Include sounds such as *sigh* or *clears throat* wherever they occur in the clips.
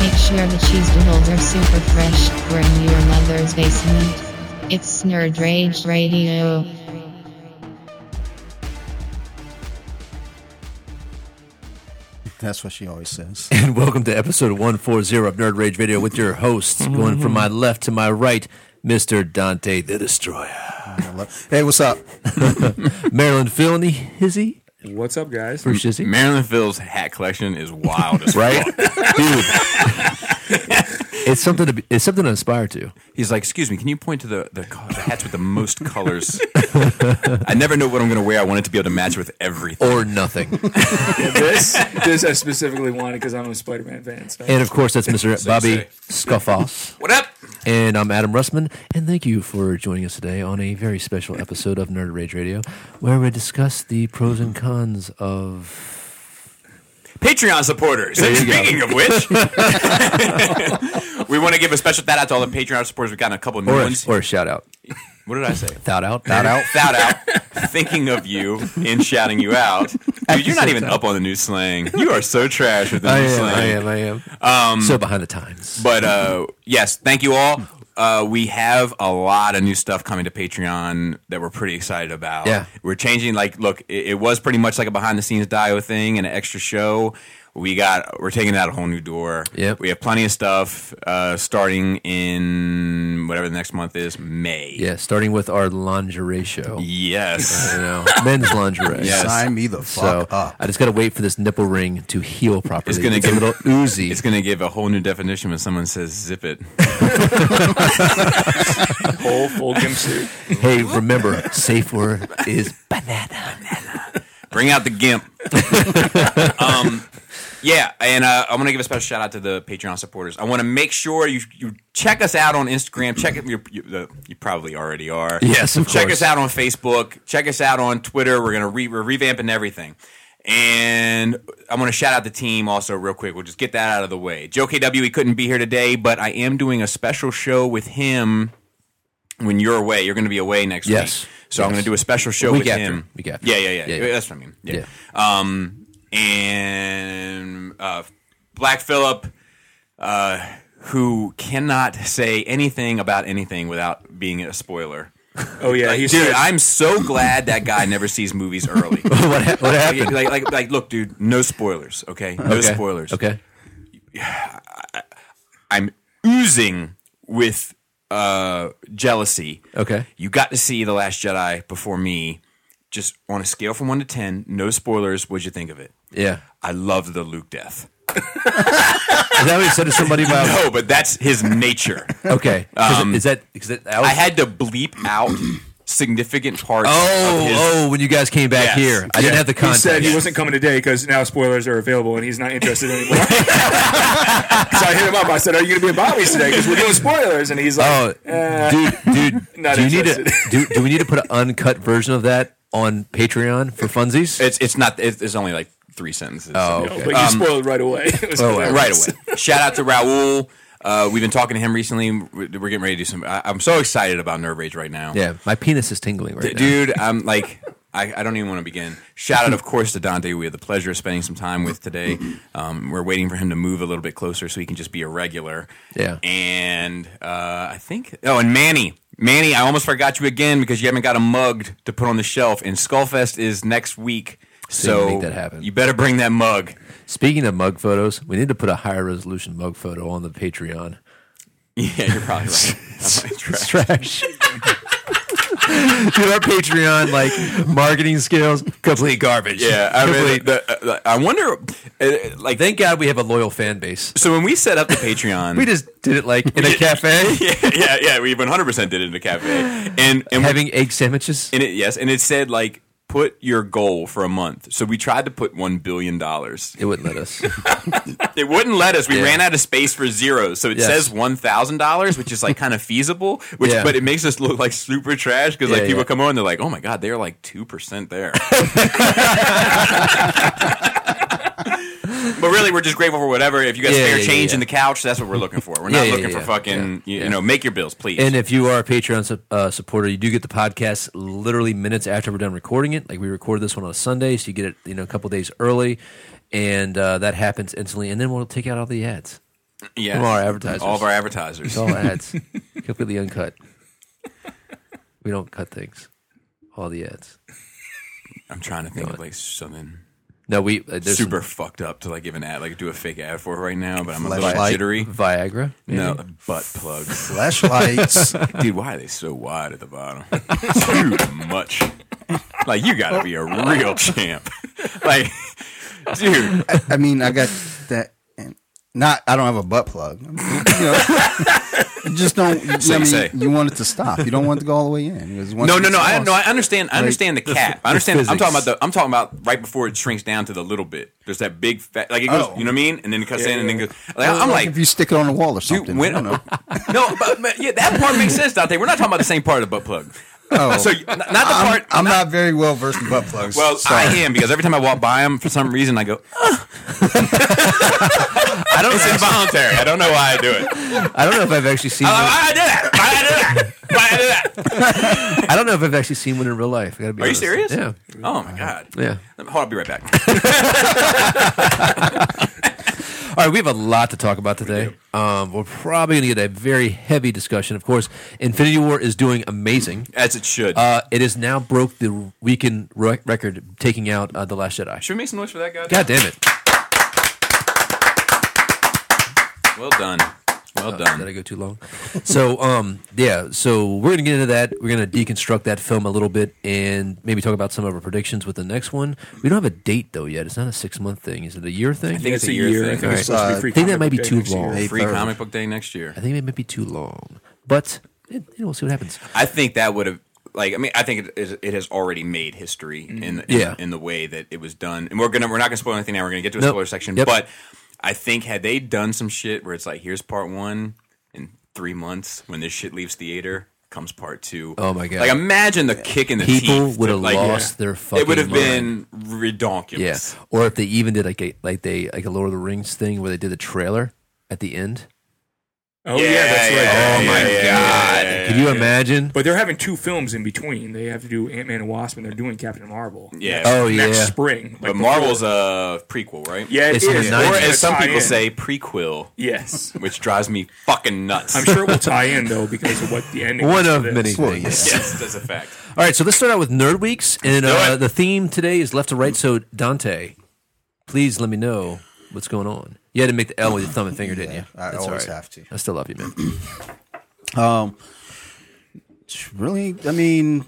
Make sure the cheese doodles are super fresh. We're in your mother's basement. It's Nerd Rage Radio. That's what she always says. *laughs* And welcome to episode 140 of Nerd Rage Video with your hosts, going from my left to my right, Mr. Dante the Destroyer. hey, what's up? *laughs* Marilyn Filney, is he? What's up, guys? Or is he? Marilyn Phil's hat collection is wild *laughs* as Right? fuck. Dude. *laughs* It's something to be, it's something to aspire to. He's like, "Excuse me, can you point to the the, co- the hats with the most colors?" *laughs* I never know what I'm going to wear. I want it to be able to match with everything. Or nothing. this, this I specifically wanted because I'm a Spider-Man fan. So. And of course that's Mr. Bobby say. Scuffos. What up? And I'm Adam Russman, and thank you for joining us today on a very special episode of Nerd Rage Radio, where we discuss the pros and cons of Patreon supporters. And speaking of *laughs* which, we want to give a special shout out to all the Patreon supporters. We've gotten a couple new or a, ones. or a shout out. what did I say? Shout out. Shout Shout out. Thinking of you and shouting you out. *laughs* Dude, you're not even up on the new slang. You are so trash with *laughs* the I new am, slang. I am. I am. Um, so behind the times. But uh, yes, thank you all. Uh, we have a lot of new stuff coming to Patreon that we're pretty excited about. Yeah. we're changing. Like, look, it, it was pretty much like a behind the scenes Dio thing and an extra show. We got we're taking it out a whole new door. Yep. we have plenty of stuff uh, starting in whatever the next month is May. yeah, starting with our lingerie show. You Yes. *laughs* know, men's lingerie. Yes. Sign me the So fuck up. I just got to wait for this nipple ring to heal properly. *laughs* It's gonna a get- little oozy. It's going to give a whole new definition when someone says zip it. Whole full gimp suit. hey, remember, safe word is banana. Bring out the gimp. *laughs* um, yeah, and uh, I want to give a special shout out to the Patreon supporters. I want to make sure you you check us out on Instagram. Check it. You, you, uh, you probably already are. Yes, of check course. us out on Facebook. Check us out on Twitter. We're gonna re- we're revamping everything. And I'm going to shout out the team also real quick. We'll just get that out of the way. Joe KW, he couldn't be here today, but I am doing a special show with him when you're away. You're going to be away next Yes. week. So I'm Yes. going to do a special show Week with after. him. Week after. Yeah, yeah, yeah, Yeah, yeah, yeah. That's what I mean. Yeah. Um, Mm-hmm. and uh, Black Phillip, uh, who cannot say anything about anything without being a spoiler. Oh yeah, he's Dude, I'm so glad that guy never sees movies *laughs* early. *laughs* what, ha- what happened? *laughs* like, like, like, like, look, dude, no spoilers, okay? No Okay. spoilers. Okay. I'm oozing with uh, jealousy. Okay. You got to see The Last Jedi before me. Just on a scale from one to ten, no spoilers. What'd you think of it? Yeah. I loved the Luke death. Is that what you said to somebody *laughs* about? No, but that's his nature. Okay. 'Cause is that? Is that I was, I had to bleep out significant parts. oh, of his, oh, when you guys came back Yes. here, I didn't have the He context. said he wasn't coming today because now spoilers are available and he's not interested *laughs* anymore. so I hit him up. I said, "Are you going to be at Bobby's today? Because we're doing spoilers." And he's Oh, like, "Uh, dude, dude, not do you need to, interested. do, do we need to put an uncut version of that on Patreon for funsies? It's it's not. It's, it's only like three sentences. oh, "No," okay. But you spoiled right away. *laughs* It was oh, hilarious. right away. Shout out to Raul. Uh, we've been talking to him recently. We're we're getting ready to do some. I, I'm so excited about Nerve Rage right now. yeah, my penis is tingling right now. dude. I'm like, I, I don't even want to begin. Shout out, of course, to Dante. We had the pleasure of spending some time with today. Um, we're waiting for him to move a little bit closer so he can just be a regular. Yeah. And uh, I think, oh, and Manny. Manny, I almost forgot you again because you haven't got a mug to put on the shelf, and Skullfest is next week. you So make that happen. you better bring that mug. Speaking of mug photos, we need to put a higher resolution mug photo on the Patreon. *laughs* Yeah, you're probably *laughs* right. I'm like, It's trash. *laughs* Dude, our Patreon like marketing skills complete garbage. yeah, I Complete- mean, the, uh, I wonder, uh, like, Thank God we have a loyal fan base. so when we set *laughs* up the Patreon, We just did it like in a cafe, yeah, *laughs* yeah, yeah. We 100 percent did it in a cafe, and and having egg sandwiches. and it yes, and it said like put your goal for a month. So we tried to put one billion dollars. It wouldn't let us. It wouldn't let us. We Yeah. ran out of space for zeros. So it Yes. says one thousand dollars, which is like kind of feasible. Which, Yeah. but it makes us look like super trash because like Yeah, people yeah. come on, they're like, oh my god, they're like two *laughs* percent there. But really, we're just grateful for whatever. If you got Yeah, spare yeah, yeah, change in yeah. the couch, that's what we're looking for. We're Yeah, not yeah, looking yeah, for fucking, yeah, you, yeah. you know, make your bills, please. And if you are a Patreon sup- uh, supporter, you do get the podcast literally minutes after we're done recording it. Like we record this one on a Sunday, so you get it you know a couple days early, and uh, that happens instantly. And then we'll take out all the ads, yeah. from our advertisers. all of our advertisers. all *laughs* ads, completely uncut. We don't cut things. All the ads. I'm trying to think of like something. No, we uh, there's super fucked up to like give an ad, like do a fake ad for it right now, but I'm a some little light- jittery. Viagra. maybe? No, butt plugs. Flashlights. *laughs* Dude, why are they so wide at the bottom? Too much. Like, you gotta be a real champ. *laughs* Like, dude, I mean, I got that. And not, I don't have a butt plug. You, know, you just don't. You, Say, I mean, say. you want it to stop. You don't want it to go all the way in. because once no, it no, no. gets I lost- no, I understand. I understand the cap. I understand. I'm physics. talking about the. I'm talking about right before it shrinks down to the little bit. There's that big fat, like it goes. Oh. You know what I mean? And then it cuts in, and then goes. Like, Or I'm like, Oh, if you stick it on the wall or Dude, something. when- I don't *laughs* know. no, but, but yeah, that part makes sense, Dante. We're not talking about the same part of the butt plug. Oh. So not, not the I'm, part. I'm not very well versed in butt plugs. Well, Sorry. I am because every time I walk by him, for some reason, I go. I don't. It's involuntary. I don't know why I do it. I don't know if I've *laughs* actually seen. I, one, I did that. I did that. I did that. I don't know if I've actually seen one in real life. I gotta be Are you honest. serious? Yeah. Oh my god. Yeah. Hold on, I'll be right back. All right, we have a lot to talk about today. um, we're probably going to get a very heavy discussion. Of course, Infinity War is doing amazing. As it should. Uh, it has now broke the weekend re- record, taking out uh, the Last Jedi. should we make some noise for that guy? God damn it! Well done. Well Uh, did I done. go too long? So, um, yeah. So we're gonna get into that. We're gonna deconstruct that film a little bit and maybe talk about some of our predictions with the next one. We don't have a date though yet. It's not a six month thing. Is it a year thing? I think it's a year thing. I think it's All right. supposed to Uh, free I think that comic might be book day too next long. Free Third. comic book day next year. I think it might be too long, but eh, you know, we'll see what happens. I think that would have like I mean I think it, is- it has already made history in, in Mm-hmm. Yeah. in the way that it was done. And we're gonna we're not gonna spoil anything now. We're gonna get to a Nope. spoiler section, Yep. but I think had they done some shit where it's like here's part one in three months when this shit leaves theater comes part two. Oh, my God. Like imagine the kick in the People teeth would that, have like, lost their It fucking would have been redonkulous. Yeah, or if they even did like a like they like a Lord of the Rings thing where they did the trailer at the end. year. Oh yeah, that's right. yeah, Oh yeah, my yeah, god. yeah, Could you imagine? But they're having two films in between. They have to do Ant Man and Wasp, and they're doing Captain Marvel. Yeah. Next- Oh, Next yeah. spring. Like But the Marvel's fourth. a prequel, right? yeah, it It's is. in the Or Or nineties. as some tie people in. say, prequel, yes. which drives me fucking nuts. I'm sure it will tie in though because of what the ending. One is to of this. many Well, things. *laughs* *laughs* yes. Yes, that's a fact. All right, so let's start out with Nerd Weeks, and Let's do uh, it. the theme today is left to right. So Dante, please let me know what's going on. You had to make the L with your thumb and finger, didn't *laughs* you? I all always have to. I still love you, *laughs* man. really, I mean,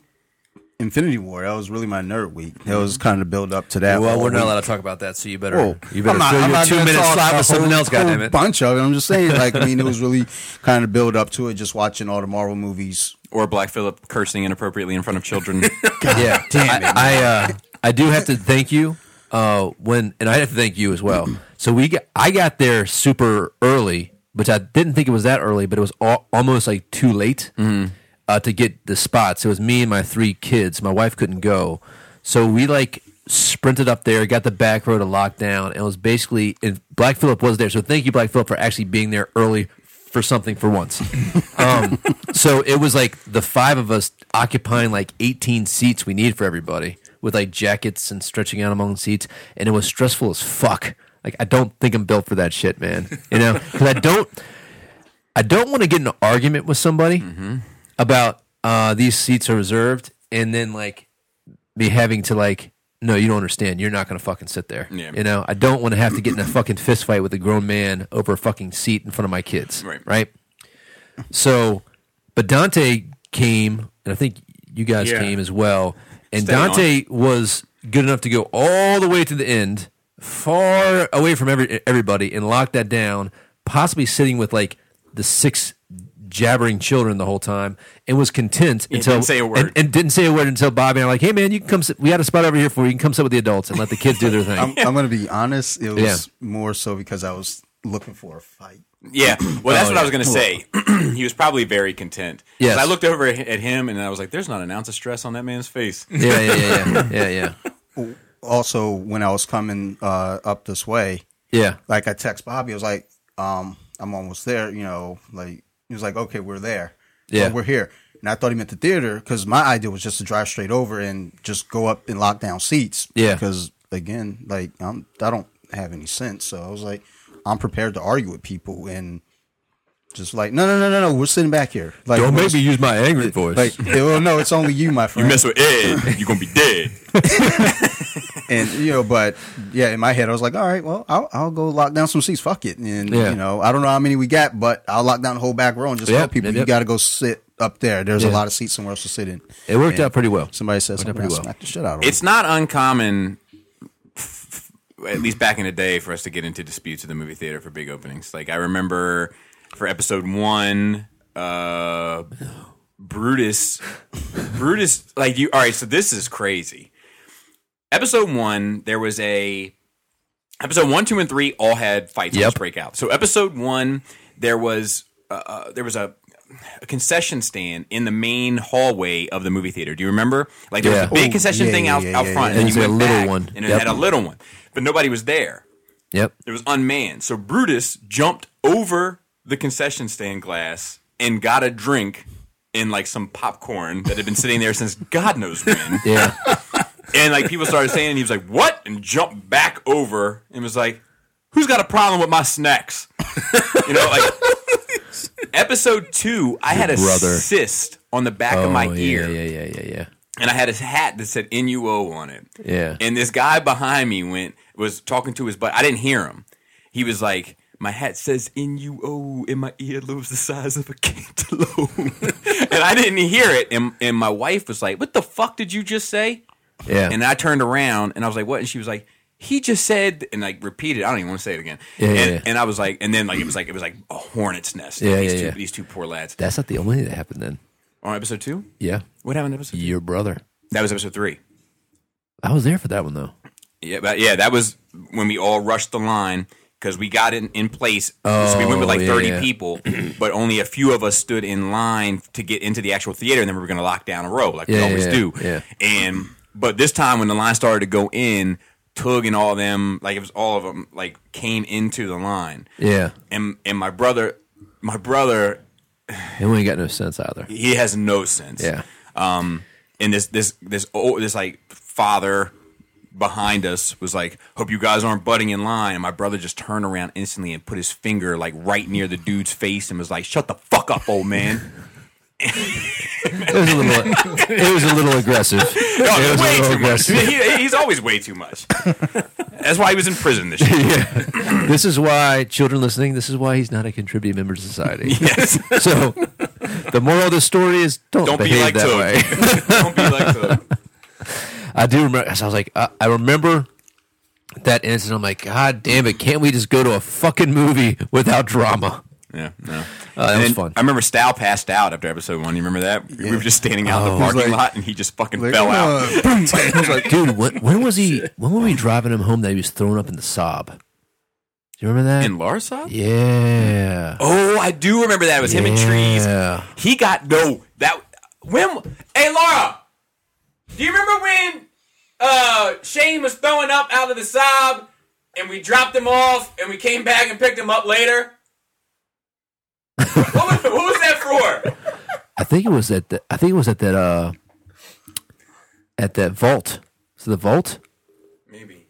Infinity War. That was really my nerd week. That was kind of build up to that. Well, all we're not week. allowed to talk about that, so you better Well, Oh, you better I'm not- fill I'm your not two gonna minute talk slot a with something whole- else. Goddamn whole it! Bunch of it. I'm just saying. Like, I mean, it *laughs* was really kind of build up to it. Just watching all the Marvel movies. or Black Phillip cursing inappropriately in front of children. yeah, I, I, uh, I do have to thank you. Uh, when and I have to thank you as well. So we got, I got there super early, which I didn't think it was that early, but it was al- almost like too late uh, to get the spots. It was me and my three kids. My wife couldn't go, so we like sprinted up there, got the back row to lock down, and it was basically. And Black Phillip was there, so thank you, Black Phillip, for actually being there early for something for once. Um, so it was like the five of us occupying like 18 seats we need for everybody with like jackets and stretching out among seats. And it was stressful as fuck. Like, I don't think I'm built for that shit, man. You know, *laughs* because I don't, I don't want to get in an argument with somebody Mm-hmm. about uh, these seats are reserved and then like me having to like, no, you don't understand. You're not going to fucking sit there. Yeah. You know, I don't want to have to get in a fucking fist fight with a grown man over a fucking seat in front of my kids. Right. Right. So, but Dante came, and I think you guys Yeah. came as well. And Stay Dante was good enough to go all the way to the end, far away from every everybody, and lock that down. Possibly sitting with like the six jabbering children the whole time and was content Yeah, until didn't say a word. And, and didn't say a word until Bobby and I'm like, hey man, you can come. Sit, we got a spot over here for you. You can come sit with the adults and let the kids do their *laughs* thing. I'm, I'm gonna be honest. It was Yeah. more so because I was looking for a fight. *laughs* Yeah. Well, that's Oh, what I was going to say. *clears throat* he was probably very content. 'Cause Yes. I looked over at at him and I was like, there's not an ounce of stress on that man's *laughs* face. yeah, yeah, yeah, yeah, yeah, yeah, Also, when I was coming uh, up this way, yeah. like I text Bobby, I was like, um, "I'm almost there," you know. Like he was like, "Okay, we're there." Yeah. "Oh, we're here. And I thought he meant the theater because my idea was just to drive straight over and just go up and lock down seats. Yeah. because again, like I'm, I don't have any sense, so I was like, I'm prepared to argue with people and just like, no, no, no, no, no, we're sitting back here. Like, Don't we're make me use my angry voice. *laughs* Like, well, no, it's only you, my friend. with Ed, you're going to be dead. and you know, but yeah, in my head, I was like, all right, well, I'll, I'll go lock down some seats. Fuck it, and Yeah. you know, I don't know how many we got, but I'll lock down the whole back row and just Yep, tell people yep, you yep. got to go sit up there. There's Yeah. a lot of seats somewhere else to sit in. it worked And out pretty well. Somebody says something, pretty I well. smack the shit out of them. It's not uncommon, f- f- at least back in the day, for us to get into disputes at the movie theater for big openings. Like, I remember for episode one, uh, Brutus. Brutus, like, you. All right, so this is crazy. Episode one, there was a episode one, two, and three all had fights. Yep. Let's break out. So episode one, there was uh, uh, there was a, a concession stand in the main hallway of the movie theater. Do you remember? Like there Yeah. was a big Oh, concession yeah, thing yeah, out, yeah, out yeah, front, yeah. and It you was a went little back, one. and it Yep. had a little one, but nobody was there. Yep. It was unmanned. So Brutus jumped over the concession stand glass and got a drink and like some popcorn that had been sitting there since God knows when. Yeah. *laughs* And like people started saying, and he was like, "What?" and jumped back over and was like, "Who's got a problem with my snacks?" *laughs* you know, *laughs* like episode two, I had a brother. Oh, cyst on the back of my yeah, ear, Yeah, yeah, yeah, yeah. and I had a hat that said NUO on it. Yeah. And this guy behind me went was talking to his butt. I didn't hear him. He was like, "My hat says NUO, and my earlobe's the size of a *laughs* cantaloupe," *laughs* and I didn't hear it. And and my wife was like, "What the fuck did you just say?" yeah. And I turned around and I was like, "What?" And she was like, "He just said," and like repeated. I don't even want to say it again. Yeah, yeah, and, yeah. and I was like, and then like it was like it was like a hornet's nest. Yeah, these yeah, two, yeah. These two poor lads. That's not the only thing that happened then. On episode two, Yeah. what happened? to Episode Your brother. that was episode three. I was there for that one though. Yeah, but yeah, that was when we all rushed the line because we got in in place. so we went with like Oh, yeah, thirty yeah. people, but only a few of us stood in line to get into the actual theater, and then we were going to lock down a row like we Yeah, always yeah, do. yeah. And but this time when the line started to go in, Tug and all of them, like it was all of them, like came into the line, Yeah. and and my brother, my brother, And we ain't got no sense either. he has no sense. Yeah. Um, and this this this old this like father behind us was like, "Hope you guys aren't butting in line." And my brother just turned around instantly and put his finger like right near the dude's face and was like, "Shut the fuck up, old man." *laughs* It was a little it was a little *laughs* aggressive. No, it was a way little too much. aggressive. He- he's always way *laughs* too much. That's why he was in prison this year. Yeah. This is why children listening, this is why he's not a contributing member to society. *laughs* *laughs* Yes. So the moral of the story is don't, Don't be behave like that Toad. way. *laughs* Don't be like Toad. I do remember. So I was like, I, I remember that incident. I'm like, God damn it! Can't we just go to a fucking movie without drama? Yeah, no. Uh, that And was then fun. I remember Stal passed out after episode one. You remember that? We were just standing out in the Oh. parking He's like- lot, and he just fucking fell out. uh, *laughs* I was like, dude, when, when was he? When were we driving him home that he was thrown up in the sob? Do you remember that? In Larsa? yeah. Oh, I do remember that. It was him and Yeah. Trees. He got no that when Hey Laura. Do you remember when uh Shane was throwing up out of the sob and we dropped him off and we came back and picked him up later? *laughs* what, was, what was that for? I think it was at the. I think it was at that. Uh, at that vault. So the vault. Maybe.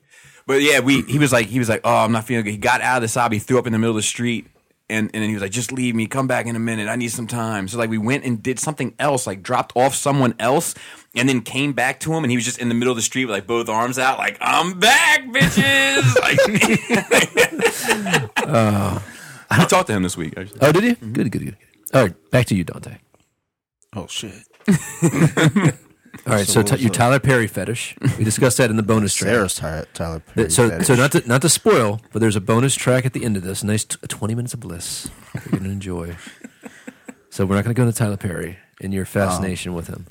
But yeah, we he was like he was like, Oh, I'm not feeling good. He got out of the sob, he threw up in the middle of the street. And, and then he was like, just leave me, come back in a minute. I need some time. So like we went and did something else, like dropped off someone else and then came back to him and he was just in the middle of the street with like both arms out, like, I'm back, bitches. *laughs* Like- *laughs* Uh, I talked to him this week, actually. Oh, did you? Good, good, good. All right, back to you, Dante. oh shit! All right, so, what t- was your the- Tyler Perry fetish. We discussed that in the bonus track. Sarah's Tyler. Tyler Perry so, fetish. so not to not to spoil, but there's a bonus track at the end of this. Nice t- twenty minutes of bliss. You're gonna enjoy. So we're not going to go into Tyler Perry and your fascination with him.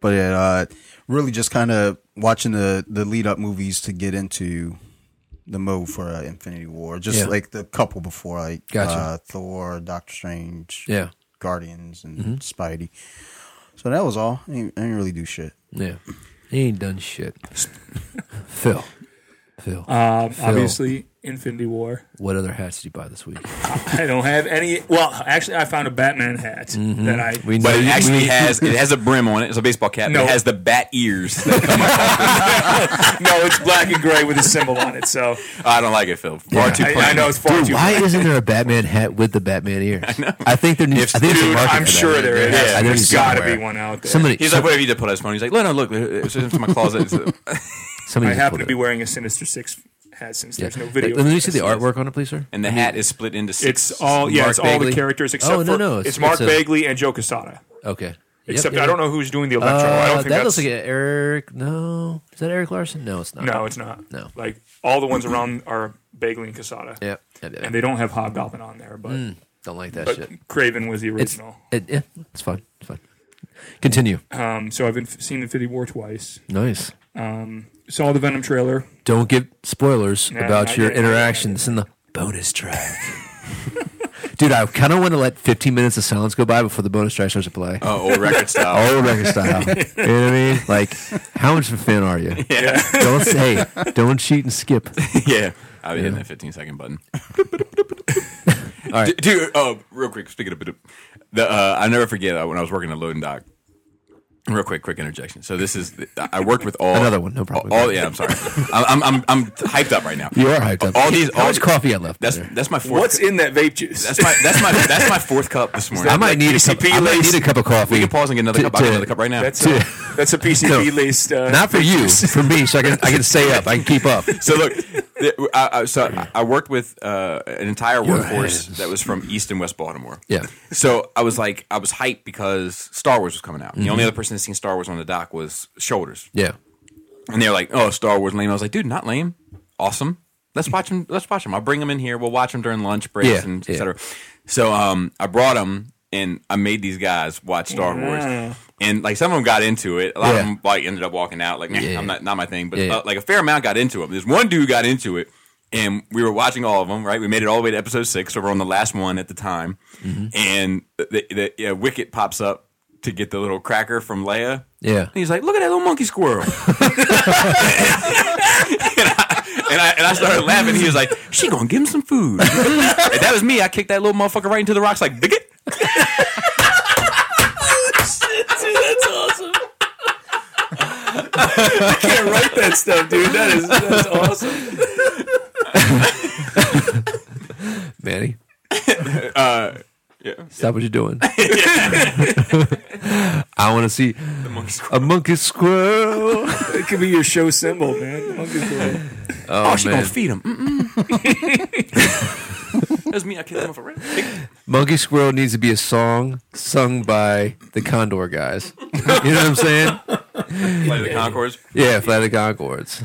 but yeah, uh, really just kind of watching the the lead up movies to get into the mode for uh, Infinity War, just Yeah. like the couple before, like Gotcha. uh, Thor, Doctor Strange, Yeah. Mm-hmm. Guardians, and Spidey. So that was all. I didn't, I didn't really do shit. Yeah. He ain't done shit. Phil. Phil. Um, Phil. obviously, Infinity War. what other hats did you buy this week? I don't have any. Well, actually, I found a Batman hat that I. Mm-hmm. We But it we- actually we- has it has a brim on it. It's a baseball cap. No. But it has the bat ears. *laughs* that come up. no, it's black and gray with a symbol on it. *laughs* So I don't like it, Phil. Far too I, plain. I know it's far Dude, too. why isn't there a Batman hat with the Batman *laughs* ears? I, think there needs. If- I think there's a dude, market I'm for that. sure there is. I think There's it's got to somewhere. be one out there. Somebody. He's like, some- whatever you did put on his phone. He's like, no, no, look, it's in my closet. somebody I just happen pulled to be it. wearing a Sinister Six hat since Yeah. there's no video. Let for me this. see the artwork on it, please, sir. and the hat is split into six. It's all yeah. Mark it's all Bagley? the characters except Oh, no, for no, it's, it's- Mark it's a- Bagley and Joe Quesada. Okay. Yep, Except yeah. I don't know who's doing the Uh, electro. I don't think that that's looks like a Eric. No, is that Eric Larson? No, it's not. no, it's not. No. like all the ones around are Bagley and Quesada. Yep. Yep, yep. and they don't have Hobgoblin on there, but Don't like that but Hmm, shit. Craven was the It's original. it, yeah, it's fine. It's fine. Continue. Um, so I've been, seen Infinity War twice. Nice. Saw the Venom trailer. Don't give spoilers Nah, about not your yet. interactions in the bonus track. *laughs* Dude, I kind of want to let 15 minutes of silence go by before the bonus track starts to play. uh, old record style. Old record style. you know what I mean? Like, how much of a fan are you? Don't say, don't cheat and skip. yeah, I'll be hitting that 15 second button. right. D- *laughs* dude. Oh, real quick. Speaking of the, uh, I never forget uh, when I was working at Loading Dock. Real quick, quick interjection. So this is I worked with all Another one, no problem. All yeah, I'm sorry. I'm I'm I'm hyped up right now. You are hyped up. All these How all much coffee I left? That's there? that's my fourth. What's in that vape juice? That's my that's my that's my fourth cup this morning. I might need a cup. PCP I might lace. need a cup of coffee. We can pause and get another to- cup. I'll get to- another cup right *laughs* now. that's a, *laughs* that's a PCP No. list. Uh, Not for you, for me. So I can I can stay up. I can keep up. so look, th- I, I, so I- I worked with uh, an entire Your workforce hands. that was from East and West Baltimore. *laughs* Yeah. So I was like, I was hyped because Star Wars was coming out. Mm-hmm. The only other person that seen Star Wars on the dock was Shoulders, Yeah. and they were like, "Oh, Star Wars lame." I was like, "Dude, not lame. Awesome. Let's watch them. Let's watch them. I'll bring them in here. We'll watch them during lunch breaks Yeah, and yeah. etc." So um, I brought them and I made these guys watch Star Wars. And like some of them got into it. A lot Yeah. of them like ended up walking out. Like, nah, Yeah. I'm not not my thing. But Yeah. uh, like a fair amount got into them. There's one dude got into it. And we were watching all of them, right? We made it all the way to episode six, so we're on the last one at the time. Mm-hmm. And the, the yeah, Wicket pops up to get the little cracker from Leia. Yeah. And he's like, look at that little monkey *laughs* squirrel. and, I, and I started laughing. He was like, she going to give him some food. If that was me. I kicked that little motherfucker right into the rocks like, dig it. can't write that stuff, dude. That is that's awesome. Manny. Stop what you're doing. I want to see a monkey squirrel. It could be your show symbol, *laughs* man. Monkey Girl. Uh, Oh, she going man. to feed him. Mm-mm. *laughs* that was me. I kicked him off a ramp. Monkey squirrel needs to be a song sung by the Condor guys. You know what I'm saying? Like the Concourse. Yeah, Flight of the Concords.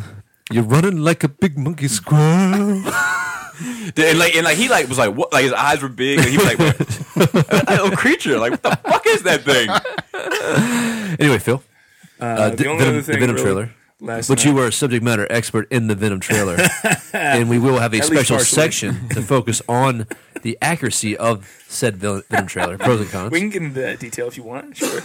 You're running like a big monkey squirrel. And like, and like, he like was like, what? Like his eyes were big. And he was like, what? *laughs* that little creature. Like, what the fuck is that thing? Anyway, Phil. Uh, the the, only Venom, other thing the Venom really- trailer. Last But night. you were a subject matter expert in the Venom *laughs* trailer, and we will have a least special partially. section to focus on the accuracy of said Vel- Venom trailer, pros and cons. We can get into that detail if you want. *laughs* Sure.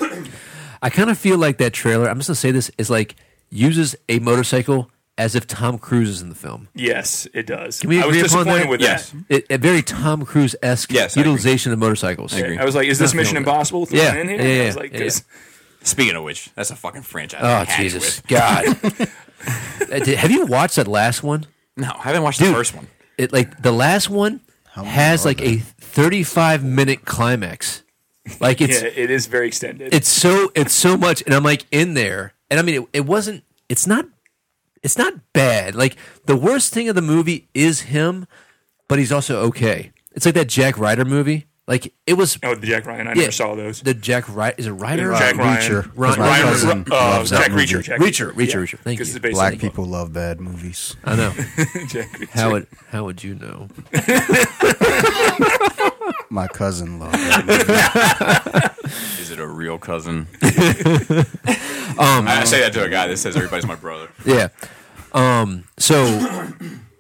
I kind of feel like that trailer. I'm just gonna say this is like uses a motorcycle as if Tom Cruise is in the film. yes, it does. Can we I was agree upon disappointed that? with Yes. that. It, a very Tom Cruise esque Yes, I agree. utilization of motorcycles. agree. I was like, is this Not Mission feeling that. Impossible? thrown Yeah, in here? yeah, yeah, I was like, yeah, 'cause- Speaking of which, that's a fucking franchise. I Oh had Jesus, with. God! *laughs* Uh, did- Have you watched that last one? No, I haven't watched the first one. It like the last one many has are like a 35 minute climax. Like it's yeah, it is very extended. it's so it's so much and i'm like in there and i mean it, it wasn't it's not it's not bad like the worst thing of the movie is him but he's also okay it's like that jack ryder movie like it was oh, the Jack Ryan. I yeah, never saw those. the jack ryder is it ryder Jack Uh, Reacher. Ryan. That's my Ryan- cousin Ru- uh, loves that Jack movie. Reacher. Jack reacher reacher Yeah. reacher thank Because it's you based Black on- people love bad movies. i *laughs* know Jack Reacher. how would how would you know My cousin loved it. *laughs* Is it a real cousin? I say that to a guy that says everybody's my brother. Yeah. Um. So,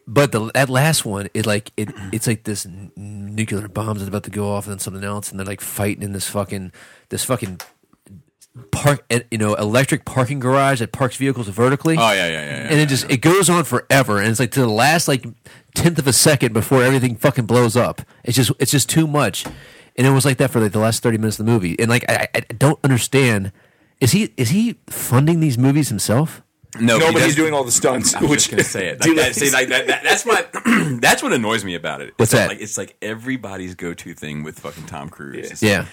but the that last one is like it. It's like this n- nuclear bombs that's about to go off, and then something else, and they're like fighting in this fucking this fucking park. eh, You know, electric parking garage that parks vehicles vertically. Oh, yeah, yeah, yeah, yeah, And it just it goes on forever, and it's like to the last like tenth of a second before everything fucking blows up. It's just it's just too much, and it was like that for like the last thirty minutes of the movie. And like I, I I don't understand. Is he is he funding these movies himself? No, No, but but he he's does- doing all the *laughs* stunts. I'm which just gonna say *laughs* it. Like that, see, like that, that- that's my. *clears throat* that's what annoys me about it. It's What's that, that? Like it's like everybody's go-to thing with fucking Tom Cruise. It's like, Yeah.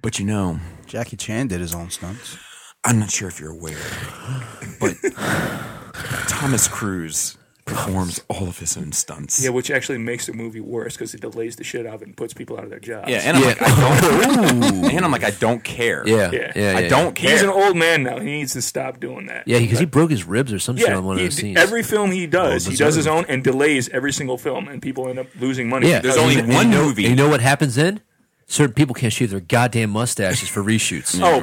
but you know, Jackie Chan did his own stunts. I'm not sure if you're aware, but Thomas Cruise performs all of his own stunts. yeah, which actually makes the movie worse because it delays the shit out of it and puts people out of their jobs. Yeah, and I'm Yeah. like, I don't. and I'm like, I don't care. Yeah. Yeah. Yeah. yeah I don't care. he's an old man now. He needs to stop doing that. Yeah, because he broke his ribs or some shit Yeah, on one he- of those scenes. every film he does, Well he does his own and delays every single film, and people end up losing money. yeah, There's because- only And you one know- movie. and You know what happens then? Certain people can't shave their goddamn mustaches for reshoots. *laughs* Oh,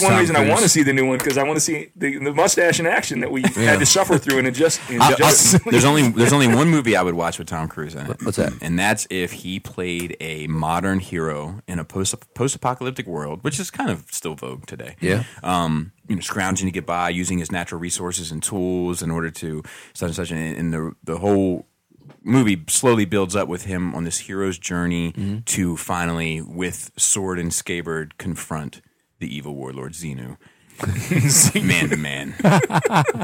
Thanks, one Tom reason I Cruise. want to see the new one because I want to see the, the mustache in action that we had to suffer through and adjust. *laughs* And I- *laughs* I- adjust. *laughs* there's only there's only one movie I would watch with Tom Cruise in it. What's that? And that's if he played a modern hero in a post post apocalyptic world, which is kind of still vogue today. Yeah. Um, you know, scrounging to get by, using his natural resources and tools in order to such and such, and, and the the whole movie slowly builds up with him on this hero's journey Mm-hmm. to finally, with sword and scabbard, confront the evil *laughs* warlord Xenu. man to man,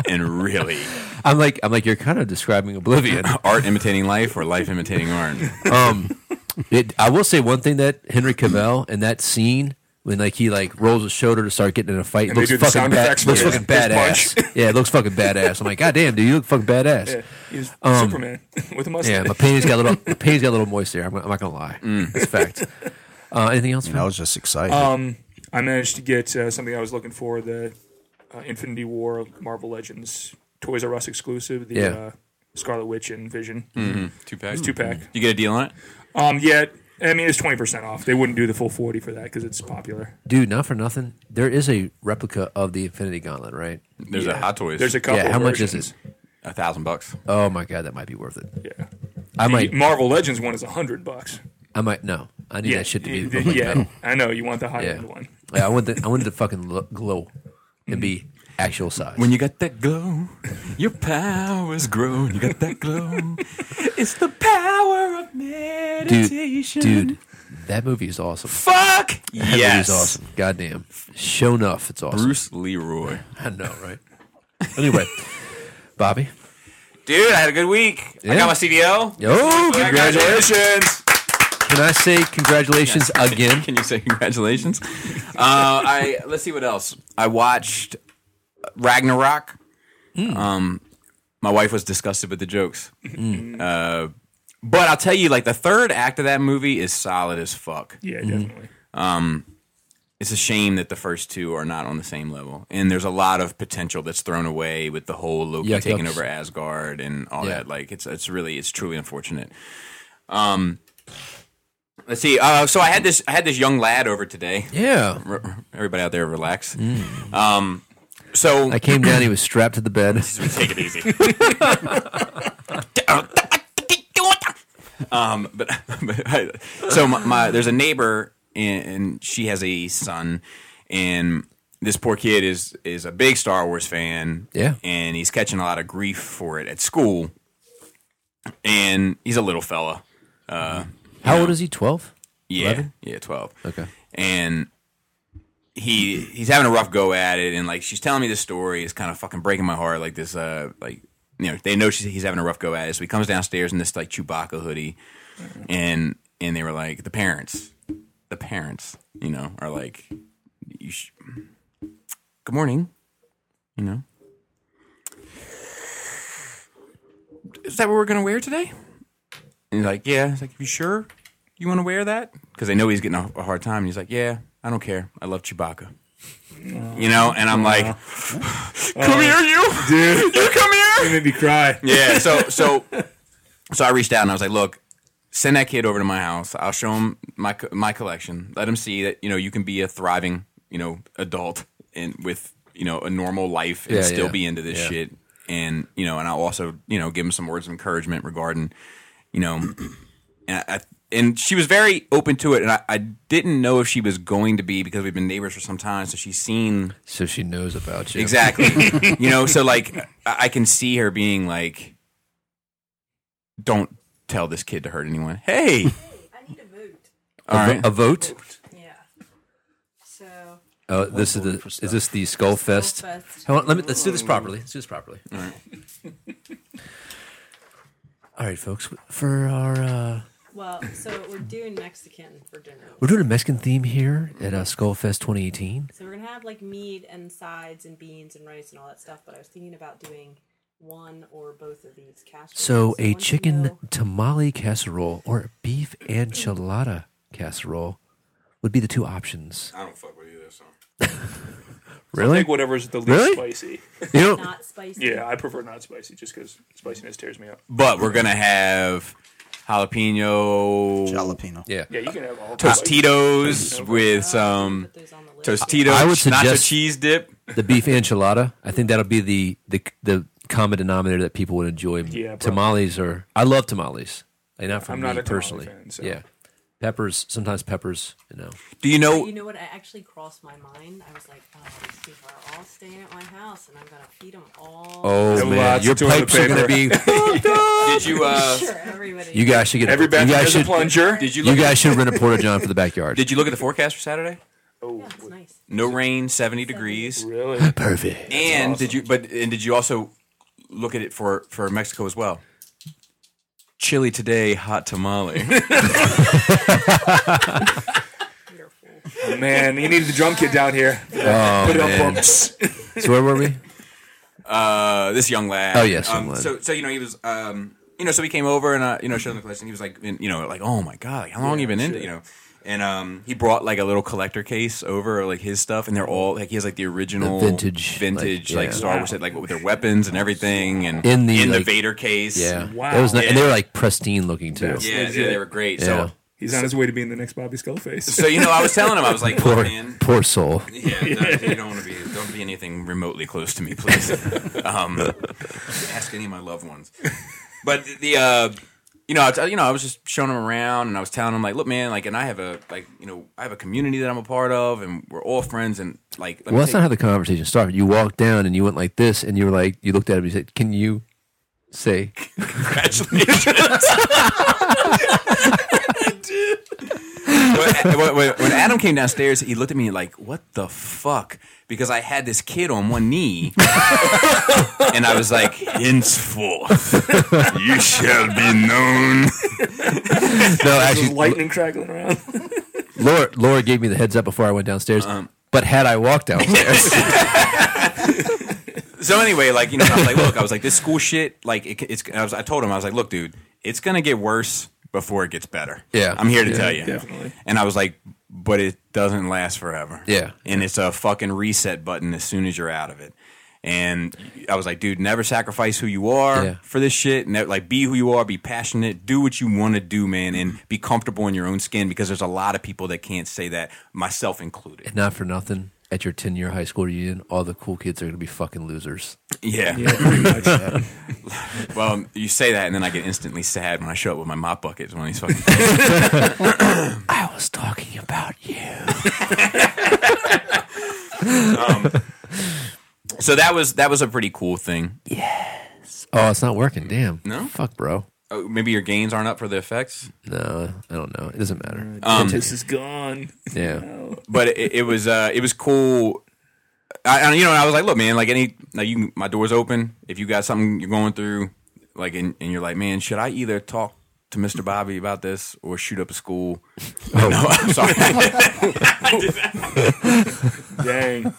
and really I'm like, I'm like, you're kind of describing *laughs* Oblivion. *coughs* art imitating life or life imitating *laughs* art. It, I will say one thing that Henry Cavill in that scene when like he like rolls his shoulder to start getting in a fight And they looks do the fucking sound bad, effects for looks his- fucking his punch. *laughs* badass. yeah, it looks fucking badass. I'm like, goddamn, dude, you look fucking badass. Yeah, He's Um, Superman *laughs* with a mustache. my panties got a little, my panties got a little moist there. I'm, I'm not gonna lie, Mm. that's a *laughs* fact. Uh, anything else? And I was just excited. Um, I managed to get uh, something I was looking for the uh, Infinity War Marvel Legends Toys R Us exclusive, the Yeah. Mm-hmm. uh, Scarlet Witch and Vision. Two packs. Two pack. You get a deal on it? Um, yeah, I mean, it's 20% off. They wouldn't do the full 40 for that because it's popular. Dude, not for nothing. There is a replica of the Infinity Gauntlet, right? There's a Hot Toys. There's a couple. yeah. How much is versions. it? a thousand bucks. Oh my god, that might be worth it. Yeah. I might. Marvel Legends one is 100 bucks. I might. No, I need that shit to be. the- like yeah, metal. I know. You want the high Yeah. end one. Yeah, *laughs* I want the. I wanted to fucking lo- glow and be actual size. When you got that *laughs* glow, your powers grow. You got that *laughs* glow. it's the power of dude, meditation. dude, that movie is awesome. *laughs* Fuck! That Yes. movie's awesome. Goddamn. Show enough. It's awesome. Bruce Leroy. I know, right? Anyway, Bobby. Dude, I had a good week. I Yeah. got my CDO. Oh, Congratulations. Can I say congratulations again? *laughs* Can you say congratulations? uh, I let's see what else. I watched Ragnarok. Um, Hmm. my wife was disgusted with the jokes, Hmm. uh, but I'll tell you, like the third act of that movie is solid as fuck. Yeah, Mm-hmm. definitely. It's a shame that the first two are not on the same level, and there's a lot of potential that's thrown away with the whole Loki Yeah, taking that's- over Asgard and all Yeah. that. Like it's it's really it's truly unfortunate. Um, let's see. Uh, so I had this I had this young lad over today. Yeah. R- everybody out there relax. Um, so Mm. I came down. He was strapped to the bed. *laughs* take it easy. *laughs* um, but, *laughs* but I, so my, my there's a neighbor and, and she has a son and this poor kid is is a big Star Wars fan. Yeah. and he's catching a lot of grief for it at school. And he's a little fella. How old is he? Twelve. Yeah, 11? yeah, twelve Okay. and he he's having a rough go at it and like she's telling me this story is kind of fucking breaking my heart like this uh like you know they know she's, he's having a rough go at it so he comes downstairs in this like Chewbacca hoodie and and they were like the parents the parents you know are like you sh- good morning you know is that what we're gonna wear today and he's like yeah he's like you sure you want to wear that? Because they know he's getting a, a hard time. And he's like, yeah, I don't care. I love Chewbacca. You know, and I'm like, come here, you, dude, you come here. It made me cry. Yeah. So so so I reached out and I was like, look, send that kid over to my house. I'll show him my co- my collection. Let him see that you know you can be a thriving you know adult and with you know a normal life and Yeah, still yeah. be into this Yeah. shit. And you know, and I'll also you know give him some words of encouragement regarding you know and I, and she was very open to it, and I, I didn't know if she was going to be because we've been neighbors for some time, so she's seen So she knows about you. *laughs* exactly, you know. So like, I, I can see her being like, "Don't tell this kid to hurt anyone." Hey, I need a boot. all A, vo- right, a vote. Yeah. So Oh, this is the is this the Skull Fest? Fest. Hold on, let me let's do this properly. Let's do this properly. All right, *laughs* folks. For our uh, well, so we're doing Mexican for dinner. we're doing a Mexican theme here at uh, Skull Fest 2018. So we're gonna have like meat and sides and beans and rice and all that stuff. But I was thinking about doing one or both of these casseroles. So I a want to chicken know- tamale casserole or a beef enchilada casserole would be the two options. I don't fuck with either. So Really? Like whatever's the least Really? spicy. You know, not spicy. yeah, I prefer not spicy just because spiciness tears me up. but we're gonna have jalapeno Jalapeno. yeah. Yeah, you can have all Tostitos with um, some Put those on the list. Tostitos I would nacho suggest- cheese dip. the beef enchilada. I think that'll be the the the common denominator that people would enjoy. Yeah, probably. tamales are. I love tamales. Like not for I'm me not a tamale personally. fan, so. Yeah, peppers. Sometimes peppers. You know. Do you But know? you know what? I actually crossed my mind. I was like, oh, these people are all staying at my house, and I'm gonna feed them all. Oh And man, lots your of toilet pipes are gonna be. Did you? Uh, sure, everybody. *laughs* You guys should get. A, Every you bathroom guys has a should. plunger. did you? You Look guys should rent a porta john for the backyard. Did you look at the forecast for Saturday? Oh, yeah, it's nice. No rain, seventy degrees. really? Perfect. And did you? But and did you also look at it for for Mexico as well? Chili today, hot tamale. Wonderful. Oh, Man, you needed the drum kit down here. Put it on bumps. So where were we? uh, this young lad. Oh, yes, um, young lad. So so you know he was um you know so he came over and uh, you know showed him the collection. He was like and, you know like oh my god like, how long you been into you know. And um, he brought like a little collector case over like his stuff, and they're all like he has like the original The vintage, vintage like, like, yeah. Star Wars, like with their weapons and everything, and In the, like- Vader case. Yeah. Wow. It was. Not, And they Yeah. were like pristine looking too. That's- yeah, yeah, they were great. Yeah. So He's on his way to being the next Bobby Skullface. So you know, I was telling him, I was like, "Look, *laughs* Poor, man, poor soul. *laughs* yeah, no, you don't want to be, don't be anything remotely close to me, please. um, ask any of my loved ones." But the, uh, you know, I, was- you know, I was just showing him around, and I was telling him, like, "Look, man, like, and I have a, like, you know, I have a community that I'm a part of, and we're all friends, and like, let me Well, that's tell not how the you- conversation started. You walked down and you went like this, and you were like, you looked at him and you said, "Can you *laughs* say?" Congratulations. *laughs* when, when- when- when Adam came downstairs, he looked at me like, "What the fuck?" Because I had this kid on one knee, and I was like, "Henceforth, you shall be known." No, There's actually, lightning crackling around. Laura, Laura gave me the heads up before I went downstairs. but had I walked downstairs, So anyway, like you know, I was like, "Look," I was like, "This school shit, like it, it's." I, was, I told him, I was like, "Look, dude, it's gonna get worse before it gets better." Yeah. I'm here to Yeah, tell you. definitely. And I was like, but it doesn't last forever. Yeah. And it's a fucking reset button as soon as you're out of it. And I was like, dude, never sacrifice who you are Yeah. for this shit. Never, like, be who you are, be passionate, do what you want to do, man, and be comfortable in your own skin because there's a lot of people that can't say that, myself included. not for nothing, at your ten-year high school reunion, all the cool kids are going to be fucking losers. *laughs* Yeah. well, you say that, and then I get instantly sad when I show up with my mop buckets when these fucking. I was talking about you. Um, so that was that was a pretty cool thing. Oh, it's not working. Damn. No? Fuck, bro. Oh, maybe your gains aren't up for the effects. No, I don't know. It doesn't matter. this is gone. yeah. but it, it was uh, it was cool. I, I you know and I was like, look, man, like any like you, my door's open. If you got something you're going through, like and, and you're like, man, should I either talk to Mr. Bobby about this or shoot up a school? Oh. *laughs* No, I'm sorry. Dang.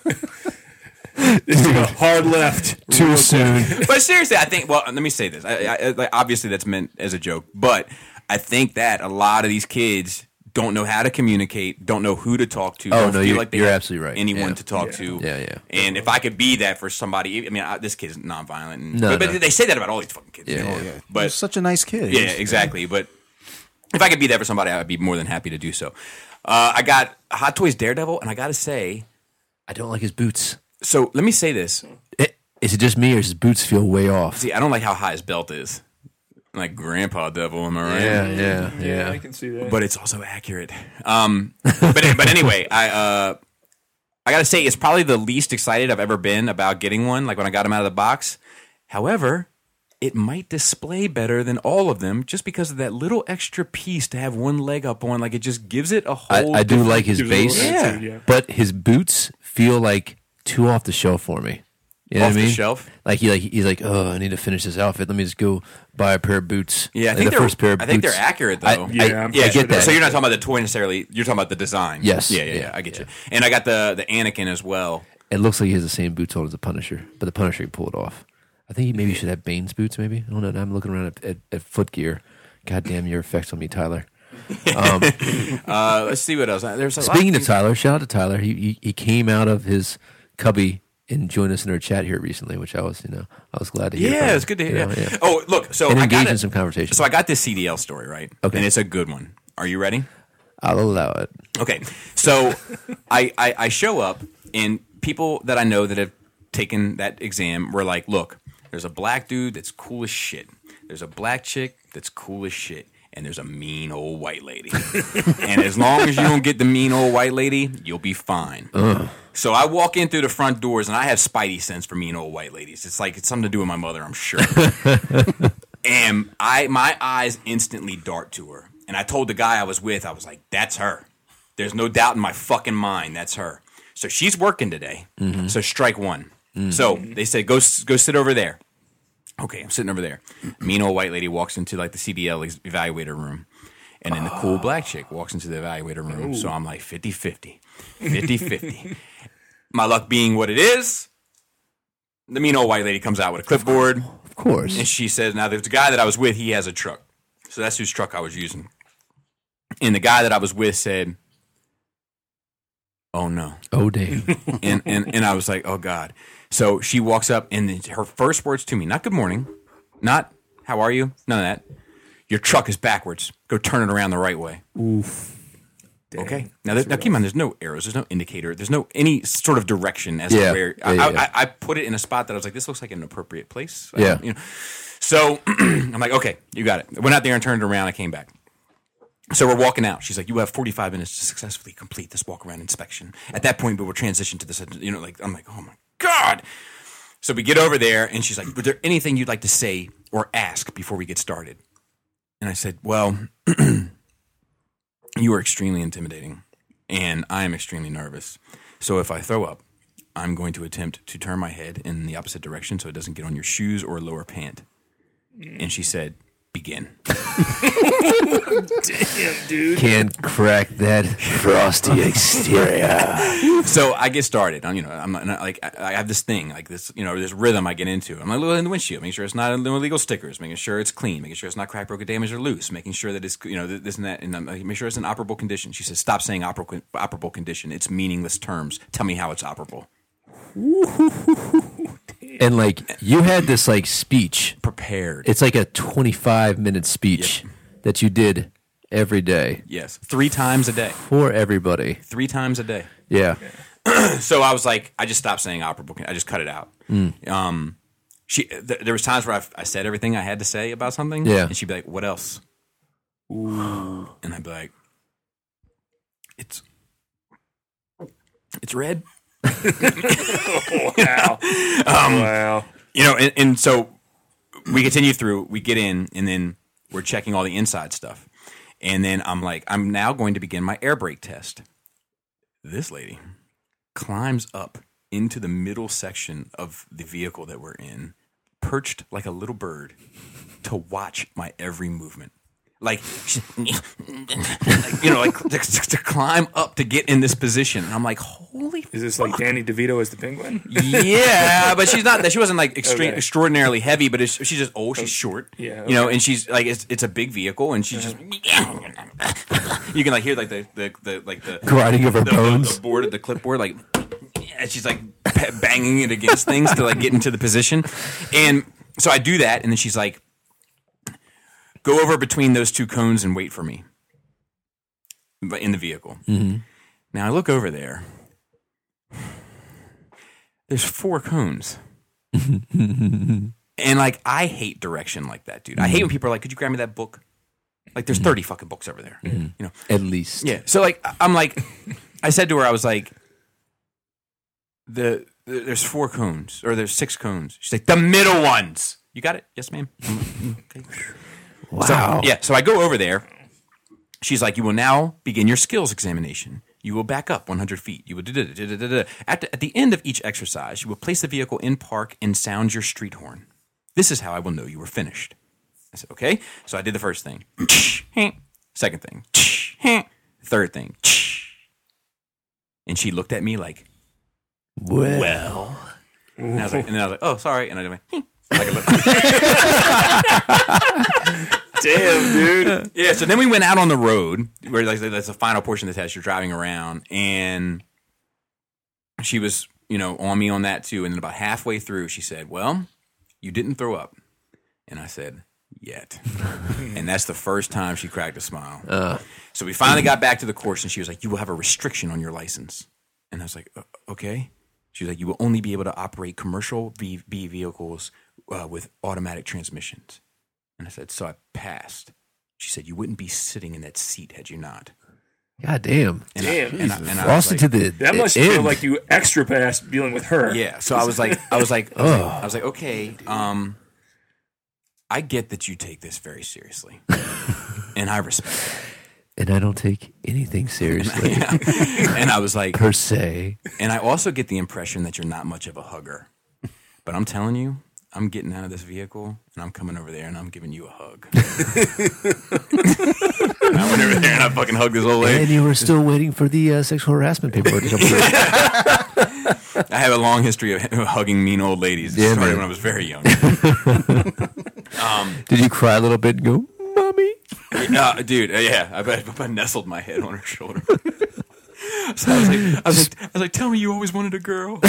this is a hard left. Too soon. but seriously, I think. Well, let me say this. I, I, I- like, obviously, that's meant as a joke, but I think that a lot of these kids don't know how to communicate, don't know who to talk to. don't Oh, no, feel you're- like they you're have absolutely right. Anyone Yeah. to talk to. Yeah, yeah. And if I could be that for somebody, I mean, I, this kid's nonviolent. And, No, but, but no. they say that about all these fucking kids. Yeah, yeah. But He's such a nice kid. yeah, exactly. But if I could be that for somebody, I would be more than happy to do so. Uh, I got Hot Toys Daredevil, and I got to say, I don't like his boots. so let me say this. Eh, Is it just me or does his boots feel way off? See, I don't like how high his belt is. Like Grandpa Devil, am I right? Yeah, yeah, yeah. I can see that. But it's also accurate. Um, but but anyway, I uh, I gotta say it's probably the least excited I've ever been about getting one. Like when I got them out of the box. However, it might display better than all of them just because of that little extra piece to have one leg up on. Like it just gives it a I, whole. I do different- like his gives it a base, little attitude, yeah. but his boots feel like too off the shelf for me. You know Off what the I mean? shelf? Like he like he's like, oh, I need to finish this outfit. Let me just go buy a pair of boots. Yeah, I Like, think the they're. first pair of I think boots. they're accurate though. I- Yeah, I- I'm Yeah, pretty I sure get that. So you're not talking about the toy necessarily. You're talking about the design. Yes. Yeah, yeah, yeah. Yeah, I get you. And I got the the Anakin as well. It looks like he has the same boots on as the Punisher, but the Punisher can pull it off. I think he maybe should have Bane's boots. Maybe I don't know. Now I'm looking around at, at, at foot gear. God damn your effects on me, Tyler. Uh, let's see what else. There's a lot Speaking of of Tyler, shout out to Tyler. He, he he came out of his cubby and joined us in our chat here recently, which I was you know I was glad to hear. from Yeah, him, it's good to you hear. know, yeah. Oh, look, so and I engage got in it. some conversation. So I got this CDL story right, Okay. and it's a good one. Are you ready? I'll allow it. Okay, so I, I I show up, and people that I know that have taken that exam were like, "Look, there's a black dude that's cool as shit. There's a black chick that's cool as shit." And there's a mean old white lady. and as long as you don't get the mean old white lady, you'll be fine. So I walk in through the front doors and I have spidey sense for mean old white ladies. It's like it's something to do with my mother, I'm sure. and I my eyes instantly dart to her. And I told the guy I was with, I was like, that's her. There's no doubt in my fucking mind that's her. So she's working today. So strike one. So they said, go s- go sit over there. Okay, I'm sitting over there. Mean old white lady walks into like the CDL ex- evaluator room. And then the cool black chick walks into the evaluator room. So I'm like 50 50. 50 50. *laughs* My luck being what it is, the mean old white lady comes out with a clipboard. Of course. And she says, now there's a guy that I was with, he has a truck. So that's whose truck I was using. And the guy that I was with said, Oh no. oh damn. And and, and I was like, Oh God. So she walks up and then her first words to me, not good morning, not how are you? None of that. Your truck is backwards. Go turn it around the right way. Okay. Now, there, now keep in mind, there's no arrows, there's no indicator, there's no any sort of direction as Yeah. to where. Yeah, I, yeah, I- yeah. I, I put it in a spot that I was like, this looks like an appropriate place. I Yeah. don't- you know. So *clears throat* I'm like, okay, you got it. I went out there and turned it around. I came back. So we're walking out. She's like, "You have 45 minutes to successfully complete this walk around inspection." At that point, we will transition to this. You know, like I'm like, "Oh my god!" So we get over there, and she's like, "Was there anything you'd like to say or ask before we get started?" And I said, "Well, *clears throat* you are extremely intimidating, and I am extremely nervous. So if I throw up, I'm going to attempt to turn my head in the opposite direction so it doesn't get on your shoes or lower pant." And she said, "Begin." Can't crack that frosty *laughs* exterior. so I get started. I'm, you know, I'm not, not- like I, I have this thing, like this, you know, this rhythm I get into. I'm like looking in the windshield, making sure it's not no illegal stickers, making sure it's clean, making sure it's not crack, broken, damaged, or loose, making sure that it's you know th- this and that, and I'm like, make sure it's in operable condition. She says, "Stop saying operable, operable condition. It's meaningless terms. Tell me how it's operable." and like you had this like speech. Prepared. It's like a 25 minute speech that you did every day yes, three times a day. for everybody. Three times a day. Yeah. so I was like, I just stopped saying operable. con- I just cut it out. Um, she, th- there was times where I, I said everything I had to say about something, Yeah. and she'd be like, "What else?" And I'd be like, "It's, it's red." oh, Wow. wow. you know, and, and so we continue through, we get in, and then we're checking all the inside stuff. And then I'm like, I'm now going to begin my air brake test. This lady climbs up into the middle section of the vehicle that we're in, perched like a little bird to watch my every movement. Like, she- *laughs* like, you know, like to, to climb up to get in this position. And I'm like, holy Is this like Danny DeVito as the penguin? yeah, but she's not. She wasn't like extreme, Okay. Oh, extraordinarily heavy, but it's, she's just old. She's short. Yeah, you know, okay. and she's like it's, it's a big vehicle, and she's just Uh-huh. *laughs* you can like hear like the the, the like the Grinding of her the, the- bones. the board, the clipboard, like and she's like pe- banging it against things to like get into the position, and so I do that, and then she's like, Go over between those two cones and wait for me But in the vehicle. Now I look over there. There's four cones. and like I hate direction like that, dude. I hate when people are like, "Could you grab me that book?" Like there's 30 fucking books over there. You know. At least. Yeah. So like I- I'm like I said to her I was like the the- there's four cones or there's six cones. She's like the middle ones. You got it? Yes, ma'am. Mm, mm, okay. Wow. Yeah. So I go over there. She's like, "You will now begin your skills examination. You will back up 100 feet. You will da- da- da- da- da- da- da." at the, at the end of each exercise, you will place the vehicle in park and sound your street horn. This is how I will know you were finished." I said, "Okay." So I did the first thing. *sniffs* Second thing. *sniffs* Third thing. *sniffs* And she looked at me like, Well. "Well," and I was like, and then I was like, "Oh, sorry," and I did my. *laughs* "Hmm." Damn, dude. Yeah, so then we went out on the road where like that's the final portion of the test. You're driving around, and she was, you know, on me on that too. And then about halfway through, she said, "Well, you didn't throw up," and I said, "Yet," and that's the first time she cracked a smile. So we finally got back to the course, and she was like, "You will have a restriction on your license," and I was like, "Uh, "Okay." She was like, "You will only be able to operate commercial B, B vehicles uh, with automatic transmissions," and I said, "So I passed." She said, "You wouldn't be sitting in that seat had you not." God damn. And Damn. I, and I, and I was Frosted like, to the That the must end. feel like you extra passed dealing with her. yeah. So I was like, I *laughs* was like, I was like, I was like, okay, um, I get that you take this very *laughs* seriously, and I respect that. and I don't take anything *laughs* seriously *laughs* And I was like, per se. and I also get the impression that you're not much of a hugger, but I'm telling you. I'm getting out of this vehicle and I'm coming over there and I'm giving you a *laughs* hug. And I went over there and I fucking hugged this old lady. And you were still waiting for the uh, sexual harassment paperwork to come through. *laughs* I have a long history of hugging mean old ladies. It Yeah, started man. when I was very young. Did you cry a little bit and go, "Mommy"? Uh, dude, uh, yeah, I bet I, nestled my head on her shoulder. *laughs* so I was like, I was like, I was like, tell me you always wanted a girl.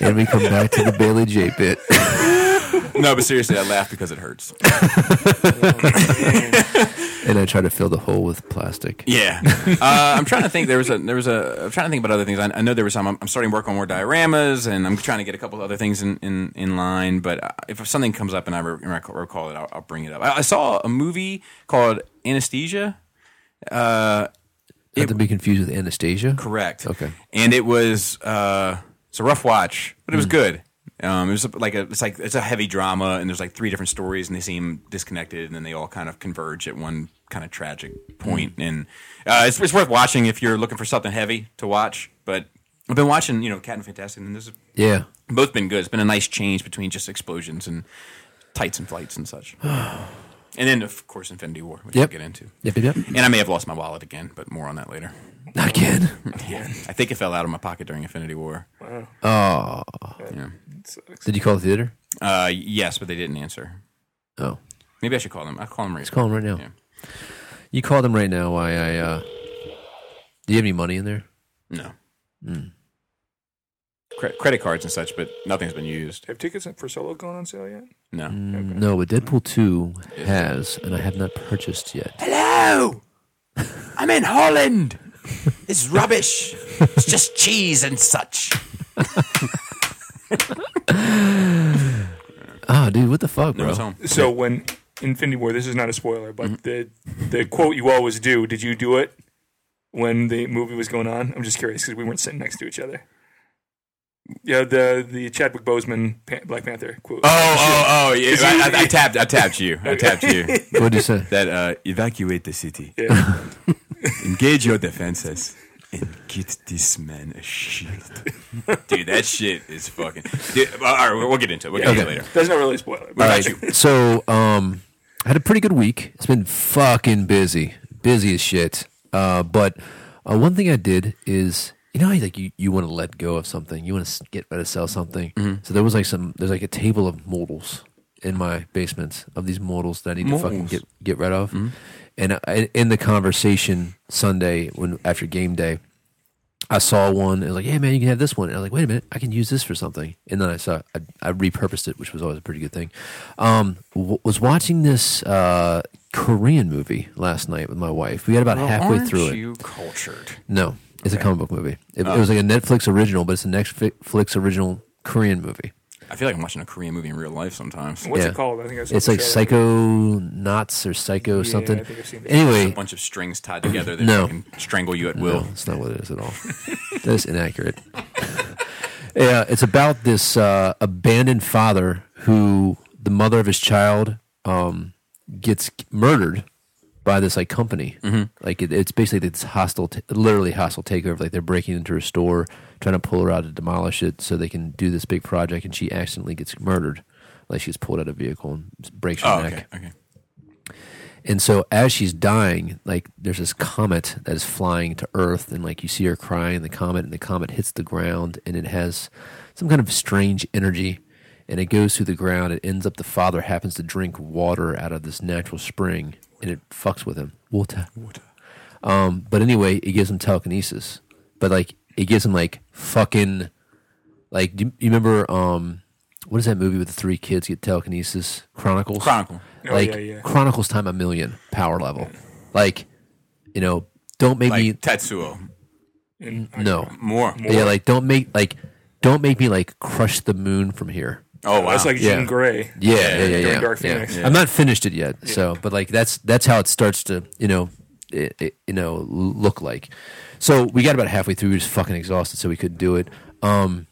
And we come back to the Bailey J bit. *laughs* no, but seriously, I laugh because it hurts. and I try to fill the hole with plastic. Yeah, uh, I'm trying to think. There was a there was a. I'm trying to think about other things. I, I know there was some. I'm, I'm starting work on more dioramas, and I'm trying to get a couple other things in in, in line. But uh, if something comes up and I re- rec- recall it, I'll, I'll bring it up. I, I saw a movie called Anesthesia. Not to be confused with Anastasia. Correct. Okay. And it was uh, it's a rough watch, but it Hmm. was good. Um, it was like a it's like it's a heavy drama, and there's like three different stories, and they seem disconnected, and then they all kind of converge at one kind of tragic Hmm. point. And uh, it's it's worth watching if you're looking for something heavy to watch. But I've been watching, you know, Cat and Fantastic, and this has Yeah. both been good. It's been a nice change between just explosions and tights and flights and *sighs* such. and then of course Infinity War, which Yep. we'll get into. Yep, yep, yep. And I may have lost my wallet again, but more on that later. Again. Yeah, I think it fell out of my pocket during Infinity War. Oh. Did you call the theater? Uh, yes, but they didn't answer. Oh. Maybe I should call them. I'll call them right Let's call them right now. Yeah. You call them right now. I, I, uh, do you have any money in there? No. Hmm. Cre- credit cards and such, but nothing's been used. Have tickets for Solo gone on sale yet? No. Mm. No, but Deadpool 2 has, and I have not purchased yet. Hello! I'm in Holland! It's rubbish. It's just cheese and such. Ah, dude, what the fuck, No, bro? it's home. So when Infinity War, this is not a spoiler, but Mm-hmm. the the quote you always do. Did you do it when the movie was going on? I'm just curious because we weren't sitting next to each other. Yeah, the the Chadwick Boseman Pan- Black Panther quote. Oh, oh, oh, yeah. I, I, I tapped, I tapped you. I tapped you. What'd you say? That, uh, evacuate the city. Yeah. *laughs* Engage your defenses. And get this man a shield. Dude, that shit is fucking. Dude, all right, we'll we'll get into it. We'll get into it later. That's not really a spoiler. All But right. so um I had a pretty good week. It's been fucking busy. Busy as shit. Uh but uh, one thing I did is you know how like you, you want to let go of something. You want to get rid of sell something. So there was like some there's like a table of modals in my basement of these modals that I need to fucking Modals. get get rid uh, of. And I, in the conversation Sunday when after game day I saw one. It was like, "Yeah, man, you can have this one." And I was like, "Wait a minute, I can use this for something." And then I saw I, I repurposed it, which was always a pretty good thing. Um, w- was watching this uh, Korean movie last night with my wife. We got about halfway Aren't through it. you cultured? No, it's a comic book movie. It, Oh. it was like a Netflix original, but it's a Netflix original Korean movie. I feel like I'm watching a Korean movie in real life sometimes. What's Yeah. it called? I think I saw It's the like trailer. Psycho Knots or Psycho I something. think I've seen that. A Anyway, bunch of strings tied together that No. can strangle you at will. No, it's not what it is at all. *laughs* That's inaccurate. *laughs* yeah, it's about this uh, abandoned father who the mother of his child um, gets murdered by this like company. Like it, it's basically this hostile, t- literally hostile takeover. Like they're breaking into her store, trying to pull her out to demolish it so they can do this big project, and she accidentally gets murdered. Like she's pulled out of a vehicle and breaks her Oh, neck. okay, okay. And so as she's dying, like there's this comet that is flying to Earth, and like you see her crying, the comet, and the comet hits the ground, and it has some kind of strange energy, and it goes through the ground. It ends up the father happens to drink water out of this natural spring, and it fucks with him. Water. Water. Um, but anyway, it gives him telekinesis, but like it gives him like fucking like do you, you remember um what is that movie with the three kids get telekinesis Chronicles Chronicle. Oh, like yeah, yeah. Chronicles time a million power level. Like, you know, don't make Like me Tetsuo. And I- no. More. Yeah, like don't make like don't make me like crush the moon from here. Oh, wow. That's like Yeah. Jean Grey. Yeah, yeah, yeah, Doing yeah. Dark yeah. Phoenix. I'm not finished it yet, so but like that's that's how it starts to you know it, it, you know l- look like. So we got about halfway through, we were just fucking exhausted, so we couldn't do it. Um,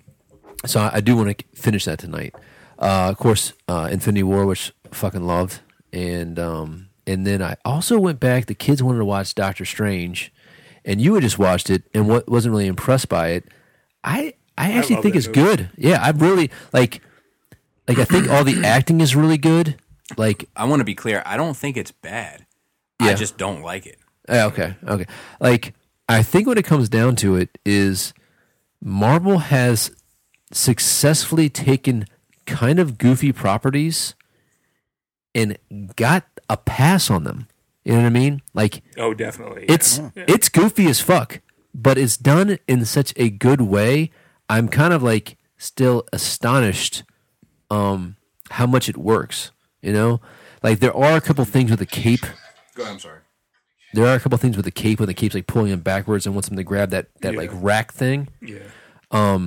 so I, I do want to finish that tonight. Uh, of course, uh, Infinity War, which fucking loved, and um, and then I also went back. The kids wanted to watch Doctor Strange, and you had just watched it, and what wasn't really impressed by it. I I actually love think that it's movie. good. Yeah, I really like like I think all the acting is really good. Like I want to be clear. I don't think it's bad. I Yeah. just don't like it. eh, okay, okay. Like I think when it comes down to it is Marvel has successfully taken kind of goofy properties and got a pass on them. You know what I mean? Like Oh, definitely. it's it's goofy as fuck, but it's done in such a good way. I'm kind of like still astonished um how much it works, you know? Like there are a couple things with the cape. Go ahead, I'm sorry. There are a couple things with the cape when the cape's like pulling him backwards and wants him to grab that that like rack thing. yeah. Yeah.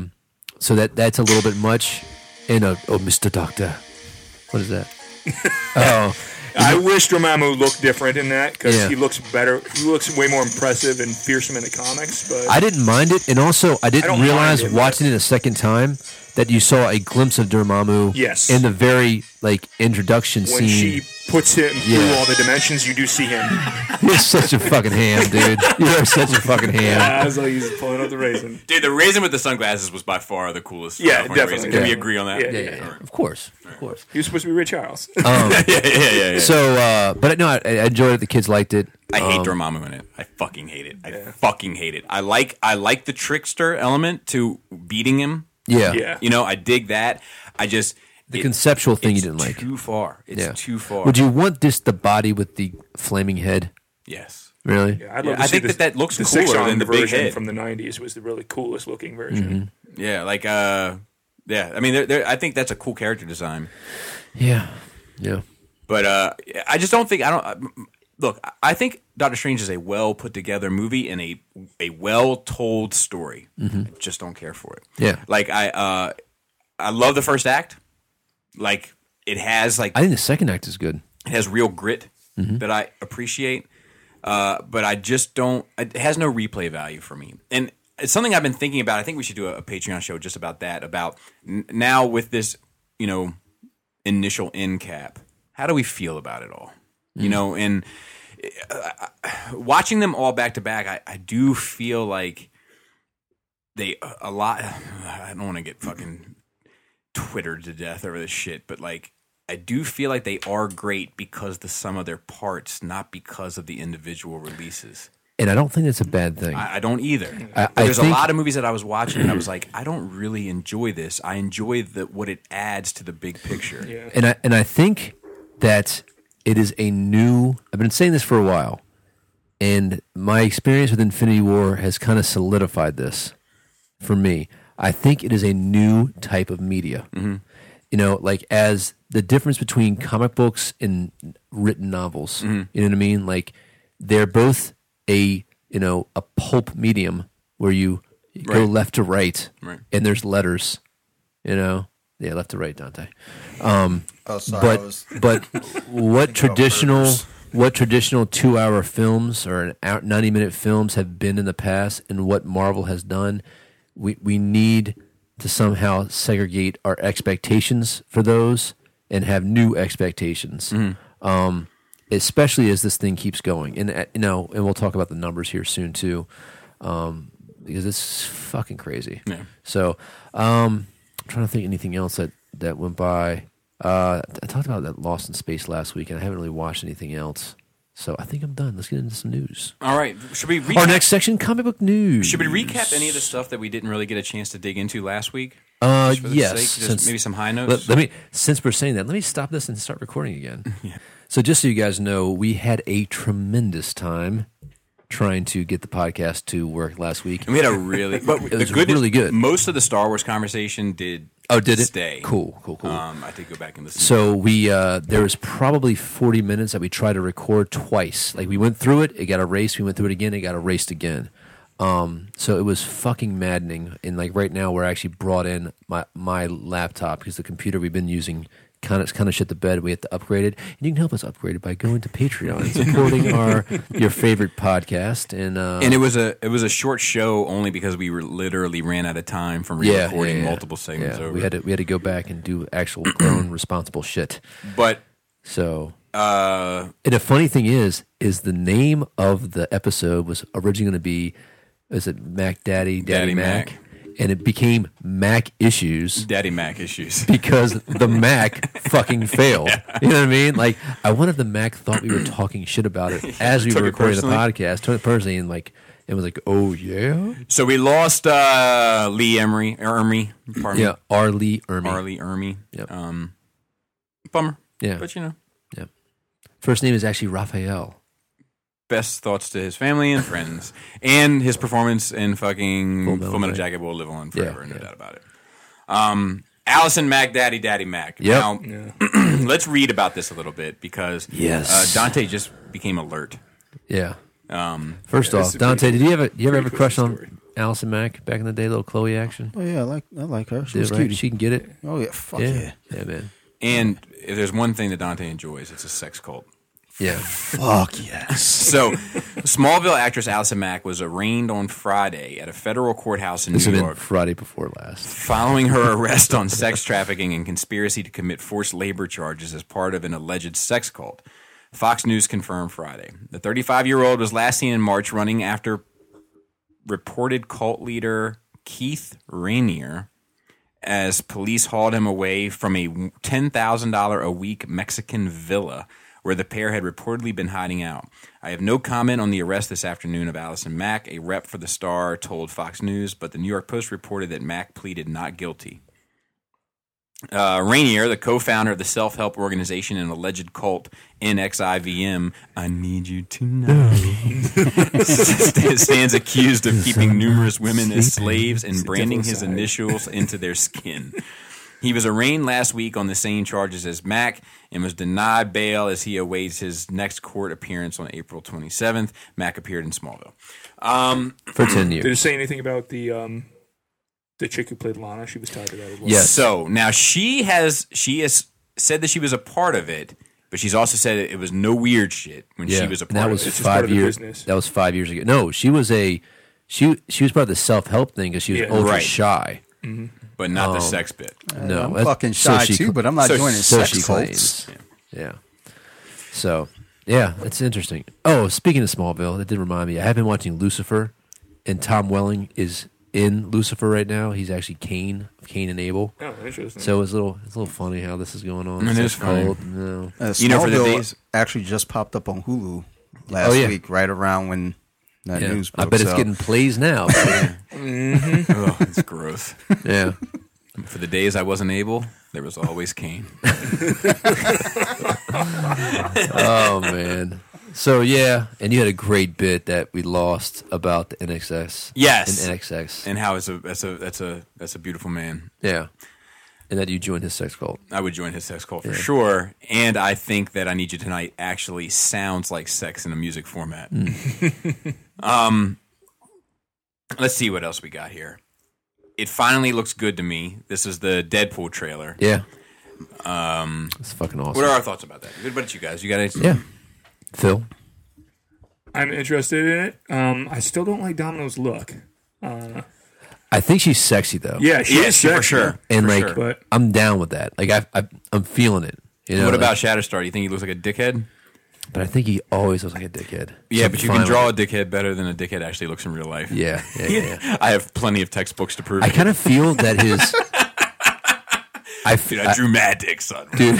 So that that's a little bit much. And uh, oh, Mr. Doctor. What is that? I wish Dormammu looked different in that because Yeah. he looks better. He looks way more impressive and fearsome in the comics. But I didn't mind it, and also I didn't don't realize mind it, but- watching it a second time that you saw a glimpse of Dormammu. Yes. In the very like introduction when scene, she puts him through Yeah. all the dimensions, you do see *laughs* him. *laughs* you're such a fucking ham, *laughs* dude. You're such a fucking ham. I was like, he's pulling out the raisin. Dude, the raisin with the sunglasses was by far the coolest. Yeah, California definitely. raisin. Can we Yeah. agree on that? Yeah, Yeah, *laughs* yeah, yeah, yeah. of course, of course. He was supposed to be Ray Charles. Uh, *laughs* yeah, yeah, yeah, yeah. So, um, uh, but no, I, I enjoyed it. The kids liked it. I hate Dormammu in it. I fucking hate it. I fucking hate it. I like I like the trickster element to beating him. Yeah, Yeah. You know, I dig that. I just The it- conceptual thing you it's didn't like. Too far. It's yeah, too far. Would you want this the body with the flaming head? Yes. Really? I'd Yeah, I think this- that that looks the cooler six-armed than the big version head. from the '90s was the really coolest looking version. Yeah, like uh yeah, I mean there there I think that's a cool character design. Yeah, yeah. But uh, I just don't think I don't I- look. I think Doctor Strange is a well put together movie and a a well told story. I just don't care for it. Yeah. like I uh, I love the first act. Like it has like I think the second act is good. it has real grit that I appreciate. Uh, but I just don't. It has no replay value for me, and it's something I've been thinking about. I think we should do a, a Patreon show just about that. About n- now with this, you know, initial end cap. How do we feel about it all? You know, and uh, watching them all back to back, I, I do feel like they a lot. *sighs* I don't want to get fucking Twittered to death over this shit, but like I do feel like they are great because the sum of their parts, not because of the individual releases. And I don't think that's a bad thing. I, I don't either. I- But I there's think- a lot of movies that I was watching and I was like, I don't really enjoy this. I enjoy the what it adds to the big picture. Yeah. and I and I think that it is a new. I've been saying this for a while. And my experience with Infinity War has kind of solidified this for me. I think it is a new type of media. Mm-hmm. You know, like as the difference between comic books and written novels. Mm-hmm. You know what I mean? Like they're both a you know a pulp medium where you go Right. left to right, Right. and there's letters. You know, yeah, left to right, Dante. Um, Oh, sorry. I was, *laughs* but but what traditional what traditional two hour films or an hour, ninety minute films have been in the past, and what Marvel has done, we we need to somehow segregate our expectations for those and have new expectations. Um, especially as this thing keeps going, and uh, you know, and we'll talk about the numbers here soon too, um, because it's fucking crazy. Yeah. So um, I'm trying to think of anything else that that went by. Uh, I talked about that Lost in Space last week, and I haven't really watched anything else. So I think I'm done. Let's get into some news. All right. Should we recap? Our next section, comic book news. Should we recap any of the stuff that we didn't really get a chance to dig into last week? Uh, Just for the yes. sake, just since- maybe some high notes? Let, let me. Since we're saying that, let me stop this and start recording *laughs* again. So just so you guys know, we had a tremendous time trying to get the podcast to work last week. And we had a really, but *laughs* It the was good, really good. Most of the Star Wars conversation did. Oh, did it? stay? Cool, cool, cool. Um, I did go back and listen. So we uh, there was probably forty minutes that we tried to record twice. Like we went through it, it got erased. We went through it again, it got erased again. Um, so it was fucking maddening. And like right now, we're actually brought in my my laptop because the computer we've been using kind of kind of shit the bed. We have to upgrade it, and you can help us upgrade it by going to Patreon, and *laughs* supporting our your favorite podcast, and uh, and it was a it was a short show only because we were literally ran out of time from re-recording multiple segments Yeah, over. we had to we had to go back and do actual *clears throat* grown responsible shit. but So uh, And the funny thing is, is the name of the episode was originally going to be, is it Mac Daddy, Daddy, Daddy Mac? Mac. And it became Mac Issues Daddy Mac issues. because the *laughs* Mac fucking failed. You know what I mean? Like, I wonder if the Mac thought *clears throat* we were talking shit about it as we Took were it recording the personally. podcast, took it personally, and like, it was like, oh yeah, *laughs* So we lost uh, Lee Emery, Ermy, pardon yeah, Arlie me, Ermy, Marley Ermy. Yep. Um, bummer. yeah. But you know, First name is actually Raphael. best thoughts to his family and friends, and his performance in fucking Full Full Metal, Metal Jacket will live on forever, Yeah, no yeah. doubt about it. Um, Allison Mac, Daddy, Daddy Mac. Yep. Now, *clears throat* let's read about this a little bit because Yes. uh, Dante just became alert. Yeah. Um, First Yeah, off, it's a Dante, pretty- did you ever, you ever have a pretty crush cushy on story. Allison Mac back in the day? Little Chloe action. oh yeah, I like I like her. She Dude, was right? cutie. She can get it. oh yeah, fuck yeah. yeah. Yeah, man. and if there's one thing that Dante enjoys, it's a sex cult. Yeah. Fuck yes. So, *laughs* Smallville actress Allison Mack was arraigned on Friday at a federal courthouse in This New has been York. Friday before last. following her arrest on sex trafficking and conspiracy to commit forced labor charges as part of an alleged sex cult. Fox News confirmed Friday. The 35 year old was last seen in March running after reported cult leader Keith Rainier as police hauled him away from a $10,000 a week Mexican villa where the pair had reportedly been hiding out. I have no comment on the arrest this afternoon of Allison Mack, a rep for the Star told Fox News, but the New York Post reported that Mack pleaded not guilty. Uh, Rainier, the co founder of the self help organization and alleged cult NXIVM, I Need You Tonight, stands accused of keeping numerous women as slaves and branding his initials into their skin. He was arraigned last week on the same charges as Mack and was denied bail as he awaits his next court appearance on April 27th. Mack appeared in Smallville. Um, For 10 Did it years. say anything about the um, the chick who played Lana? She was tied to that as well. Yes. So now she has she has said that she was a part of it, but she's also said it was no weird shit when Yeah. she was a And part that of was it. It's just part five of the years. business. That was five years ago. No, she was a, she she was part of the self help thing because she was Yeah. ultra Right. shy. Mm-hmm. but not oh. the sex bit. no, I'm that- fucking so shy she too, cl- but I'm not so- joining so she sex cults. claims. Yeah. So yeah, that's interesting. Oh, speaking of Smallville, that did remind me. I have been watching Lucifer, and Tom Welling is in Lucifer right now. He's actually Cain, Cain and Abel. Oh, interesting. So it's a little it's a little funny how this is going on. It It's is so funny. cold. No. Uh, You know, for the Smallville days- actually just popped up on Hulu last Oh, yeah. week, right around when that Yeah. news. I Broke, bet it's so- getting plays *laughs* now. oh, *laughs* it's gross. yeah. For the days I wasn't able, there *laughs* was always Kane. Oh man. So yeah, and you had a great bit that we lost about the NXS. Yes. and NXS. and how it's a that's a that's a that's a beautiful man. yeah, and that you joined his sex cult. I would join his sex cult for sure. And I think that I Need You Tonight actually sounds like sex in a music format. Hmm. *laughs* um, let's see what else we got here. It finally looks good to me. This is the Deadpool trailer. Yeah. Um, it's fucking awesome. What are our thoughts about that? What about you guys? You guys? yeah, Phil. I'm interested in it. Um, I still don't like Domino's look. I think she's sexy though. Yeah, she Yeah, is she- for sexy. sure. and like sure. But- I'm down with that. Like I, I I'm feeling it. You know, What like- about Shatterstar? Do you think he looks like a dickhead? But I think he always looks like a dickhead. Yeah, So but you can finally- draw a dickhead better than a dickhead actually looks in real life. Yeah, *laughs* yeah, yeah. yeah. I have plenty of textbooks to prove. I it. kind of feel that his. I, f- *laughs* Dude, I- I drew mad dicks on. dude. *laughs*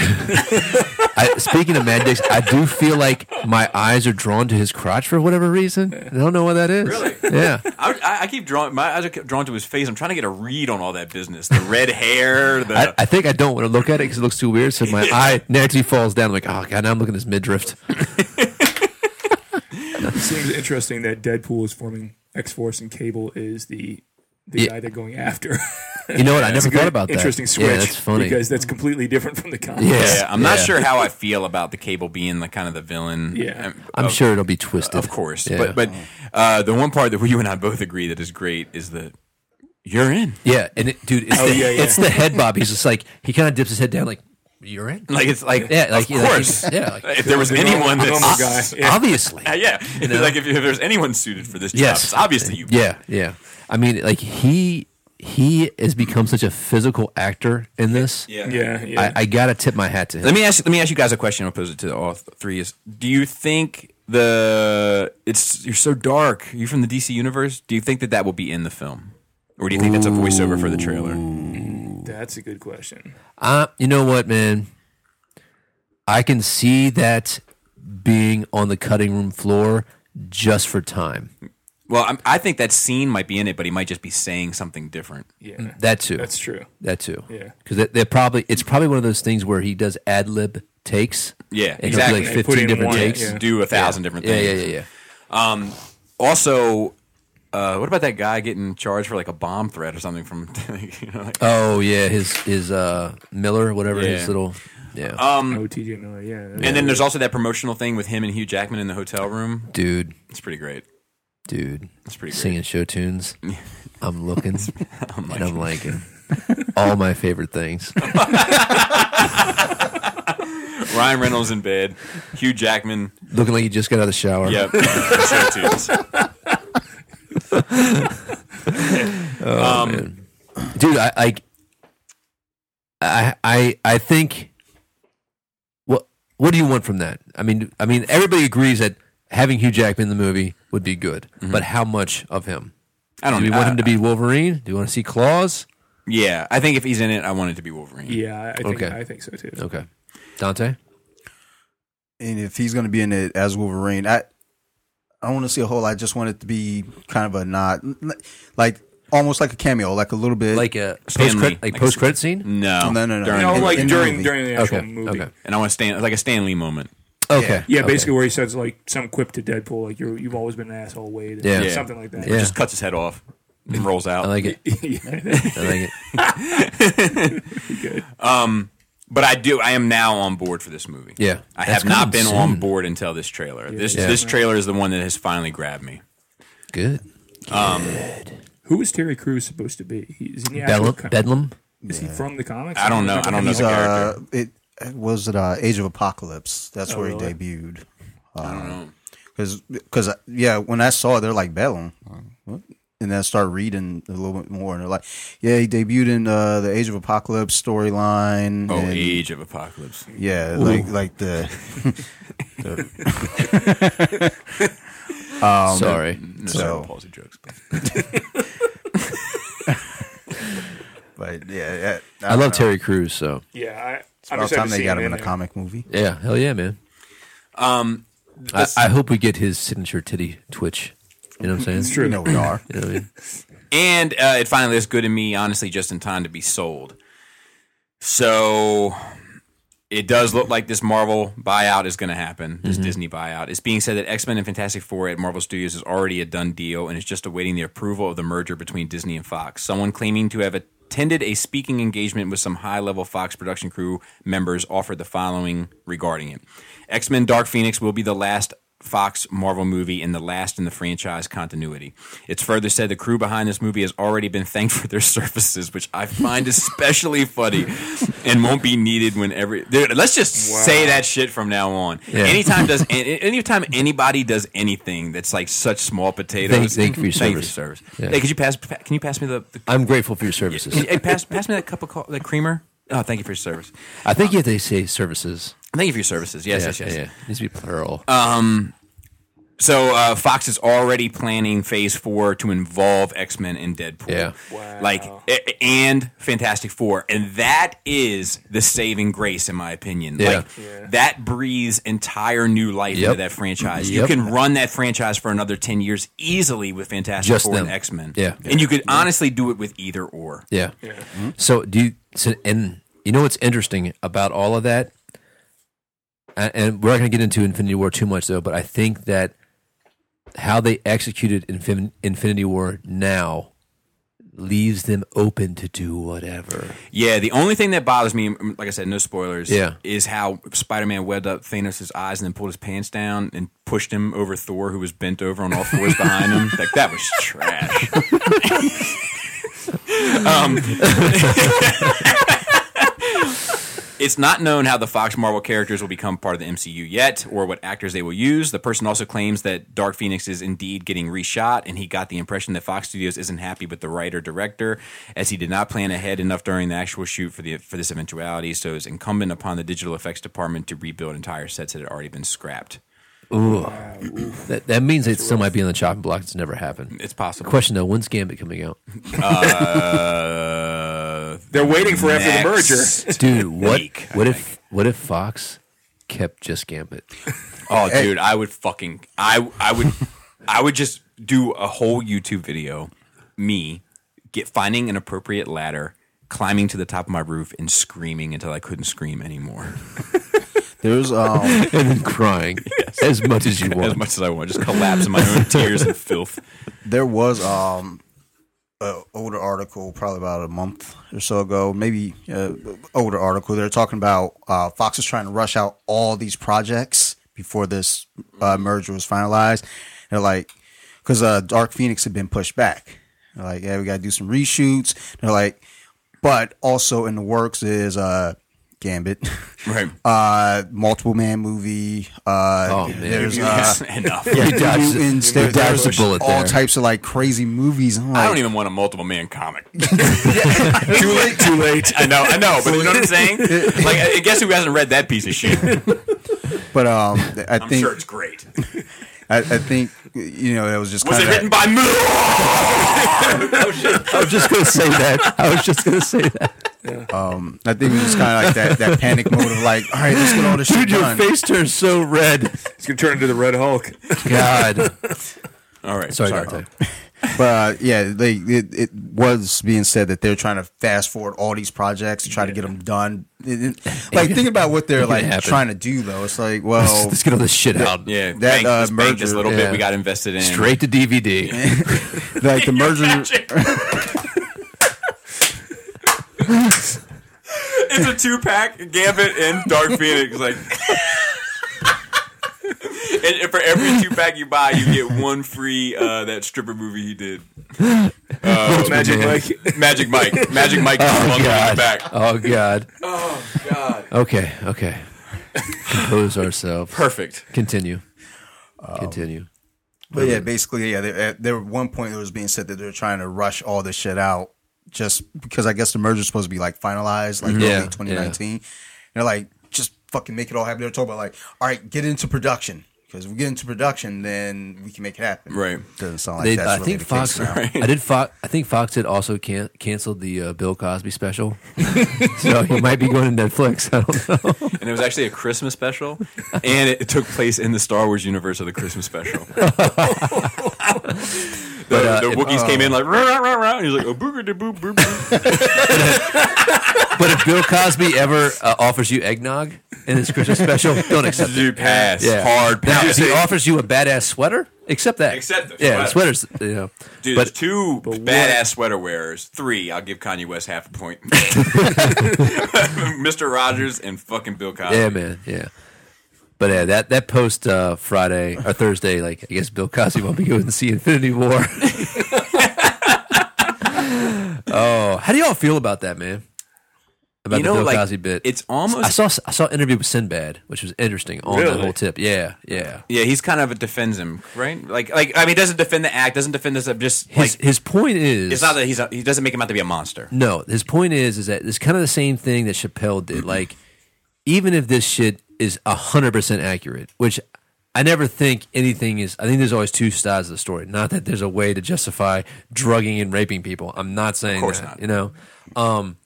I, speaking of Mad Dicks, I do feel like my eyes are drawn to his crotch for whatever reason. I don't know what that is. Really? Yeah. I, I- I keep drawing my eyes are drawn to his face. I'm trying to get a read on all that business. The red hair, the I, I think I don't want to look at it because it looks too weird. So *laughs* my eye naturally falls down. I'm like, oh god, now I'm looking at this midriff. It seems interesting that Deadpool is forming X Force and Cable is the the Yeah. guy they're going after. You know what? I never It's a thought good, about that. Interesting switch. Yeah, that's funny. because that's completely different from the comics. Yeah. yeah, I'm not Yeah. sure how I feel about the cable being the kind of the villain. Yeah. Um, I'm of, sure it'll be twisted, of course. Yeah. Oh. But but uh, the one part that you and I both agree that is great is that you're in. yeah, and it, dude, it's, Oh, the, yeah, yeah. it's the head bob. He's just like he kind of dips his head down, like you're *laughs* in. Like it's like Yeah, like of course. yeah, like, *laughs* if there was I'm a normal- anyone I'm a that's normal guy. *laughs* Yeah. obviously. Uh, *laughs* yeah, If- like if, if there's anyone suited for this job, Yes. it's obviously you. Yeah, yeah. I mean, like he he has become such a physical actor in this. yeah, yeah, yeah. I, I gotta tip my hat to him. Let me ask. Let me ask you guys a question. I'll pose it to all th- three. Is do you think the it's you're so dark? You're from the DC universe. Do you think that that will be in the film, or do you think that's a voiceover for the trailer? that's a good question. Uh, you know what, man? I can see that being on the cutting room floor just for time. Well, I'm, I think that scene might be in it, but he might just be saying something different. Yeah, That too. that's true. that too. Yeah. Because they, they're probably it's probably one of those things where he does ad lib takes. And Yeah, he'll do, exactly. Like They put fifteen in different one, takes. yeah. Do a thousand different Yeah, things. yeah, yeah, yeah. Also, uh, what about that guy getting charged for like a bomb threat or something from? *laughs* you know, like, Oh yeah, his his uh Miller, whatever Yeah. his little yeah. oh, TJ Miller. Yeah, um, and then there's also that promotional thing with him and Hugh Jackman in the hotel room. dude, It's pretty great. dude. It's pretty great. singing show *laughs* tunes. I'm looking and I'm liking all my favorite things. Ryan Reynolds in bed. Hugh Jackman. Looking like you just got out of the shower. *laughs* Yep. Show tunes. Oh, um, Dude, I like I I I think what what do you want from that? I mean I mean everybody agrees that having Hugh Jackman in the movie would be good. But how much of him? Mm-hmm. Um, I don't Do we know. Uh, want him to be Wolverine? Do you want to see claws? yeah, I think if he's in it, I want it to be Wolverine. yeah, I think Okay. I think so too. Okay. Dante? and if he's going to be in it as Wolverine, I I want to see a whole. I just want it to be kind of a nod, like almost like a cameo, like a little bit, Like a Stan post Lee. credit like Like a- post credit scene? No, No, no, no. During, You know, In- like in the during movie. during the actual Okay. movie. Okay. and I want Stan like a Stan Lee moment. Okay. Yeah, okay. basically where he says like some quip to Deadpool, like you you've always been an asshole, Wade, Yeah. yeah. Yeah. something like that. Yeah. Just cuts his head off and rolls out. I like it. *laughs* Yeah. I like it. but I do. I am now on board for this movie. Yeah. I That's have not coming been on soon. board until this trailer. This Yeah. this trailer is the one that has finally grabbed me. Good. Who is Terry Crews supposed to be? He- Is he, in the actual Bedlam, co- Bedlam. is he from the comics? I don't know. I don't know he's the character. uh, it was it uh, Age of Apocalypse. That's Oh, where he debuted. Um, Because because uh, yeah, when I saw it, they're like Bellum. What? And then I started reading a little bit more, and they're like, "Yeah, he debuted in uh, the Age of Apocalypse storyline." Oh, and- Age of Apocalypse. Yeah, like like the Oh, Sorry. No, So- cerebral palsy jokes. but- but yeah, I love Terry Crews, so Yeah, I, I'm About just time time they got him in a there. comic movie. yeah, hell yeah, man. Um, I, I hope we get his signature titty twitch. You know what I'm saying? It's true. You know we are. You know what I mean? and uh, it finally looks good to me, honestly, just in time to be sold. So it does look like this Marvel buyout is going to happen. This Disney buyout. It's being said that X Men and Fantastic Four at Marvel Studios is already a done deal and is just awaiting the approval of the merger between Disney and Fox. Someone claiming to have attended a speaking engagement with some high level Fox production crew members offered the following regarding it X Men Dark Phoenix will be the last Fox Marvel movie and the last in the franchise continuity. It's further said the crew behind this movie has already been thanked *laughs* for their services, which I find especially funny and won't be needed whenever. Dude, let's just say that shit from now on. Anytime does any- anytime anybody does anything that's like such small potatoes, thank you for your service. service. Yeah. Hey, could you pass? pa- Can you pass me the? the I'm grateful for your services. *laughs* hey, pass pass me that cup of co- the creamer. Oh, thank you for your service. I think you have to say services. Thank you for your services. Yes, yes, yes. It needs to be plural. So uh, Fox is already planning Phase Four to involve X Men and Deadpool. Yeah. Wow. Like a- a- and Fantastic Four, and that is the saving grace, in my opinion. Yeah. Like that breathes entire new life Yep. into that franchise. You Yep. can run that franchise for another ten years easily with Fantastic Just Four and them. X Men. Yeah. and you could honestly do it with either or. yeah. Mm-hmm. So do you? So, and you know what's interesting about all of that? A- And we're not going to get into Infinity War too much though, but I think that how they executed Infin- Infinity War now leaves them open to do whatever. Yeah, the only thing that bothers me, like I said, no spoilers. Yeah. is how Spider-Man webbed up Thanos' eyes and then pulled his pants down and pushed him over Thor, who was bent over on all fours behind him. Like that was trash. *laughs* um, it's not known how the Fox Marvel characters will become part of the MCU yet, or what actors they will use. The person also claims that Dark Phoenix is indeed getting reshot, and he got the impression that Fox Studios isn't happy with the writer director, as he did not plan ahead enough during the actual shoot for the for this eventuality. So it's incumbent upon the digital effects department to rebuild entire sets that had already been scrapped. That that means it still might be on the chopping block. It's never happened. It's possible. Question though, when's Gambit coming out? Uh, They're waiting for after the merger. Dude, what Week, I what if what if Fox kept just Gambit? Oh, dude, I would fucking I I *laughs* would I would just do a whole YouTube video, me get finding an appropriate ladder, climbing to the top of my roof and screaming until I couldn't scream anymore There's um, and then crying as much as you want. as much as I want, just collapse in my *laughs* own tears and filth. there was um an older article probably about a month or so ago maybe uh, older article they're talking about uh, fox is trying to rush out all these projects before this uh, merger was finalized they're like because uh, dark phoenix had been pushed back they're like yeah we gotta do some reshoots they're like but also in the works is uh gambit *laughs* Right. uh multiple man movie uh Oh, man. there's uh Yes, *laughs* enough. yeah, He dodged it. mutants, there- He dodged there's the bullet all there. types of like crazy movies. I'm I like, don't even want a multiple man *laughs* comic. too late, too late. I know, I know, but you know what I'm *laughs* saying? Like, I I guess who hasn't read that piece of shit? *laughs* but um, I I'm think sure it's *laughs* great. I, I think you know that was just Was it kind of written by Moo? I was just gonna say that. I was just gonna say that. um, I think it was kind of like that, that panic mode of like, all right, let's get all this shit Dude, *laughs* your done. face turns so red. It's gonna turn into the Red Hulk. *laughs* God. All right, Sorry, *laughs* Dante. But uh, yeah, they it, it was being said that they're trying to fast forward all these projects to try to get them done. It- it- like thinking about what they're Ain't gonna like happen. trying to do though, it's like, well, Let's get all *laughs* this shit out. Oh. Yeah, that That, bank, uh, this bank, this merger, little bit yeah. we got invested in. Straight to *laughs* DVD. like the *laughs* merger. it's a two pack Gambit and Dark Phoenix. Like, *laughs* and and for every two pack you buy, you get one free uh, that stripper movie he did. Uh, Magic Mike. Magic Mike, Magic Mike Oh on the god. back. Oh god. God, Okay. *laughs* Okay. Compose ourselves. perfect. Continue. Continue. But yeah, basically, yeah, they, at, there were one point it was being said that they're trying to rush all this shit out just because I guess the merger's supposed to be like finalized like Mm-hmm. Yeah, early 2019. And they're like, just fucking make it all happen. They're talking about like, all right, get into production because if we get into production, then we can make it happen. Right. Doesn't sound like They, that's I really think the Fox. case *laughs* now. I did. Fox, I think Fox had also can, canceled the uh, Bill Cosby special, *laughs* so he might be going to Netflix. I don't know. And it was actually a Christmas *laughs* special, and it, took place in the Star Wars universe of the Christmas special. The, uh, the it- Wookiees came in like, rah, rah, rah, rah, and he's like, "Oh, a booger de boo boo boo. But if Bill Cosby ever uh, offers you eggnog in his Christmas special, don't accept it. You pass. Yeah. Hard Now, pass. if he offers you a badass sweater, accept that. Accept the Yeah, sweater. sweaters. You know, Dude, but there's two badass sweater wearers. Three, I'll give Kanye West half *laughs* a point. *laughs* Mr. Rogers and fucking Bill Cosby. yeah, man, yeah. But yeah, that that post uh, Friday or Thursday, like I guess Bill Cosby won't be going to see Infinity War. *laughs* oh, how do y'all feel about that, man? About You know, the Bill like, Cosby bit? it's almost- I saw I saw an interview with Sinbad, which was interesting on that Really? whole tip. Yeah, yeah. Yeah, he's kind of a defends him, right? Like, like I mean, he doesn't defend the act, doesn't defend this. Just His like his point is it's not that he's a, he doesn't make him out to be a monster. No, his point is is that it's kind of the same thing that Chappelle *clears throat* did. Like, even if this shit is hundred percent accurate, which I never think anything is. I think there's always two sides of the story. Not that there's a way to justify drugging and raping people. I'm not saying course that. not. You know. Um,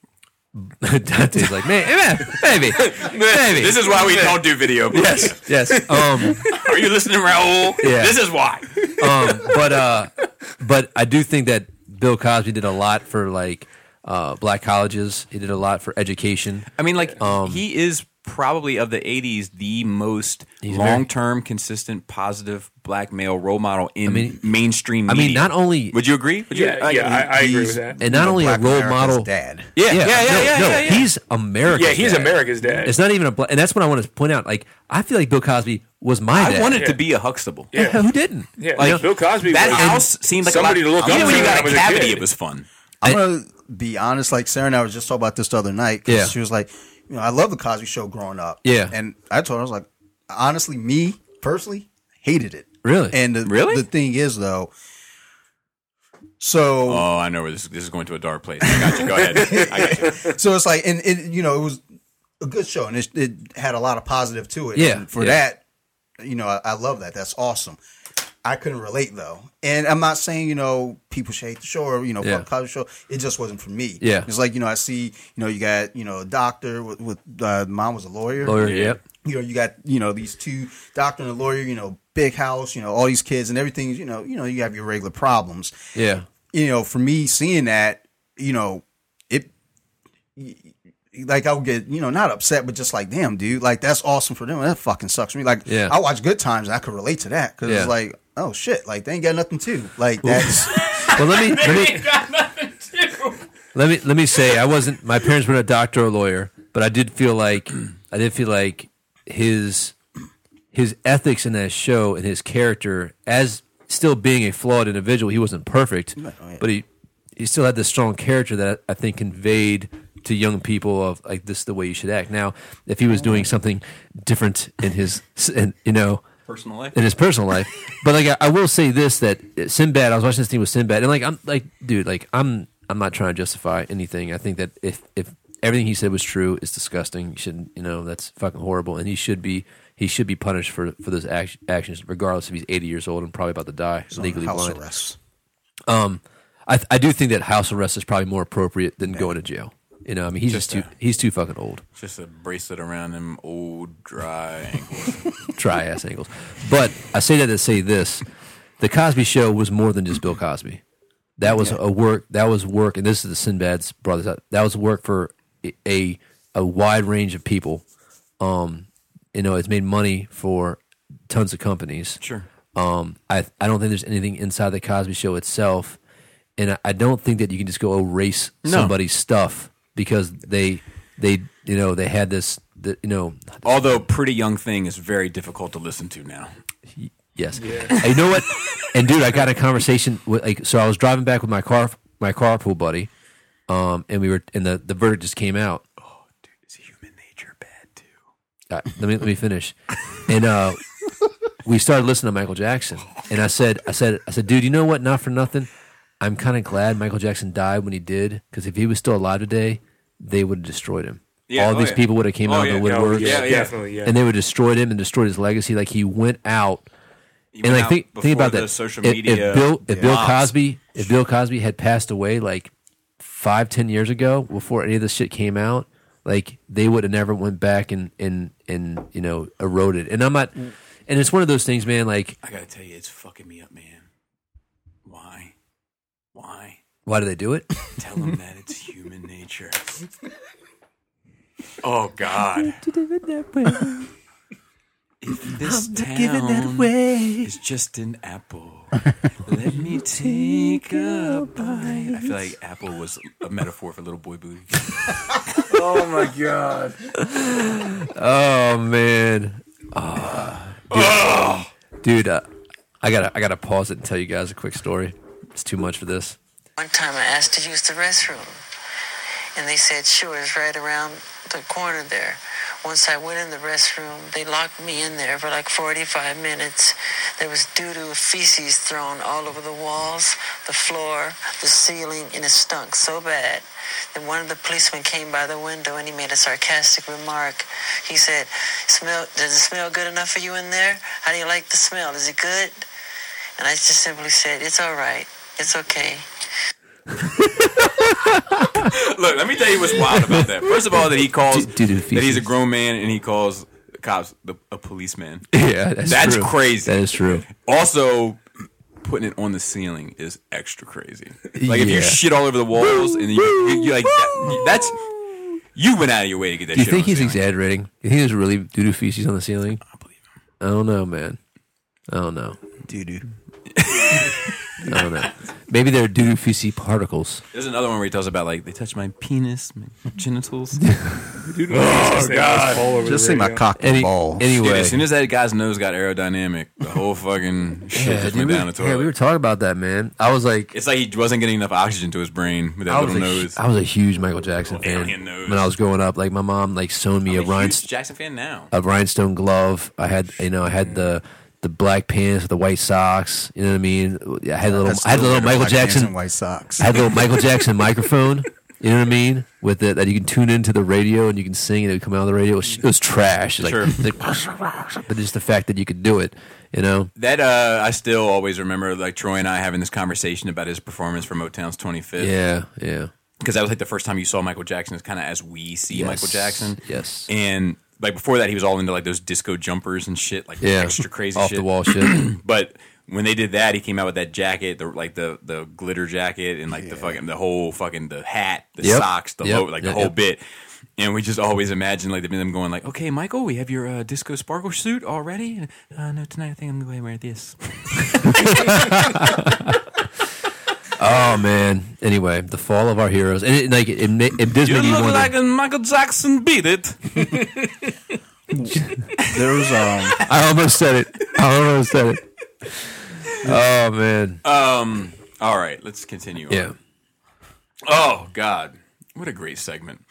*laughs* Dante's like, man, man, *laughs* maybe, maybe. This is why we don't do video. Yes, *laughs* yes. Um, *laughs* are you listening, Raul? Yeah. This is why. um, but uh, but I do think that Bill Cosby did a lot for like uh, black colleges. He did a lot for education. I mean, like Um, he is probably of the '80s the most very- long-term, consistent, positive black male role model in mean- mainstream. I mean, media. not only- would you agree? Would you- Yeah, yeah, I, I agree with that. and not only a Black role America's model. dad. Yeah, yeah, yeah, no, yeah, no, yeah, yeah. He's America's. Yeah, he's dad. America's dad. It's not even a, bla- and that's what I want to point out. Like, I feel like Bill Cosby was my I dad. wanted to be a Huxtable. Yeah. Who didn't? yeah, Like, Bill Cosby. That was house seemed like somebody a to lot, look even up when to you got when I was a cavity, kid. it was fun. I'm gonna be honest. Like Sarah and I was just talking about this the other night. 'cause Yeah. she was like, you know, I love the Cosby Show growing up. Yeah. and I told her I was like, honestly, me personally hated it. Really? And the, Really? the thing is though, so Oh, I know where this, this is going to a dark place. I got you. Go *laughs* ahead. I got you. so it's like, and it you know it was a good show, and it, it had a lot of positive to it. Yeah, and for yeah. that, you know, I, I love that. That's awesome. I couldn't relate though, and I'm not saying you know people should hate the show or you know Yeah. fuck college show. It just wasn't for me. Yeah. it's like you know I see you know you got you know a doctor with, with uh, mom was a lawyer. lawyer, Yep. You know you got you know these two doctor and a lawyer. You know big house. You know all these kids and everything. You know you know you have your regular problems Yeah. you know, for me seeing that, you know, it like I'll get, you know, not upset, but just like, damn, dude, like that's awesome for them. That fucking sucks for me. Like, Yeah. I watch Good Times, and I could relate to that because Yeah. it's like, oh shit, like they ain't got nothing to like that's Well, let me let me let me let me say I wasn't. My parents weren't a doctor or lawyer, but I did feel like I did feel like his his ethics in that show and his character as still being a flawed individual. He wasn't perfect, but he he still had this strong character that I think conveyed to young people of like this is the way you should act. Now, if he was doing something different in his, in, you know Personal life. in his personal *laughs* life. But like I, I will say this that Sinbad, I was watching this thing with Sinbad, and like I'm like, dude, like I'm I'm not trying to justify anything. I think that if if everything he said was true, it's disgusting. You shouldn't you know that's fucking horrible, and he should be he should be punished for for those act- actions, regardless if he's 80 years old and probably about to die legally house blind. arrest. I I do think that house arrest is probably more appropriate than going to jail. You know, I mean, he's just, too he's too fucking old. Just a bracelet around them old dry ankles. dry ass angles. But I say that to say this: the Cosby Show was more than just Bill Cosby. That was a work. That was work, and this is the Sinbad's brothers. out. That was work for a a wide range of people. Um, you know, it's made money for tons of companies. Sure. Um, I I don't think there's anything inside the Cosby Show itself, and I, I don't think that you can just go erase somebody's stuff because they they you know they had this the, you know Although Pretty Young Thing is very difficult to listen to now. Yes. And You know what? And dude, I got a conversation with like so I was driving back with my car my carpool buddy, um, and we were and the, the verdict just came out. Is human nature bad too? Uh, let me let me finish. And uh, we started listening to Michael Jackson, and I said I said I said, dude, you know what? Not for nothing, I'm kind of glad Michael Jackson died when he did because if he was still alive today, they would have destroyed him. Yeah, All oh, these yeah. people would have came Oh, out yeah, of the no, woodworks, yeah, yeah. definitely. Yeah, and they would have destroyed him and destroyed his legacy. Like he went out You and went like out think, think before about the that. Social If- media. If, Bill if Bill mobs. Cosby if Bill Cosby had passed away like five ten years ago before any of this shit came out, like they would have never went back and and and you know eroded. And I'm not. And it's one of those things, man. Like I gotta tell you, it's fucking me up, man. Why? Why do they do it? *laughs* Tell them that it's human nature. oh God! *laughs* If this town is just an apple, *laughs* let me take a bite. I feel like apple was a metaphor for little *laughs* boy booty. Oh my god. Oh man, oh, dude, dude uh, I gotta I gotta pause it and tell you guys a quick story. It's too much for this. *laughs* One time I asked to use the restroom, and they said, sure, it's right around the corner there. Once I went in the restroom, they locked me in there for like 45 minutes. There was doo doo feces thrown all over the walls, the floor, the ceiling, and it stunk so bad. Then one of the policemen came by the window and he made a sarcastic remark. He said, smell, Does it smell good enough for you in there? How do you like the smell? Is it good? And I just simply said, It's all right. It's okay. Look, let me tell you what's wild about that. First of *laughs* all, that he calls Dude, dude, that he's a feces. grown man and he calls the cops the, a policeman. Yeah, *laughs* that's, That's true. crazy. That is true. Also, putting it on the ceiling is extra crazy. Like if Yeah. you shit all over the walls and you, you, you like that, that's you went out of your way to get that. Do you shit think on the he's ceiling. exaggerating? You think there's really doo doo feces on the ceiling? I believe him. I don't know, man. I don't know. Doo doo. I don't know. Maybe they're doo doo feces particles. There's another one where he tells about like they touch my penis, my *laughs* genitals. Dude, oh, God. All over Just the see my radio. cock and Any, balls. Anyway, Dude, as soon as that guy's nose got aerodynamic, the whole fucking shit yeah, just dude, went we, down the toilet. yeah, we were talking about that, man. I was like, it's like he wasn't getting enough oxygen to his brain with that I was, little a, hu- nose. I was a huge Michael Jackson fan alien nose. when I was growing up. Like my mom, like sewn me a, I'm a rhinest- huge Jackson fan now. a rhinestone glove. I had you know I had the the black pants with the white socks. You know what I mean? I had a little That's I had a still little better Michael black pants and Jackson White socks. I had the little Michael Jackson microphone. You know what I mean? With it that you can tune into the radio and you can sing and it would come out of the radio. It was, it was trash. Like, Sure. like, but just the fact that you could do it, you know. That uh, I still always remember, like Troy and I having this conversation about his performance for Motown's 25th. Yeah, yeah. because that was like the first time you saw Michael Jackson is kind of as we see Michael Yes, Jackson. yes. And like before that, he was all into like those disco jumpers and shit, like Yeah. extra crazy off shit. the wall *clears throat* shit. But when they did that, he came out with that jacket, the like the the glitter jacket, and like the fucking the whole fucking the hat, the Yep. socks, the Yep. whole like the Yep. whole bit. And we just always imagine like them going like, okay, Michael, we have your uh, disco sparkle suit already. Uh, no, tonight I think I'm going to wear this. oh man. Anyway, the fall of our heroes, and it, like it, it, ma- it does You make me look wonder. like a Michael Jackson. Beat it. *laughs* there was um I almost said it. I almost said it. *laughs* Oh man. Um. All right, let's continue. on. yeah. Oh God, what a great segment!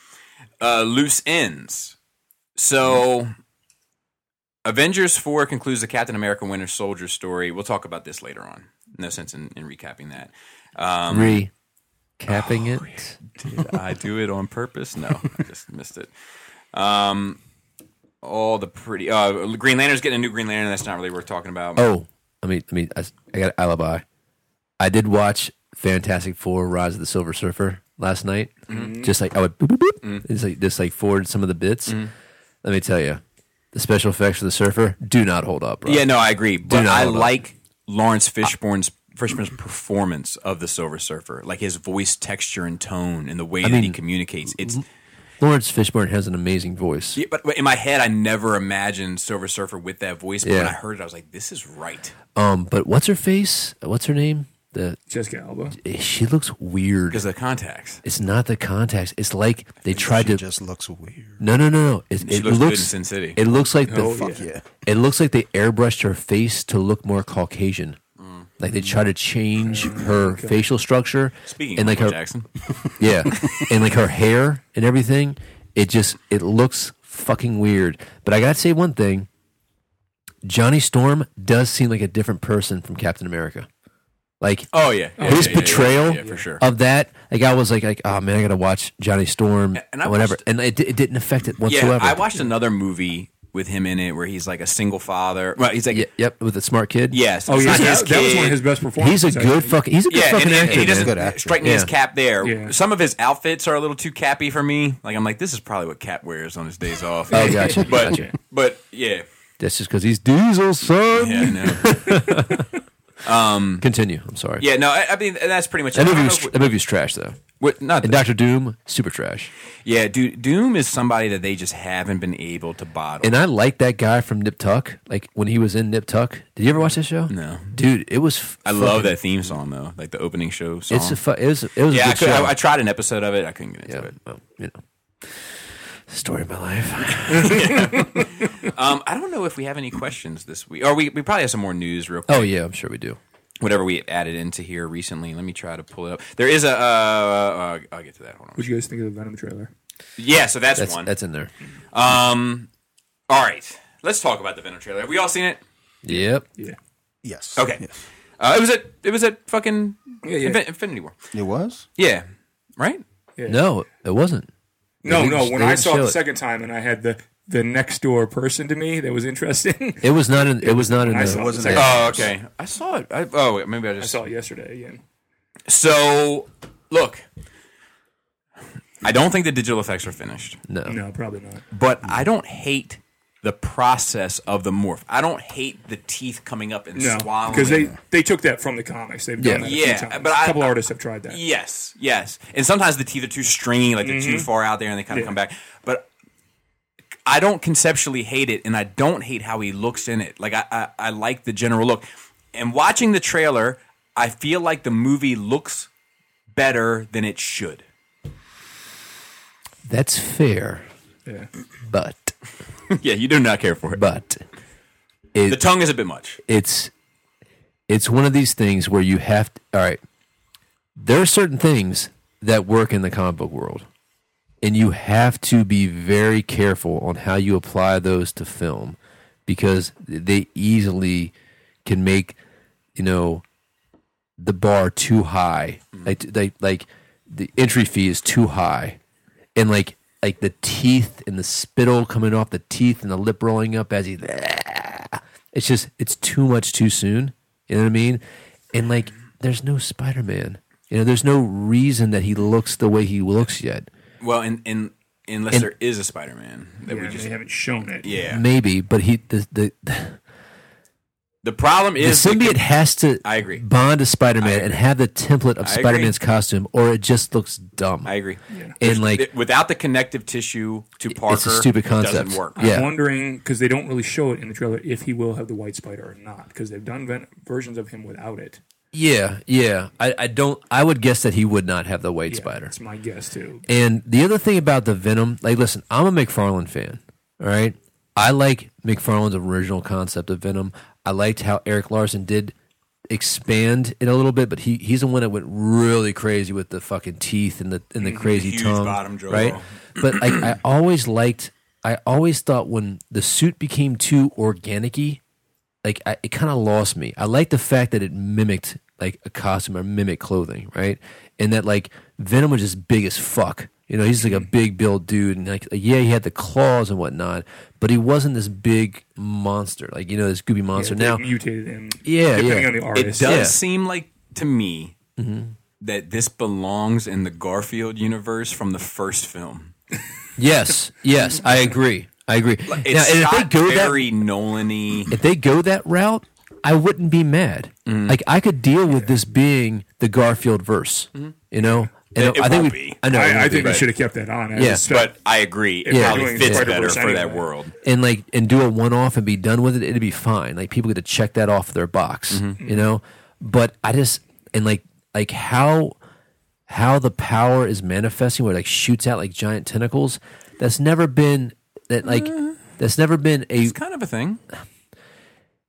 Uh, loose ends. So, Avengers Four concludes the Captain America Winter Soldier story. We'll talk about this later on. No sense in, in recapping that. Um, Recapping Oh, it. did I do it on purpose? No, I just missed it. Um, all the pretty uh, Green Lantern's getting a new Green Lantern. That's not really worth talking about. Oh, I mean, I mean, I, s- I got an alibi. I did watch Fantastic Four: Rise of the Silver Surfer last night. Mm-hmm. Just like I would, boop, boop, boop, just like just like forward some of the bits. Mm-hmm. Let me tell you, the special effects for the surfer do not hold up. Bro. Yeah, no, I agree. But not I hold up. like Lawrence Fishburne's Fishburne's performance of the Silver Surfer, like his voice texture and tone, and the way that he mean, communicates. It's Lawrence Fishburne has an amazing voice. yeah, but but in my head, I never imagined Silver Surfer with that voice. But when Yeah. I heard it, I was like, "This is right." Um, but what's her face? What's her name? The eh, Jessica Alba. she looks weird. Because of the contacts, It's not the contacts. It's like they *laughs* tried it to. just looks weird. no, no, no, no. It, she it looks, good in looks. Sin City. It looks like the Oh, fuck yeah. Yeah. It looks like they airbrushed her face to look more Caucasian. Like they try to change her facial structure Speaking and of like Michael her Jackson, *laughs* yeah, and like her hair and everything. It just it looks fucking weird. But I gotta say one thing: Johnny Storm does seem like a different person from Captain America. Like oh yeah, his Uh, yeah, yeah, yeah, yeah, portrayal yeah, for sure. of that, like I was like, like oh man, I gotta watch Johnny Storm and I whatever, watched- and it, it didn't affect it yeah, whatsoever. I watched another movie with him in it where he's like a single father. Well, he's like, Yeah, yep, with a smart kid. yes, Oh, it's yeah. not his That, that was one of kid. his best performances. He's a good actually. fucking. He's a good Yeah, fucking and, and actor. he doesn't man. Good actor. strike me as Yeah. Cap there. Yeah. Some of his outfits are a little too cappy for me. Like I'm like, this is probably what Cap wears on his days off. Oh, gotcha, *laughs* But gotcha. but yeah, *laughs* That's just because he's Diesel, son. yeah, I know. Um, Continue. I'm sorry. yeah, no, I, I mean that's pretty much. That I don't movie know was if we- that movie was trash though. we're- not And Doctor Doom, super trash. Yeah, Do- Doom is somebody that they just haven't been able to bottle. And I like that guy from Nip Tuck. Like when he was in Nip Tuck. Did you ever watch that show? No. dude. It was. I fucking- love that theme song though, like the opening show song. It's a. Fu- it was. It was a yeah, I, good could, show. I, I tried an episode of it. I couldn't get into yeah. it. Well, you know. Story of my life. Um, I don't know if we have any questions this week, or we, we probably have some more news real quick. Oh yeah, I'm sure we do. Whatever we added into here recently, let me try to pull it up. There is a. Uh, uh, I'll get to that. Hold on. What you guys think of the Venom trailer? Yeah, so that's, That's one. that's in there. um, all right, let's talk about the Venom trailer. Have we all seen it? Yep. Yeah. Yes. Okay. Yes. Uh, it was at it was at fucking yeah. Infin- Infinity War. It was. Yeah, right. No, it wasn't. No, didn't- no. they When I didn't saw it show the it. second time, and I had the the next door person to me that was interesting. *laughs* It was not in. It was not in. I The, saw it the wasn't second there. Oh, okay. I saw it. I, oh, wait, maybe I I just saw it yesterday again. So, look, I don't think the digital effects are finished, no. No, probably not. but I don't hate the process of the morph. I don't hate the teeth coming up and No, swallowing. because they they took that from the comics. They've Yeah. done that a Yeah, few times. but I- a couple artists have tried that. Yes, yes. And sometimes the teeth are too stringy, like they're too Mm-hmm. far out there and they kind of Yeah. come back. But I don't conceptually hate it and I don't hate how he looks in it. Like I, I, I like the general look. And watching the trailer, I feel like the movie looks better than *laughs* it should. That's fair, Yeah. but yeah, you do not care for it. but The tongue is a bit much. it's it's one of these things where you have to, all right there are certain things that work in the comic book world and you have to be very careful on how you apply those to film because they easily can make you know the bar too high like like like the entry fee is too high and like like the teeth and the spittle coming off the teeth and the lip rolling up as he it's just it's too much too soon. You know what I mean? And like, there's no Spider Man. You know, there's no reason that he looks the way he looks yet. Well, and and unless And- there is a Spider Man that Yeah, we just they haven't shown it. yeah. Maybe, but he the the the, The problem is symbiote has to. I agree. Bond to Spider Man and have the template of I agree. Spider Man's costume, or it just looks dumb. I agree. And like, It- Without the connective tissue to Parker, it's a stupid it doesn't concept. work. Yeah. I'm wondering because they don't really show it in the trailer if he will have the White Spider or not because they've done ven- versions of him without it. yeah, yeah. I, I don't. I would guess that he would not have the white Yeah, spider. That's my guess too. And the other thing about the Venom, like, listen, I'm a McFarlane fan. All right, I like McFarlane's original concept of Venom. I liked how Eric Larson did expand it a little bit, but he he's the one that went really crazy with the fucking teeth and the and the crazy huge tongue, bottom jaw. right? But like, I always liked. I always thought when the suit became too organic-y, like I, it kind of lost me. I like the fact that it mimicked like a costume or mimic clothing, right? And that like Venom was just big as fuck. You know, he's like Mm-hmm. a big build dude, and like yeah, he had the claws and whatnot, but he wasn't this big monster, like you know this goopy monster. They've *laughs* now, mutated him. Yeah, depending yeah. on the It artist. does Yeah. seem like to me that this belongs in the Garfield universe from the first film. yes, yes, I agree, I agree. Now, and It's if they not go that very Nolan-y. if they go that route, I wouldn't be mad. Mm-hmm. Like I could deal with this being the Garfield verse, you know. And Mm-hmm. It- it I think won't we, be. I know. it won't I, I be. think they should have kept that on. Yeah. But I agree, it Yeah. probably Doing fits better Spider-Verse for that anyway. world. and like and do a one off and be done with it, it'd be fine. Like people get to check that off their box, Mm-hmm. you know. But I just and like like how how the power is manifesting, where it like shoots out like giant tentacles. That's never been that like Mm-hmm. that's never been a. It's kind of a thing.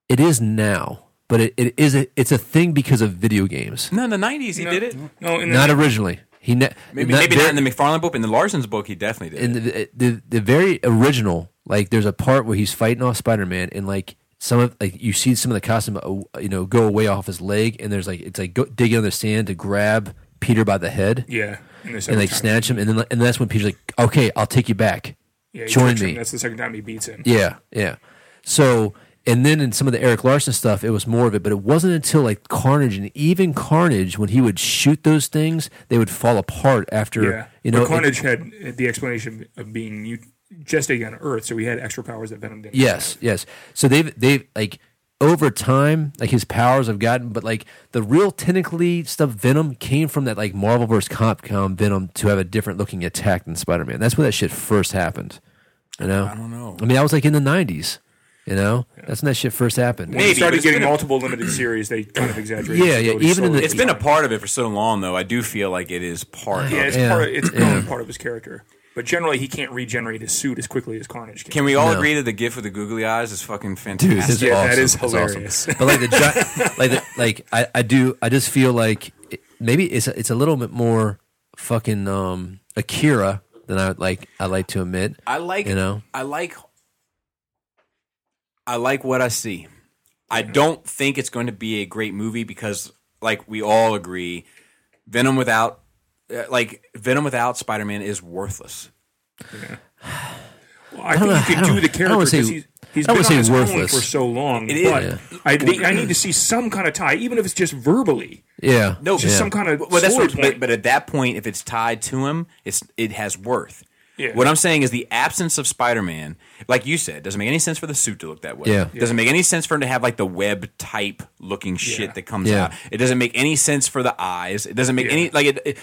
It is now, but it, it is a, it's a thing because of video games, No, in the '90s he did it. No, and not originally. He ne- Mm-hmm. Maybe, maybe not in the McFarlane book, but in the Larson's book, he definitely did. in the, the the very original, like there's a part where he's fighting off Spider Man, and like some of like you see some of the costume, uh, you know, go away off his leg, and there's like it's like go, digging under the sand to grab Peter by the head yeah, and, the and second like time. snatch him, and then and that's when Peter's like, okay, I'll take you back, Yeah, he join tricks him. me. That's the second time he beats him. Yeah, yeah. So, and then in some of the Eric Larson stuff, it was more of it, but it wasn't until like Carnage and even Carnage, when he would shoot those things, they would fall apart after, Yeah, you know, but Carnage had uh, the explanation of being mut- just on Earth, so he had extra powers that Venom didn't. Yes, yes. So they've they've like over time, like his powers have gotten, but like the real technically stuff Venom came from that like Marvel vs. Capcom Venom to have a different looking attack than Spider Man. That's where that shit first happened. You know, I don't know. I mean, that was like in the nineties. You know, that's when that shit first happened. When they Maybe, but started it's getting been a- multiple limited series, they kind of exaggerated. Yeah, the yeah, ability even in slowly. the- It's been a part of it for so long, though. I do feel like it is part. yeah, of it. it's Yeah. part. *clears throat* Of, it's Yeah. become part of his character. But generally, he can't regenerate his suit as quickly as Carnage can. Can we all No. agree that the gif with the googly eyes is fucking Dude, fantastic? it's Yeah, awesome. that is It's awesome. hilarious. But like the gi- like the, like I, I do I just feel like it, maybe it's a, it's a little bit more fucking um Akira than I would like I like to admit. I like You know? I like I like what I see. I don't think it's going to be a great movie because like we all agree Venom without uh, like Venom without Spider-Man is worthless. Well, I, think he know. could I do don't- I the don't character wanna say- because he's, he's I been don't on wanna his say own worthless. for so long. It is. but Yeah. I, think- I need to see some kind of tie, even if it's just verbally. Yeah. No, Just yeah. some kind of well, that's sword what, but, point. but at that point, if it's tied to him, it's it has worth. Yeah. What I'm saying is the absence of Spider-Man, like you said, doesn't make any sense for the suit to look that way. Yeah. Doesn't make any sense for him to have like the web type looking shit that comes Yeah. out. It doesn't make any sense for the eyes. It doesn't make any like it, it.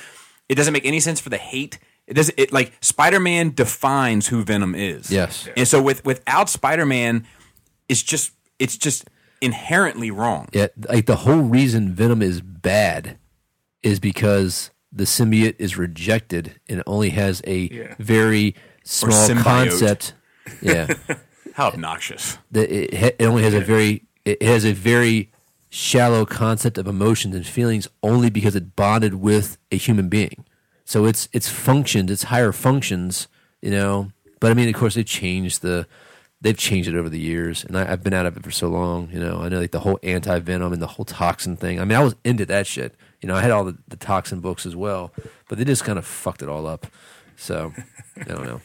It doesn't make any sense for the hate. It doesn't. It like Spider-Man defines who Venom is. Yes. Yeah. And so with without Spider-Man, it's just it's just inherently wrong. Yeah, like the whole reason Venom is bad is because the symbiote is rejected and it only has a very small symbiote. concept. *laughs* Yeah. How obnoxious. that it, ha- it only has a very it has a very shallow concept of emotions and feelings only because it bonded with a human being. So it's it's functioned, it's higher functions, you know. But I mean, of course, they've changed the they've changed it over the years, and I, I've been out of it for so long, you know. I know like the whole anti venom and the whole toxin thing. I mean, I was into that shit, you know. I had all the, the toxin books as well, but they just kind of fucked it all up. So I don't know.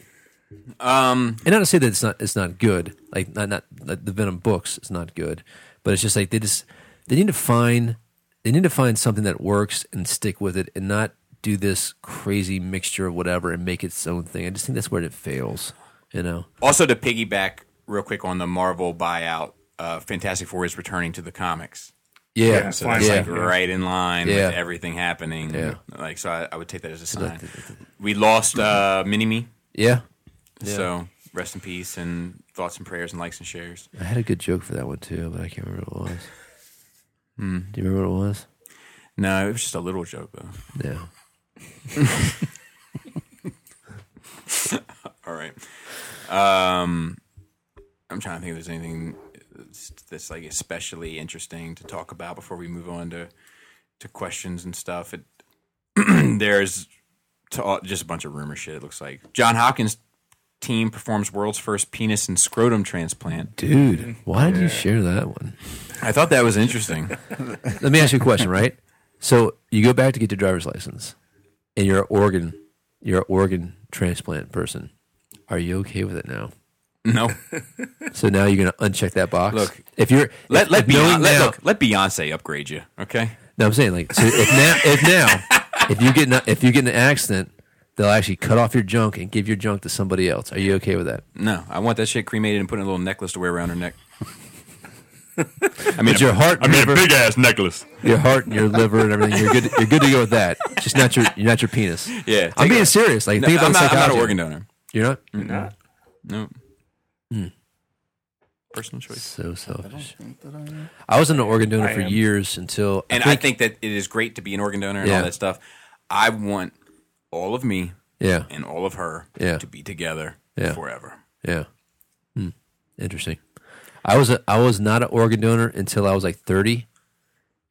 And not to say that it's not it's not good. Like not not like the Venom books is not good, but it's just like they just they need to find they need to find something that works and stick with it and not do this crazy mixture of whatever and make its own thing. I just think that's where it fails. You know. Also, to piggyback real quick on the Marvel buyout, uh, Fantastic Four is returning to the comics. Yeah. Yeah, So that's yeah. like right in line Yeah. with everything happening. Yeah. Like, so I, I would take that as a sign. We lost uh, Mini Me. yeah. So rest in peace and thoughts and prayers and likes and shares. I had a good joke for that one too, but I can't remember what it was. Do you remember what it was? No, it was just a little joke, though. No. All right. Um, I'm trying to think if there's anything that's, that's like especially interesting to talk about before we move on to to questions and stuff. It, *clears throat* there's ta just a bunch of rumor shit. It looks like John Hopkins' team performs world's first penis and scrotum transplant. Dude, why did you share that one? I thought that *laughs* was interesting. Let me ask you a question, right? So you go back to get your driver's license, and you're an organ, you're an organ transplant person. Are you okay with it now? no, So now you're gonna uncheck that box. Look, if you're let if- let, if knowing Beyonce, let now- look, let Beyonce upgrade you. Okay, No, I'm saying like so if now if now if you get in a, if you get in an accident, they'll actually cut off your junk and give your junk to somebody else. Are you okay with that? no, I want that shit cremated and put in a little necklace to wear around *laughs* her neck. I mean, But your heart, liver, big ass necklace. your heart, and your liver, and everything. You're good. You're good to go with that. Just not your you're not your penis. Yeah, I'm take being it. serious. Like No, think about I'm, the not, I'm not an psychology. organ donor. You're not. Not- No. Personal choice. So selfish. I, was an organ donor I for am. years until And I think that it is great to be an organ donor and Yeah. all that stuff. I want all of me yeah, and all of her Yeah. to be together Yeah. forever. yeah. Hmm. Interesting. I was a, I was not an organ donor until I was like thirty,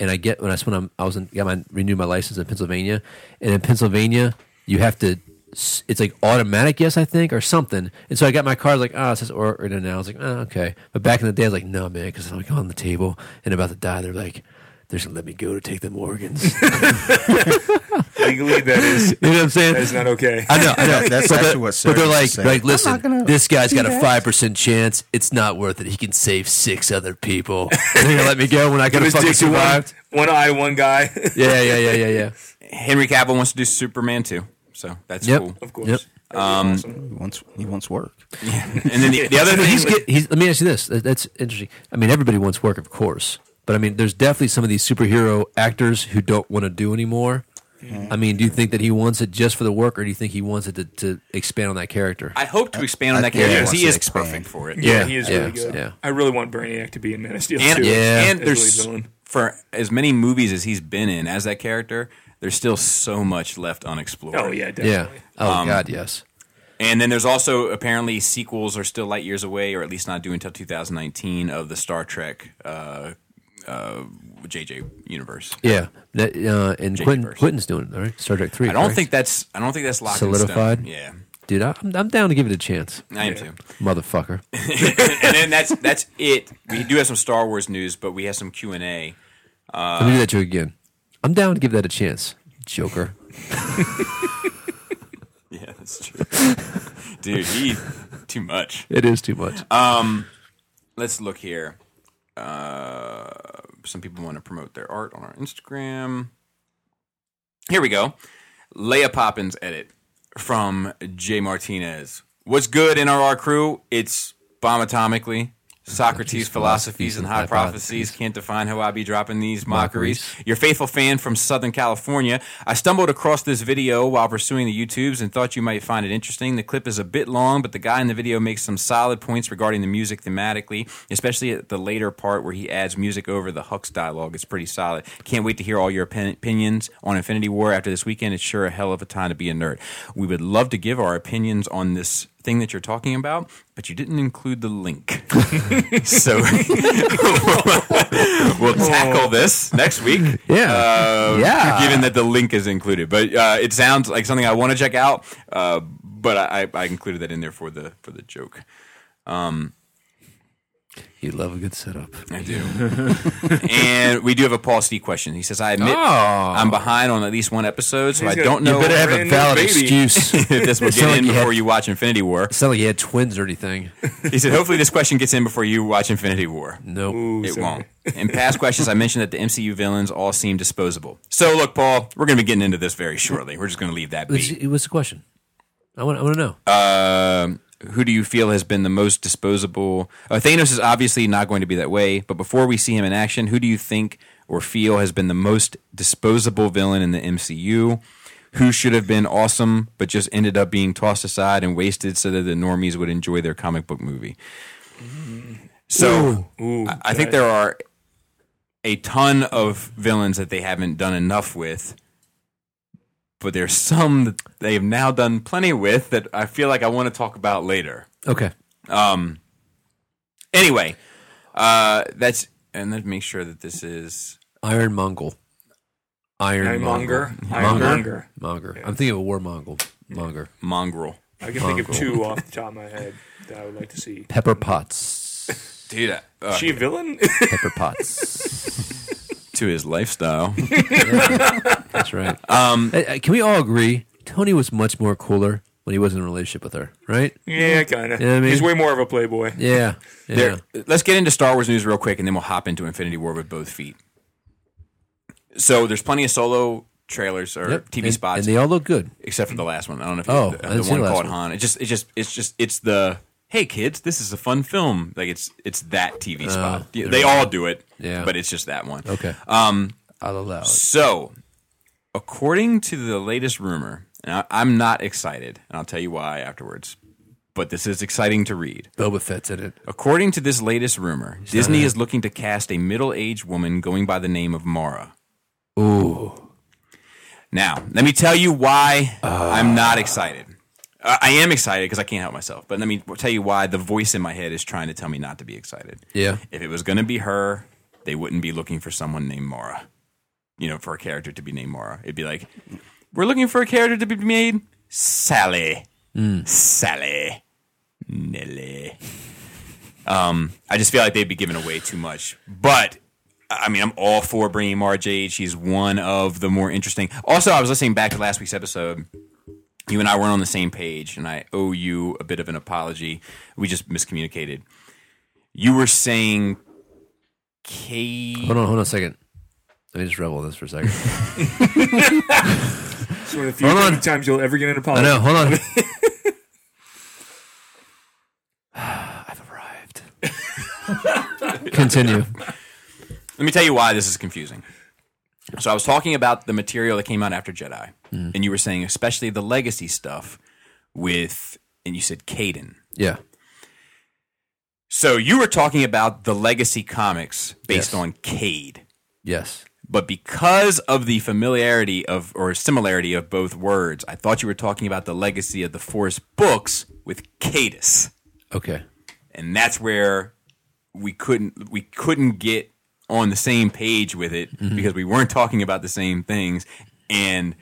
and I get when I when I'm, I was in, got my renewed my license in Pennsylvania, and in Pennsylvania you have to s- it's like automatic yes I think or something, and so I got my card like ah oh, it says organ donor now I was like oh, okay, but back in the day I was like no man because I'm like on the table and about to die they're like they're just gonna let me go to take them organs *laughs* you Legally, that is know what I'm saying that is not okay. *laughs* I know, I know. That- that's but actually they're- what But they're Sarah's like, saying. like, listen, this guy's got a that. five percent chance. It's not worth it. He can save six other people. They're gonna let me go when I could have His fucking dick's one, survived. one eye, one guy. Yeah, yeah, yeah, yeah, yeah. Henry Cavill wants to do Superman too. So that's Yep. cool. *laughs* Of course. Yep. That'd be Um, awesome. He wants he wants work. And then the, the other I mean, thing he's get, he's, let me ask you this. That- That's interesting. I mean, everybody wants work, of course, but I mean, there's definitely some of these superhero actors who don't want to do anymore. I mean, do you think that he wants it just for the work, or do you think he wants it to, to expand on that character? I hope to expand on I that think character he because he wants is to expand. perfect for it. Yeah, Yeah, he is yeah, really good. yeah. I really want Brainiac to be in Man of Steel And, too. Yeah. and As there's lead villain. for as many movies as he's been in as that character, there's still so much left unexplored. Oh yeah, yeah. definitely. Oh God, yes. And then there's also apparently sequels are still light years away, or at least not due until 2019 of the Star Trek uh, uh, JJ universe. Yeah. That, uh, and Quentin, Verse. Quentin's doing it, all right? Star Trek Three. I don't correct? think that's I don't think that's locked in stone. Solidified? Yeah, dude. I, I'm, I'm down to give it a chance, I am Yeah. too. motherfucker. and then that's that's it. We do have some Star Wars news, but we have some Q and A. Let me do that joke again. I'm down to give that a chance, Joker. Yeah, that's true. *laughs* Dude, he too much. It is too much. Um, Let's look here. Uh, some people want to promote their art on our Instagram. Here we go. Leia Poppins edit from Jay Martinez. What's good NRR crew? It's bomb atomically. Socrates' philosophies and high prophecies can't define how I be dropping these mockeries. Your faithful fan from Southern California. I stumbled across this video while pursuing the YouTubes and thought you might find it interesting. The clip is a bit long, but the guy in the video makes some solid points regarding the music thematically, especially at the later part where he adds music over the Hux dialogue. It's pretty solid. Can't wait to hear all your opin- opinions on Infinity War after this weekend. It's sure a hell of a time to be a nerd. We would love to give our opinions on this thing that you're talking about, but you didn't include the link. so *laughs* we'll tackle this next week. Oh. Yeah. Uh, Yeah. Given that the link is included, but uh, it sounds like something I want to check out. Uh, but I, I included that in there for the for the joke. you love a good setup. I do. and we do have a Paul C question. He says, "I Oh, admit I'm behind on at least one episode, so He's I gonna- don't You know better have a Brand if new valid baby. *laughs* excuse. *laughs* it's this will not get like in he had- before you watch Infinity War." not like he had twins or anything. He said, "Hopefully, this question gets in before you watch Infinity War." Nope. Ooh, It sorry. won't. In past questions, I mentioned that the MCU villains all seem disposable. So, look, Paul, we're going to be getting into this very shortly. We're just going to leave that What's, be. what's the question? I want. I want to know. Um who do you feel has been the most disposable? Uh, Thanos is obviously not going to be that way, but before we see him in action, who do you think or feel has been the most disposable villain in the MCU? Who should have been awesome, but just ended up being tossed aside and wasted so that the normies would enjoy their comic book movie? So Ooh, I, I think there are a ton of villains that they haven't done enough with, but there's some that they have now done plenty with that I feel like I want to talk about later. Okay. Um. Anyway, uh, that's and let's make sure that this is Iron Mongol. Iron Ironmonger. Monger. Ironmonger. Monger. I'm thinking of a war Mongol. Monger. mongrel, I can think of two off the top of my head that I would like to see. Pepper *laughs* Potts. dude. I- Uh, Is she a villain? *laughs* Pepper Potts. to *laughs* his lifestyle. That's *laughs* right. Um, can we all agree? Tony was much more cooler when he was in a relationship with her, right? yeah, kind of. You know what I mean? He's way more of a playboy. Yeah. Yeah. There, let's get into Star Wars news real quick, and then we'll hop into Infinity War with both feet. So there's plenty of solo trailers or Yep. TV and, spots, and they all look good. except for the last one. I don't know if Oh, you, I the, didn't the see one the last called one. Han. It just, it just, it's just, it's the hey kids, this is a fun film. Like it's, it's that Uh, TV spot. Yeah, They all do it, Yeah. But it's just that one. Okay. Um. I'll allow it. So, according to the latest rumor, and I, I'm not excited, and I'll tell you why afterwards. But this is exciting to read. Boba Fett's in it. According to this latest rumor, Disney is looking to cast a middle-aged woman going by the name of Mara. Ooh. Now, let me tell you why I'm not excited. Uh, I am excited because I can't help myself, but let me tell you why the voice in my head is trying to tell me not to be excited. Yeah. If it was going to be her, they wouldn't be looking for someone named Mara. You know, for a character to be named Mara, it'd be like, we're looking for a character to be made Sally, Sally, Nelly. Um, I just feel like they'd be giving away too much. But I mean, I'm all for bringing Mara Jade. She's one of the more interesting. Also, I was listening back to last week's episode. You and I weren't on the same page, and I owe you a bit of an apology. We just miscommunicated. You were saying Kate. *laughs* Hold on. Hold on a second. Let me just revel in this for a second. It's one of the few Hold on. times you'll ever get an I apology. know. Hold *sighs* on. I've arrived. *laughs* Continue. Let me tell you why this is confusing. So I was talking about the material that came out after Jedi, and you were saying especially the legacy stuff with, and you said Caden. Yeah. So you were talking about the legacy comics based Yes. on Cade, Yes. but because of the familiarity of or similarity of both words, I thought you were talking about the legacy of the Force books with Cadus. Okay. and that's where we couldn't we couldn't get on the same page with it because we weren't talking about the same things and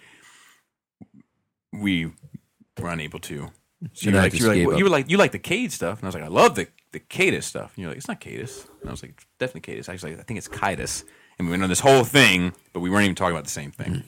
we were unable to. So And you were I like, just you were like, gave well, up. you were like, you like the Cade stuff, and I was like, I love the the Cadus stuff. And you're like, it's not Cadus, and I was like, definitely Cadus. I was like, I think it's Kitus, and we went on this whole thing, but we weren't even talking about the same thing.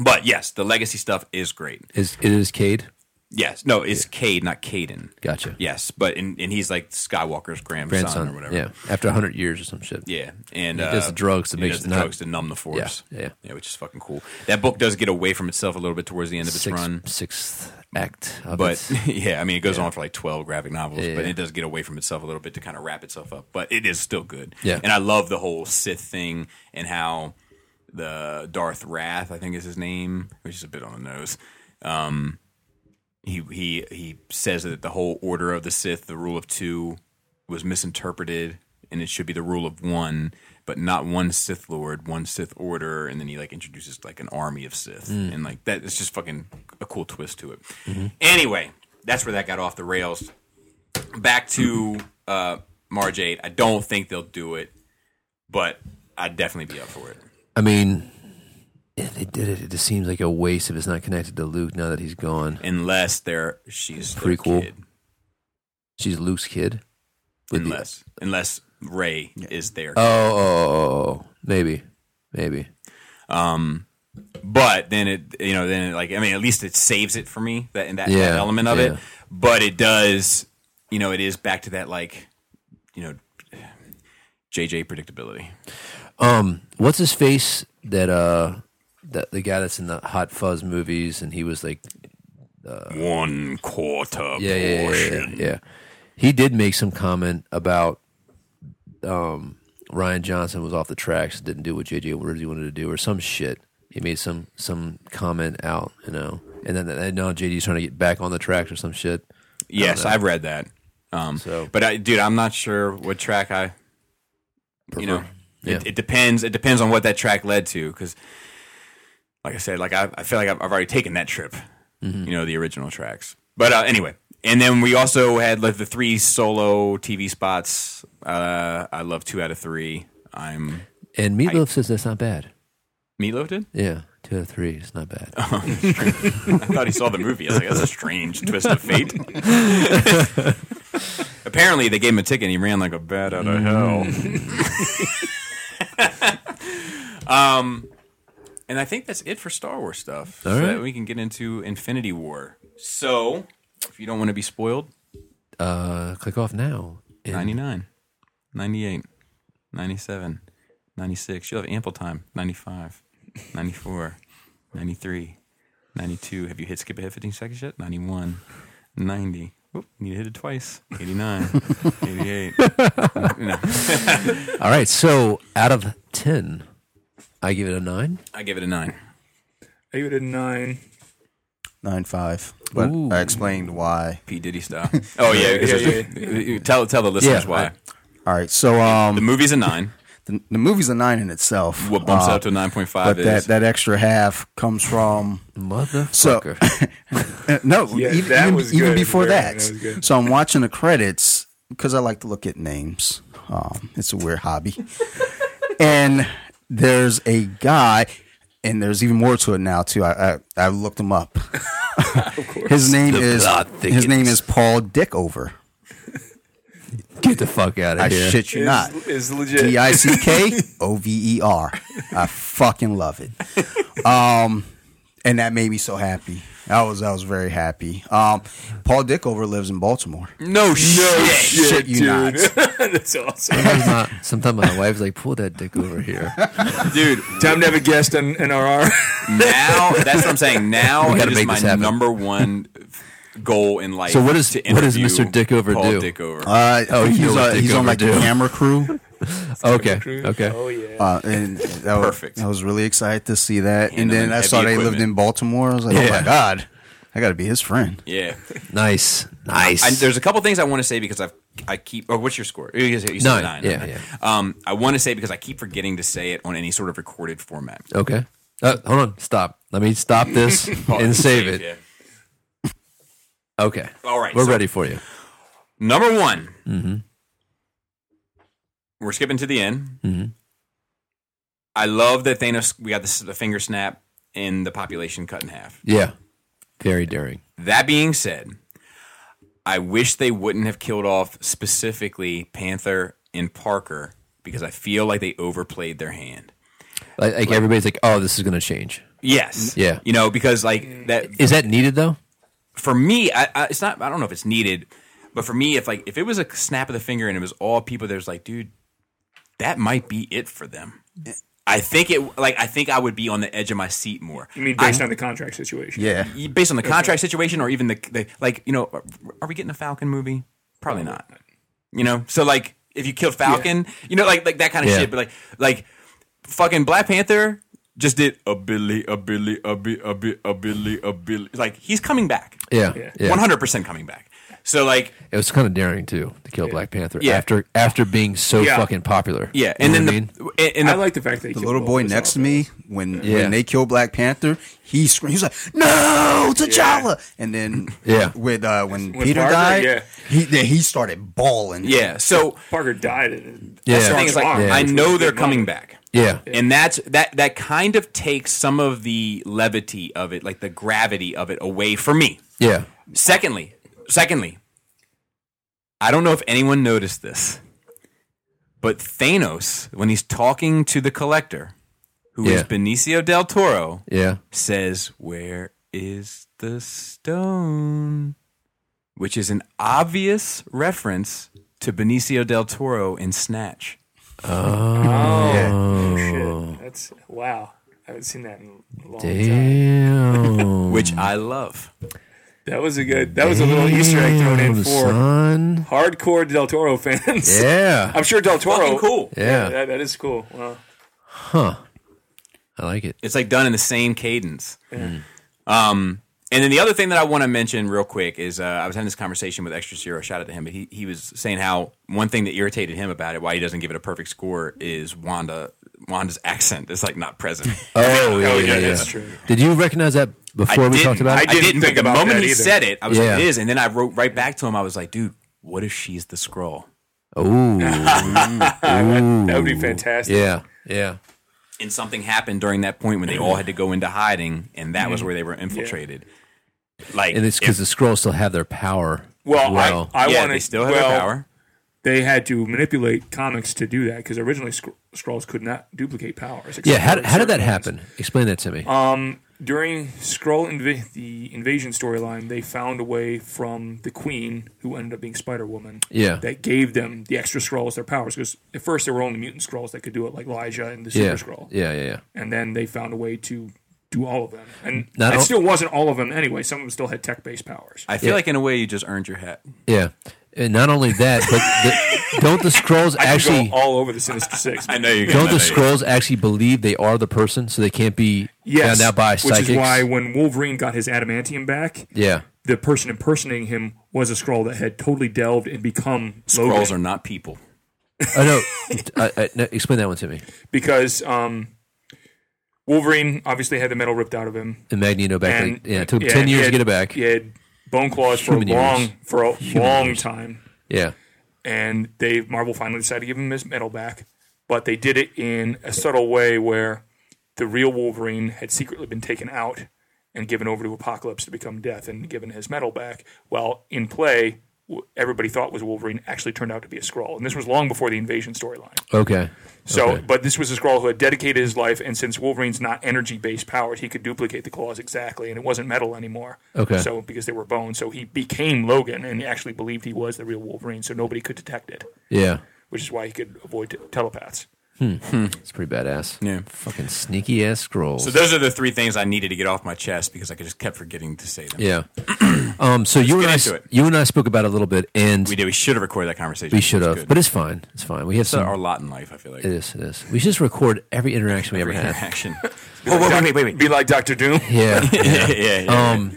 But yes, the legacy stuff is great. Is it is Cade? Yes, no, it's Cade, not Caden. Gotcha. Yes, but and, and he's like Skywalker's grandson, Grandson or whatever. Yeah. After hundred years or some shit. Yeah, and He uh, does the drugs to he make does it the not- drugs to numb the force. Yeah, yeah. which is fucking cool. That book does get away from itself a little bit towards the end of its Sixth, run, sixth act. Of but *laughs* its- yeah, I mean it goes on for like twelve graphic novels, Yeah, but yeah. it does get away from itself a little bit to kind of wrap itself up. But it is still good. Yeah. and I love the whole Sith thing and how the Darth Wrath, I think is his name, which is a bit on the nose. Um, he he he says that the whole order of the Sith, the rule of two, was misinterpreted, and it should be the rule of one, but not one Sith Lord, one Sith Order, and then he like introduces like an army of Sith, Mm. and like that it's just fucking a cool twist to it. Mm-hmm. Anyway, that's where that got off the rails. Back to uh, Marge Eight. I don't think they'll do it, but I'd definitely be up for it. I mean, if they did it. It just seems like a waste if it's not connected to Luke now that he's gone. Unless they're she's their Prequel. kid. She's Luke's kid. Would be- Unless unless Ray is there. Oh, oh, oh, oh, oh. maybe, maybe. Um, but then it, you know, then it, like I mean, at least it saves it for me that in that, that Yeah, element of it. yeah. But it does, you know, it is back to that like, you know, JJ predictability. Um, what's his face that uh that the guy that's in the Hot Fuzz movies and he was like One quarter Uh, yeah yeah yeah, yeah, yeah, yeah. He did make some comment about um Ryan Johnson was off the tracks, didn't do what JJ Ridley wanted to do or some shit. He made some some comment out, you know. And then and now JD's trying to get back on the tracks or some shit. Yes, I've read that. Um, So- but I, dude, I'm not sure what track I, you know, Yeah. it, it depends. It depends on what that track led to. Cause like I said, like I, I feel like I've, I've already taken that trip, you know, the original tracks, but, uh, anyway. And then we also had like the three solo TV spots. Uh, I love two out of three. I'm And Meatloaf says that's not bad. Meatloaf did. Yeah, two out of three. It's not bad. I thought he saw the movie. I was like, that's a strange twist of fate. *laughs* Apparently, they gave him a ticket and he ran like a bat out of hell. *laughs* um, and I think that's it for Star Wars stuff. All so right. that we can get into Infinity War. So, if you don't want to be spoiled, Uh, click off now. And 99, 98, 97, 96. You'll have ample time. 95, 94, 93, 92. Have you hit skip ahead 15 seconds yet? 91, 90. Oop, need to hit it twice. 89, 88. No. All right, so out of ten, I give it a nine. I give it a nine. I give it a nine. Nine five. But Ooh. I explained why. P. Diddy style. Oh, yeah. because Yeah, there's- Tell, tell the listeners Yeah, why. I- All right. So the um, movie's a nine. the, the movie's a nine in itself. What bumps it uh, up to a 9.5 But is. that that extra half *laughs* comes from Motherfucker. Uh, no, Yeah, even, that even, was even good. before Very- that. that was good. so I'm watching the credits because I like to look at names. Um, it's a *laughs* weird hobby. and there's a guy, and there's even more to it now too. I I, I looked *laughs* him up. his name The is plot his name thickens. is Paul Dickover. *laughs* Get the fuck out of I here. shit you Is- not. is legit. D *laughs* I C K O V E R. I fucking love it. Um, and that made me so happy. I was I was very happy. Um, Paul Dickover lives in Baltimore. No, shit. Shit, *laughs* you not. *laughs* That's awesome. Sometimes my, sometimes my wife's like, pull that dick over here. Dude, Time to have a guest *laughs* on NRR. now that's what I'm saying. Now We it gotta is make my this happen. number one goal in life. So what is- to what does interview Mr. Dickover Paul do? Dickover. Oh, Uh, oh, you know he's, what uh, Dick he's on like the Overdo. camera crew. Okay, Crew. okay. Oh yeah. Uh, *laughs* and that was, Perfect. I was really excited to see that. Hand and him then I heavy saw they equipment. lived in Baltimore. I was like, oh Yeah. my god, I got to be his friend. yeah. Nice, nice. I, there's a couple things I want to say because I I keep. Or what's your score? You said you said Nine. nine. Yeah, okay. Um, I want to say because I keep forgetting to say it on any sort of recorded format. okay. Uh, hold on, stop. Let me stop *laughs* this and save it. Yeah. Okay. All right, We're so- ready Mm-hmm. for you. Number one. We're skipping to the end. Mm-hmm. I love that Thanos. We got this, the finger snap and the population cut in half. Yeah. Very daring. That being said, I wish they wouldn't have killed off specifically Panther and Parker because I feel like they overplayed their hand. Like, like everybody's like, oh, this is going to change. Yes. Yeah. You know, because Mm. like that Is that needed though? for me, I, I it's not. I don't know if it's needed, but for me, if like if it was a snap of the finger and it was all people, there's like, dude, that might be it for them. I think it. Like I think I would be on the edge of my seat more. You mean based on the contract situation? Yeah, based on the contract situation or even the, the like you know are we getting a falcon movie probably not you know so like if you kill falcon you know like like that kind of Yeah. shit but like like fucking black panther just did a billy a billy a billy a billy a billy a billy like he's coming back Yeah. Yeah. yeah. 100% coming back so like It was kind of daring too to kill Black Panther Yeah. after after being so Yeah. fucking popular. yeah You and know then what the, I mean? and, and I the- like the fact that he the killed little both boy of us next to off. me when Yeah. when they killed Black Panther, he screamed. He was like, "No, T'Challa!" And then *clears throat* Yeah. with uh, when, When Peter Parker, died, yeah. he then he started bawling. yeah so Parker died. In Yeah. that's the thing is like Yeah. i know they're coming back yeah. and that's that that kind of takes some of the levity of it like the gravity of it away from me Yeah. secondly secondly i don't know if anyone noticed this but thanos when he's talking to the collector who is Yeah. benicio del toro Yeah. says where is the stone which is an obvious reference to benicio del toro in snatch Oh, shit! That's wow. I haven't seen that in a long time. Damn. which i love That was a good. That was a little Easter egg thrown in Damn, for *laughs* son. hardcore Del Toro fans. Yeah. *laughs* I'm sure Del Toro. Fucking cool Yeah. That, that is cool. Wow. I like it. It's like done in the same cadence. Mm. Um, and then the other thing that I want to mention real quick is uh, I was having this conversation with Extra Zero. Shout out to him, but he he was saying how one thing that irritated him about it, why he doesn't give it a perfect score, is Wanda Wanda's accent is like *laughs* not present. Oh, yeah, Oh, yeah, yeah, yeah. that's true. *laughs* Did you recognize that I before we didn't- talked about I it? I didn't, didn't but think the about moment that he either. said it. I was Yeah. like, it is, and then I wrote right back to him. I was like, dude, what if she's the scroll? *laughs* Ooh. That would be fantastic. Yeah. Yeah. And something happened during that point when they all had to go into hiding, and that was where they were infiltrated. Like, Mm-hmm. And it's because the scrolls still have their power. Well, as well. I, I yeah, want they to still have well, their power. They had to manipulate comics to do that because originally Skr- Skrulls could not duplicate powers. yeah. except How, for how did that certain ones. happen? Explain that to me. Um, during Skrull inv- the invasion storyline, they found a way from the Queen, who ended up being Spider Woman. Yeah. that gave them the extra Skrulls their powers because at first there were only mutant Skrulls that could do it, like Elijah and the Super yeah. Skrull, Yeah. Yeah. Yeah. and then they found a way to do all of them, and Not it all- still wasn't all of them anyway. Some of them still had tech based powers. I feel like in a way you just earned your hat. Yeah. And not only that, but the, don't the scrolls *laughs* I could go actually all over the Sinister Six. *laughs* I know you don't the scrolls actually believe they are the person, so they can't be Yes, found out by which psychics? is why when Wolverine got his adamantium back, yeah. the person impersonating him was a Skrull that had totally delved and become Scrolls Logan. are not people. Oh no. *laughs* I, I, no, Explain that one to me. because um, Wolverine obviously had the metal ripped out of him. The Magneto back. And like, yeah. It took ten years he had- to get it back. He Yeah. had bone claws for a Human years. long for a long time, Yeah. and they Marvel finally decided to give him his metal back, but they did it in a subtle way where the real Wolverine had secretly been taken out and given over to Apocalypse to become Death and given his metal back, while in play w- everybody thought was Wolverine actually turned out to be a Skrull, and this was long before the invasion storyline. Okay. So, Okay. but this was a Skrull who had dedicated his life, and since Wolverine's not energy-based powers, he could duplicate the claws exactly, and it wasn't metal anymore. Okay. So, because they were bone, so he became Logan, and he actually believed he was the real Wolverine, so nobody could detect it, Yeah. which is why he could avoid t- telepaths. It's pretty badass. Yeah. Fucking sneaky ass scrolls. So those are the three things I needed to get off my chest because I just kept forgetting to say them. yeah. *clears throat* um. So you and get I, into it. you and I spoke about it a little bit, and We we, did. We should have recorded that conversation. should It's have, good. but it's fine. It's fine. We have It's some. our lot in life. I feel like it is. It is. We should just record every interaction we Every ever had. *laughs* interaction. Whoa, whoa, wait, wait, wait, Be like Doctor Doom. Yeah. *laughs* yeah, yeah, yeah. Um,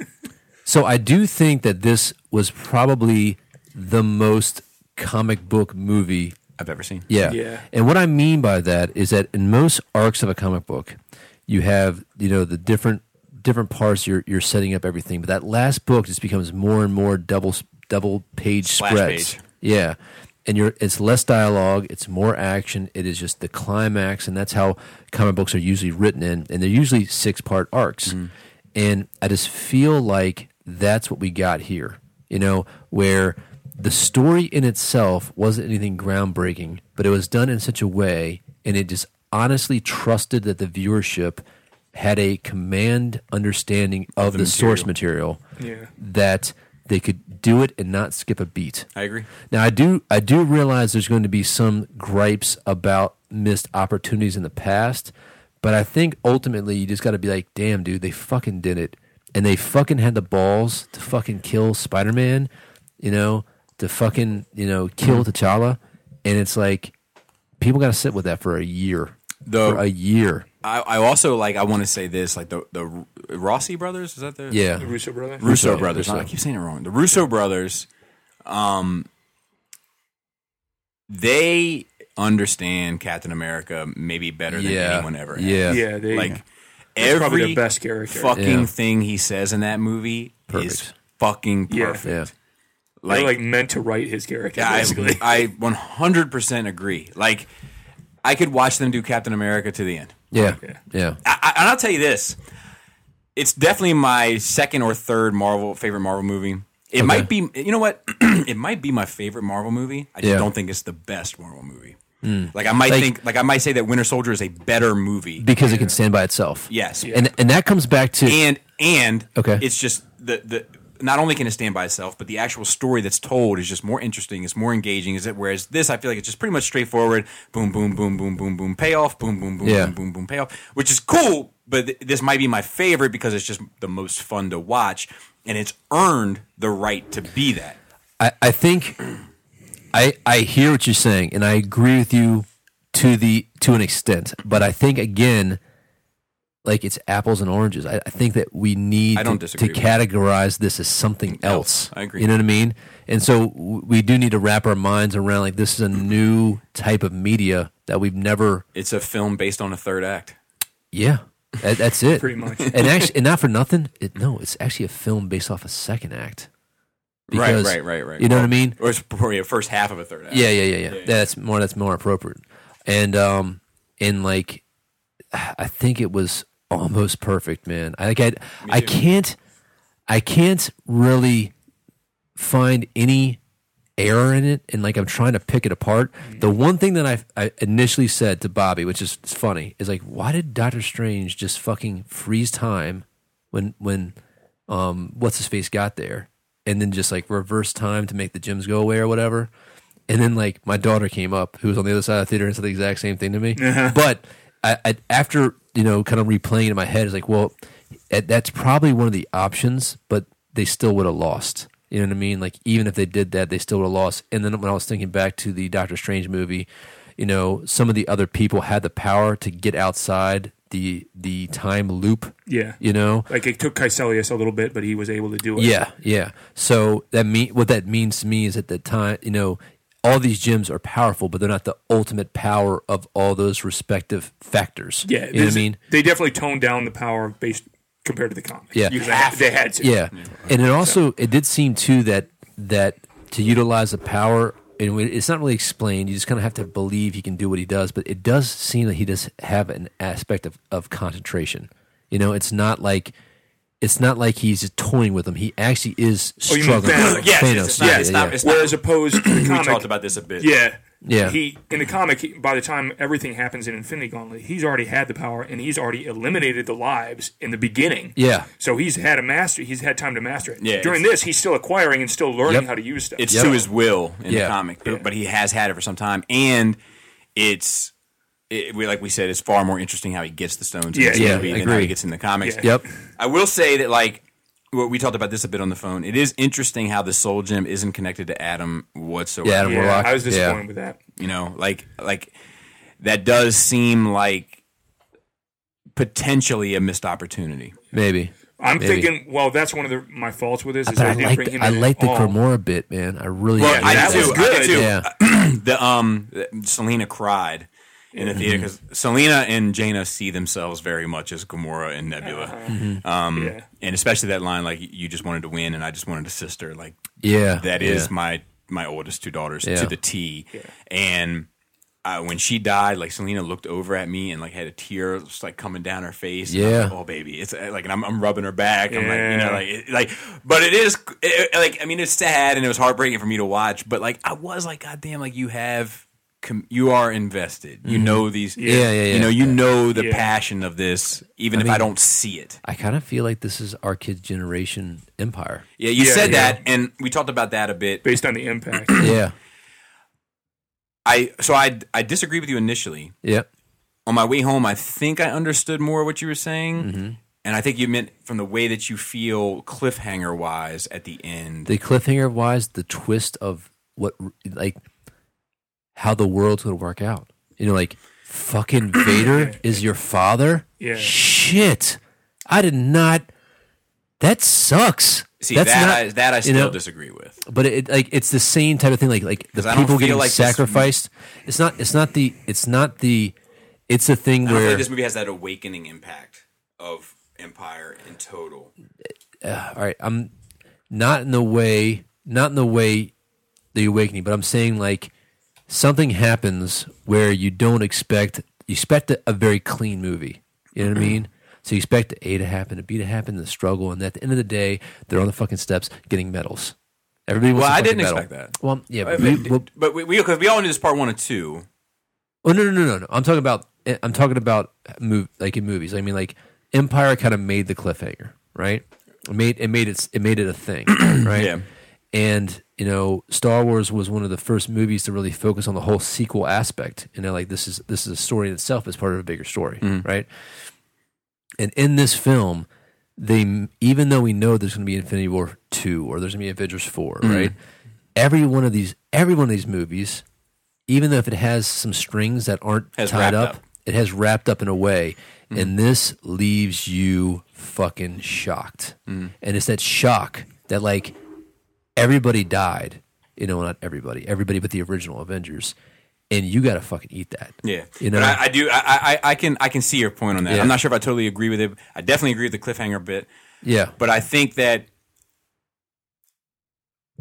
so I do think that this was probably the most comic book movie. I've ever seen. Yeah. Yeah. And what I mean by that is that in most arcs of a comic book, you have you know the different different parts you're you're setting up everything, but that last book just becomes more and more double double page Splash spreads. page. Yeah. And you're, it's less dialogue, it's more action. It is just the climax, and that's how comic books are usually written in, and they're usually six part arcs. And I just feel like that's what we got here, you know, where the story in itself wasn't anything groundbreaking, but it was done in such a way, and it just honestly trusted that the viewership had a command understanding of, the, source material Yeah. that they could do it and not skip a beat. I agree. Now I do I do realize there's going to be some gripes about missed opportunities in the past, but I think ultimately you just got to be like, damn, dude, they fucking did it, and they fucking had the balls to fucking kill Spider Man, you know, to fucking you know kill Mm-hmm. T'Challa, and it's like people got to sit with that for a year, The- for a year, I, I also like. I want to say this. Like the the R- Rossi brothers. Is that the yeah, The Russo brother. Russo, Russo, brothers. Russo. I keep saying it wrong. The Russo brothers, um, they understand Captain America maybe better than yeah, anyone ever. has. yeah, Yeah, they, like That's probably every their best character. fucking Yeah. thing he says in that movie is Perfect. fucking Yeah. perfect. yeah. they're like meant to write his character. Yeah, basically. *laughs* I, I 100% agree. Like, I could watch them do Captain America to the end. Yeah, yeah, I, I- and I'll tell you this: it's definitely my second or third Marvel favorite Marvel movie. It might be, you know what? *clears throat* it might be my favorite Marvel movie. I just Yeah. Hmm. don't think it's the best Marvel movie. Like I might Like- think, like I might say that Winter Soldier is a better movie. because it can stand by itself. yes, and and that comes back to and and Okay. it's just the the not only can it stand by itself, but the actual story that's told is just more interesting. It's more engaging. Is it? Whereas this, I feel like it's just pretty much straightforward. Boom, boom, boom, boom, boom, boom, payoff. Boom, boom, boom, Yeah. boom, boom, boom, payoff. Which is cool, but th- this might be my favorite because it's just the most fun to watch, and it's earned the right to be that. I, I think I I hear what you're saying, and I agree with you to the to an extent. But I think again, like it's apples and oranges. I, I think that we need I don't to, to disagree with categorize this as something else. I agree. You know what I mean? And so w- we do need to wrap our minds around like this is a new type of media that we've never. It's a film based on a third act. Yeah, that, that's it. Pretty *laughs* much. And actually, and not for nothing. It, no, it's actually a film based off a second act. Right, Because- right, right, right. You know what I mean? Or it's probably a first half of a third act. Yeah, yeah, yeah, yeah. That's more. That's more appropriate. And um, and like, I think it was almost perfect, man. I like I, I can't, I can't really find any error in it, and like I'm trying to pick it apart. The one thing that I, I initially said to Bobby, which is it's funny, is like, why did Doctor Strange just fucking freeze time when when um what's his face got there, and then just like reverse time to make the gyms go away or whatever. And then like my daughter came up, who was on the other side of the theater, and said the exact same thing to me. *laughs* But I, I, after you know, kind of replaying it in my head, it's like, well, that- that's probably one of the options, but they still would have lost. You know what I mean? Like even if they did that, they still would have lost. And then when I was thinking back to the Doctor Strange movie, you know, some of the other people had the power to get outside the the time loop. Yeah. You know, like it took Caecilius a little bit, but he was able to do it. yeah, yeah. So that mean what that means to me is at the time, you know, all these gyms are powerful, but they're not the ultimate power of all those respective factors. Yeah, you know what I this- mean. They definitely toned down the power based compared to the comic. Yeah. You have, they had to. Yeah, and it also it did seem too that that to utilize the power, and we- it's not really explained. You just kind of have to believe he can do what he does, but it does seem that he does have an aspect of of concentration. You know, it's not like it's not like he's toying with them. He actually is Oh, you mean struggling. Thanos. Yes, it's- it's not- yeah, it's not- yeah. it's Whereas opposed to the *clears throat* We comic, talked about this a bit. Yeah. Yeah. He in the comic, he, by the time everything happens in Infinity Gauntlet, he's already had the power and he's already eliminated the lives in the beginning. Yeah. So he's had a master. He's had time to master it. Yeah, During this, he's still acquiring and still learning Yep. how to use stuff. It's Yep. to his will in Yeah. the comic, but, but he has had it for some time, and it's it, we like we said, it's far more interesting how he gets the stones. in Yeah, this yeah, movie than agree. how he gets in the comics. Yeah. Yep. I will say that like we we talked about this a bit on the phone. It is interesting how the soul gem isn't connected to Adam whatsoever. Yeah, Adam yeah, Warlock. I was Yeah. disappointed with that. You know, like like that does seem like potentially a missed opportunity. Maybe. I'm Maybe. thinking. Well, that's one of the, my faults with this. Is But I they didn't bring like him I in at like the all. Cremora bit, man. I really Well, Yeah, I that do too. was I do good. too. Yeah. the um, Selena cried in the theater because Selena and Jaina see themselves very much as Gamora and Nebula, um, Yeah. and especially that line like "You just wanted to win, and I just wanted a sister." Like yeah. that yeah. is my my oldest two daughters Yeah. to the T, and. Uh, when she died, like Selena looked over at me and like had a tear just like coming down her face. And I was Yeah. like, oh baby, it's uh, like, and I'm, I'm rubbing her back. I'm like, you know, Yeah. like, it, like, but it is it, it- like, I mean, it's sad and it was heartbreaking for me to watch. But like, I was like, God damn, like you have, com- you are invested. You know these, Mm-hmm. Yeah, yeah, yeah. You know, you know the Yeah. passion of this, even if I don't see it. I kind of feel like this is our kids' generation *clears throat* empire. Yeah, you Yeah, said yeah. that, and we talked about that a bit. based on the *clears throat* impact. Yeah. I so I I disagree with you initially. Yeah. on my way home, I think I understood more what you were saying. Mm-hmm. And I think you meant from the way that you feel cliffhanger wise at the end. The cliffhanger wise, the twist of what like how the world's gonna work out. You know, like *clears throat* fucking Vader is your father. Yeah. Shit. I did not. That sucks. See, That's that, not- I, that I you still know, disagree with. but it like it's the same type of thing like like the 'Cause I don't people feel getting like this- sacrificed it's not it's not the it's not the it's the thing I don't where think this movie has that awakening impact of Empire in total. all right i'm not in the way not in the way the awakening but i'm saying like something happens where you don't expect you expect a, a very clean movie you know what i mean so you expect a to happen to b to happen the struggle and at the end of the day they're on the fucking steps getting medals everybody wants Well, a I fucking didn't medal. expect that. well yeah but But, we- well, but we, we, 'cause we all knew this part one and two. Oh no no no no no! I'm talking about I'm talking about move like in movies. I mean like Empire kind of made the cliffhanger, right? It made it made it it made it a thing, right? Yeah. And you know, Star Wars was one of the first movies to really focus on the whole sequel aspect. You know, like this is this is a story in itself as part of a bigger story, right? And in this film, they even though we know there's going to be Infinity War two or there's going to be Avengers 4 Mm-hmm. right? Every one of these, every one of these movies, even though if it has some strings that aren't Has tied wrapped up, up. Mm-hmm. it has wrapped up in a way, and this leaves you fucking shocked. Mm-hmm. And it's that shock that like everybody died, you know, not everybody, everybody but the original Avengers, and you got to fucking eat that. Yeah, you know, but I, I do. I, I I can I can see your point on that. Yeah. I'm not sure if I totally agree with it. I definitely agree with the cliffhanger bit. yeah, but I think that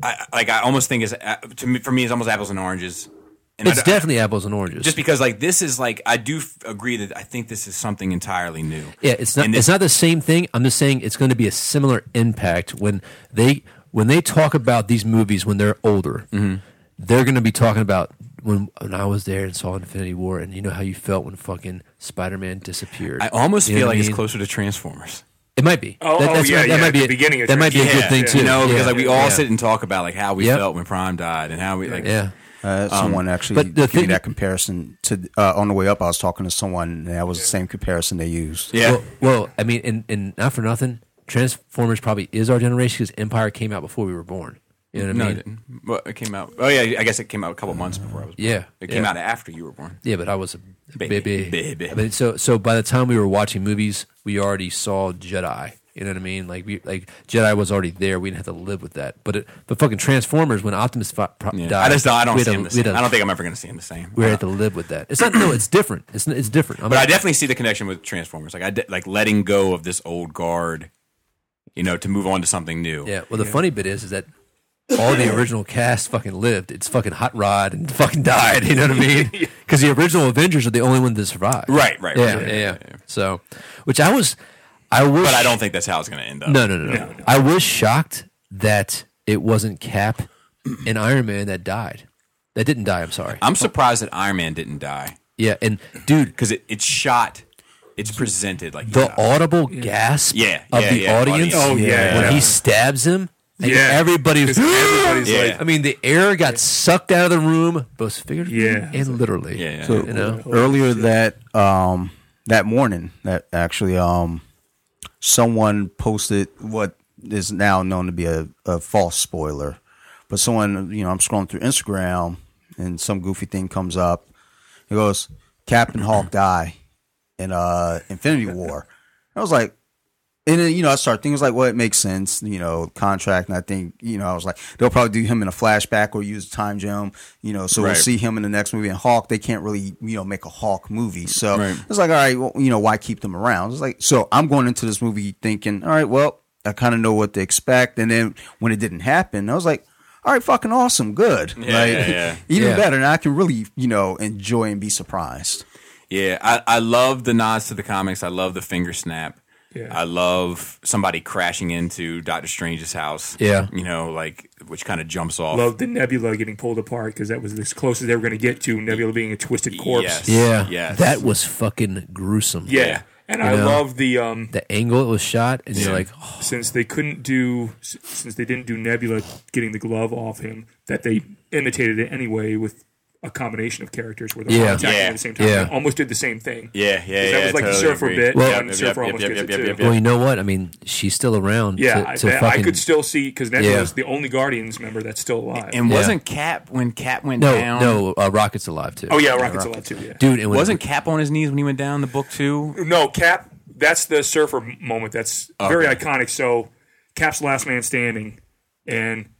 I like I almost think is to me for me it's almost apples and oranges. And I it's d- definitely apples and oranges. just because like this is like I do f- agree that I think this is something entirely new. Yeah, it's not. And this- it's not the same thing. I'm just saying it's going to be a similar impact when they when they talk about these movies when they're older. Mm-hmm. They're going to be talking about when when I was there and saw Infinity War, and you know how you felt when fucking Spider Man disappeared. I almost You know feel what like I it's mean? closer to Transformers. It might be. Oh, oh, yeah, yeah, at the beginning of that might be a Transformers. good thing Yeah, too. You know, because Yeah. like we all Yeah. sit and talk about like how we Yep. felt when Prime died and how we like Yeah. Uh, someone actually Um, but the gave thing- me that comparison to uh, on the way up. I was talking to someone, and that was the same comparison they used. yeah. Well, well, I mean, and, and not for nothing, Transformers probably is our generation because Empire came out before we were born. You know what I no, mean? it didn't. Well, it came out. Oh yeah, I guess it came out a couple months before I was. Born. Yeah, it came yeah. out after you were born. Yeah, but I was a Baby, baby. baby. I mean, so so by the time we were watching movies, we already saw Jedi. You know what I mean? Like we like Jedi was already there. We didn't have to live with that. But it, but fucking Transformers when Optimus fi- pro- Yeah. died, I just I don't we see had him to, the we same. had to- I don't think I'm ever going to see him the same. we had to live with that. It's not no. It's different. It's it's different. I'm But not- I definitely see the connection with Transformers. Like I de- like letting go of this old guard, you know, to move on to something new. yeah. Well, the funny bit is is that. All the original cast fucking lived. It's fucking Hot Rod and fucking died. You know what I *laughs* mean? Because the original Avengers are the only one that survived. Right, right, right, Yeah, right, yeah, yeah. right, right. So, which I was, I I wish, But I don't think that's how it's going to end up. No, no, no, no. I was shocked that it wasn't Cap and Iron Man that died. That didn't die. I'm sorry. I'm surprised that Iron Man didn't die Yeah, and dude, because it, it's shot, it's presented like he the died. audible gasp Yeah, of yeah, the yeah, audience. audience. Oh, yeah, when yeah. he stabs him. And Yeah. everybody's. 'Cause everybody's Yeah. like, I mean, the air got sucked out of the room, both figuratively Yeah. and literally. Yeah, yeah. So you know, earlier that um that morning that actually um someone posted what is now known to be a, a false spoiler. But someone, you know, I'm scrolling through Instagram and some goofy thing comes up. It goes, Captain Hawk die in uh *laughs* Infinity War. I was like and then, you know, I start thinking, I was like, well, it makes sense, you know, contract. And I think, you know, I was like, they'll probably do him in a flashback or use time gem, you know, so Right. we'll see him in the next movie. And Hawk, they can't really, you know, make a Hawk movie. So Right. it's like, all right, well, you know, why keep them around? It's like, so I'm going into this movie thinking, all right, well, I kind of know what to expect. And then when it didn't happen, I was like, all right, fucking awesome, good. Yeah, like, yeah, yeah. *laughs* even Yeah. better. And I can really, you know, enjoy and be surprised. Yeah, I, I love the nods to the comics. I love the finger snap. Yeah. I love somebody crashing into Doctor Strange's house. Yeah. You know, like, which kind of jumps off. love the Nebula getting pulled apart because that was as close as they were going to get to Nebula being a twisted corpse. Yes. yeah, Yes. that was fucking gruesome. Yeah. And I Yeah. love the um the angle it was shot, and you're like, oh, since they couldn't do s- since they didn't do Nebula getting the glove off him that they imitated it anyway with a combination of characters where they're Yeah. all attacking Yeah. at the same time. Yeah. They almost did the same thing. Yeah, yeah, yeah. that was like the totally surfer agree. bit, Yep, and yep, surfer yep, almost yep, gets yep, it yep, too. yep, yep. well, you know what? I mean, she's still around. Yeah, to, I, to that- I fucking, could still see because Nebula's Yeah. the only Guardians member that's still alive. And Yeah. wasn't Cap when Cap went No, down? no, uh, Rocket's alive too. oh yeah, Rocket's alive too. Yeah. dude, it Wasn't Cap on his knees when he went down in the book too? No, Cap. That's the surfer m- moment. That's very iconic. So, Cap's the last man standing, and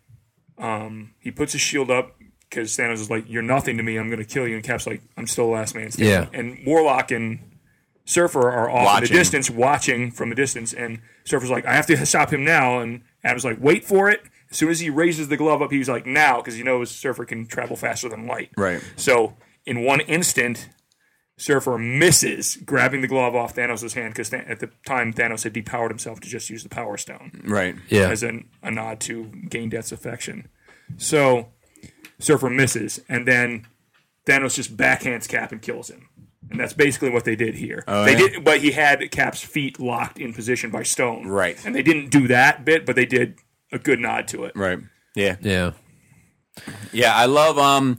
um, he puts his shield up because Thanos is like, "You're nothing to me. I'm going to kill you." And Cap's like, "I'm still the last man standing." Yeah. And Warlock and Surfer are off in Watching. the distance, watching from a distance, and Surfer's like, "I have to stop him now." And Adam's like, "Wait for it." As soon as he raises the glove up, he's like, "Now," because he knows Surfer can travel faster than light. Right. So in one instant, Surfer misses grabbing the glove off Thanos' hand because at the time Thanos had depowered himself to just use the Power Stone Right. yeah, as an, a nod to gain Death's affection. So Surfer misses, and then Thanos just backhands Cap and kills him. And that's basically what they did here. they Oh, yeah? did, but he had Cap's feet locked in position by stone. Right. and they didn't do that bit, but they did a good nod to it. Right. Yeah. yeah, Yeah. I love. Um.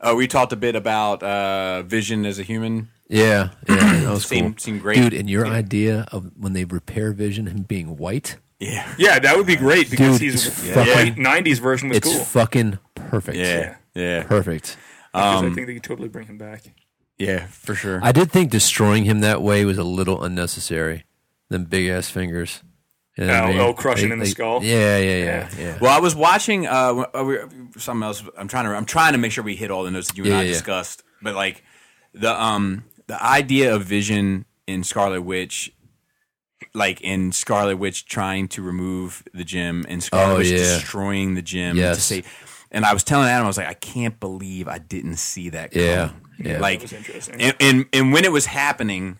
Uh, we talked a bit about uh, Vision as a human. yeah, yeah. *clears throat* That was Seemed- cool. seemed great. dude. And your idea of when they repair Vision him being white, *laughs* Yeah. Yeah, that would be great because Dude, he's it's the fucking- late '90s version was it's cool. fucking perfect. Yeah. *laughs* Yeah. perfect. Because um, I think they could totally bring him back. Yeah. For sure. I did think destroying him that way was a little unnecessary. Them big ass fingers. You know what I Oh, mean? oh, crushing in the skull. Yeah, yeah, yeah, yeah. Well, I was watching uh, uh, we- something else. I'm trying to I'm trying to make sure we hit all the notes that you and Yeah, I yeah. discussed. But like the um the idea of Vision in Scarlet Witch, like in Scarlet Witch trying to remove the gem and Scarlet Oh, Witch yeah. destroying the gem to Yes. save. And I was telling Adam, I was like, I can't believe I didn't see that. Coming. Yeah, yeah. Like, was interesting. and, and and when it was happening,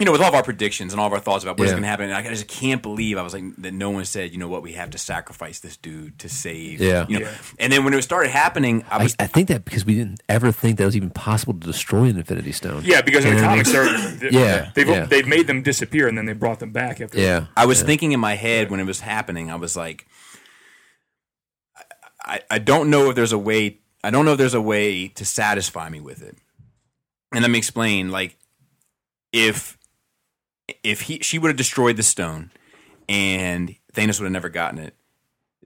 you know, with all of our predictions and all of our thoughts about what's Yeah. going to happen, I just can't believe I was like that. No one said, you know what, we have to sacrifice this dude to save. Yeah. you know. Yeah. And then when it started happening, I I, was I think that because we didn't ever think that was even possible to destroy an Infinity Stone. Yeah, because in the Yeah. comics, they're, *laughs* they- Yeah, they've yeah. they've made them disappear and then they brought them back after. yeah, I was thinking in my head when it was happening, I was like, I, I don't know if there's a way. I don't know if there's a way to satisfy me with it. And let me explain. Like, if if he she would have destroyed the stone, and Thanos would have never gotten it,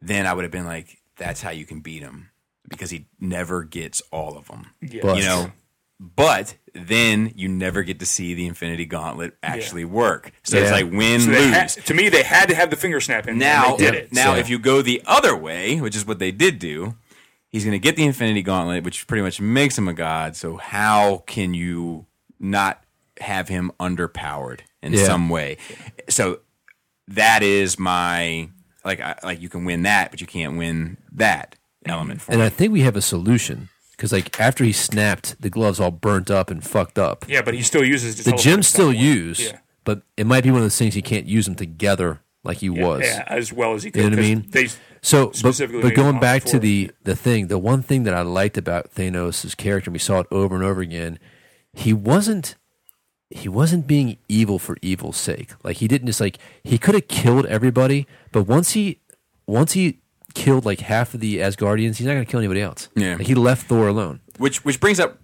then I would have been like, that's how you can beat him because he never gets all of them. Yeah. But- You know. But then you never get to see the Infinity Gauntlet actually work. So it's Yeah. like win So they lose. had, to me, they had to have the finger snap in. and Now, they did it. now so- if you go the other way, which is what they did do, he's going to get the Infinity Gauntlet, which pretty much makes him a god. So how can you not have him underpowered in Yeah. some way? So that is my like I, like you can win that, but you can't win that element. For and me. I think we have a solution because like after he snapped, the gloves all burnt up and fucked up. yeah, but he still uses the gym gym's still used, Yeah. but it might be one of those things you can't use them together like he was. yeah, as well as he could. You know what I 'cause mean? They, So, but, specifically but made him going opt back to for. the the thing, the one thing that I liked about Thanos' character, and we saw it over and over again, he wasn't he wasn't being evil for evil's sake. Like he didn't just like he could have killed everybody, but once he once he killed like half of the Asgardians, he's not going to kill anybody else. Yeah. Like, he left Thor alone. Which which brings up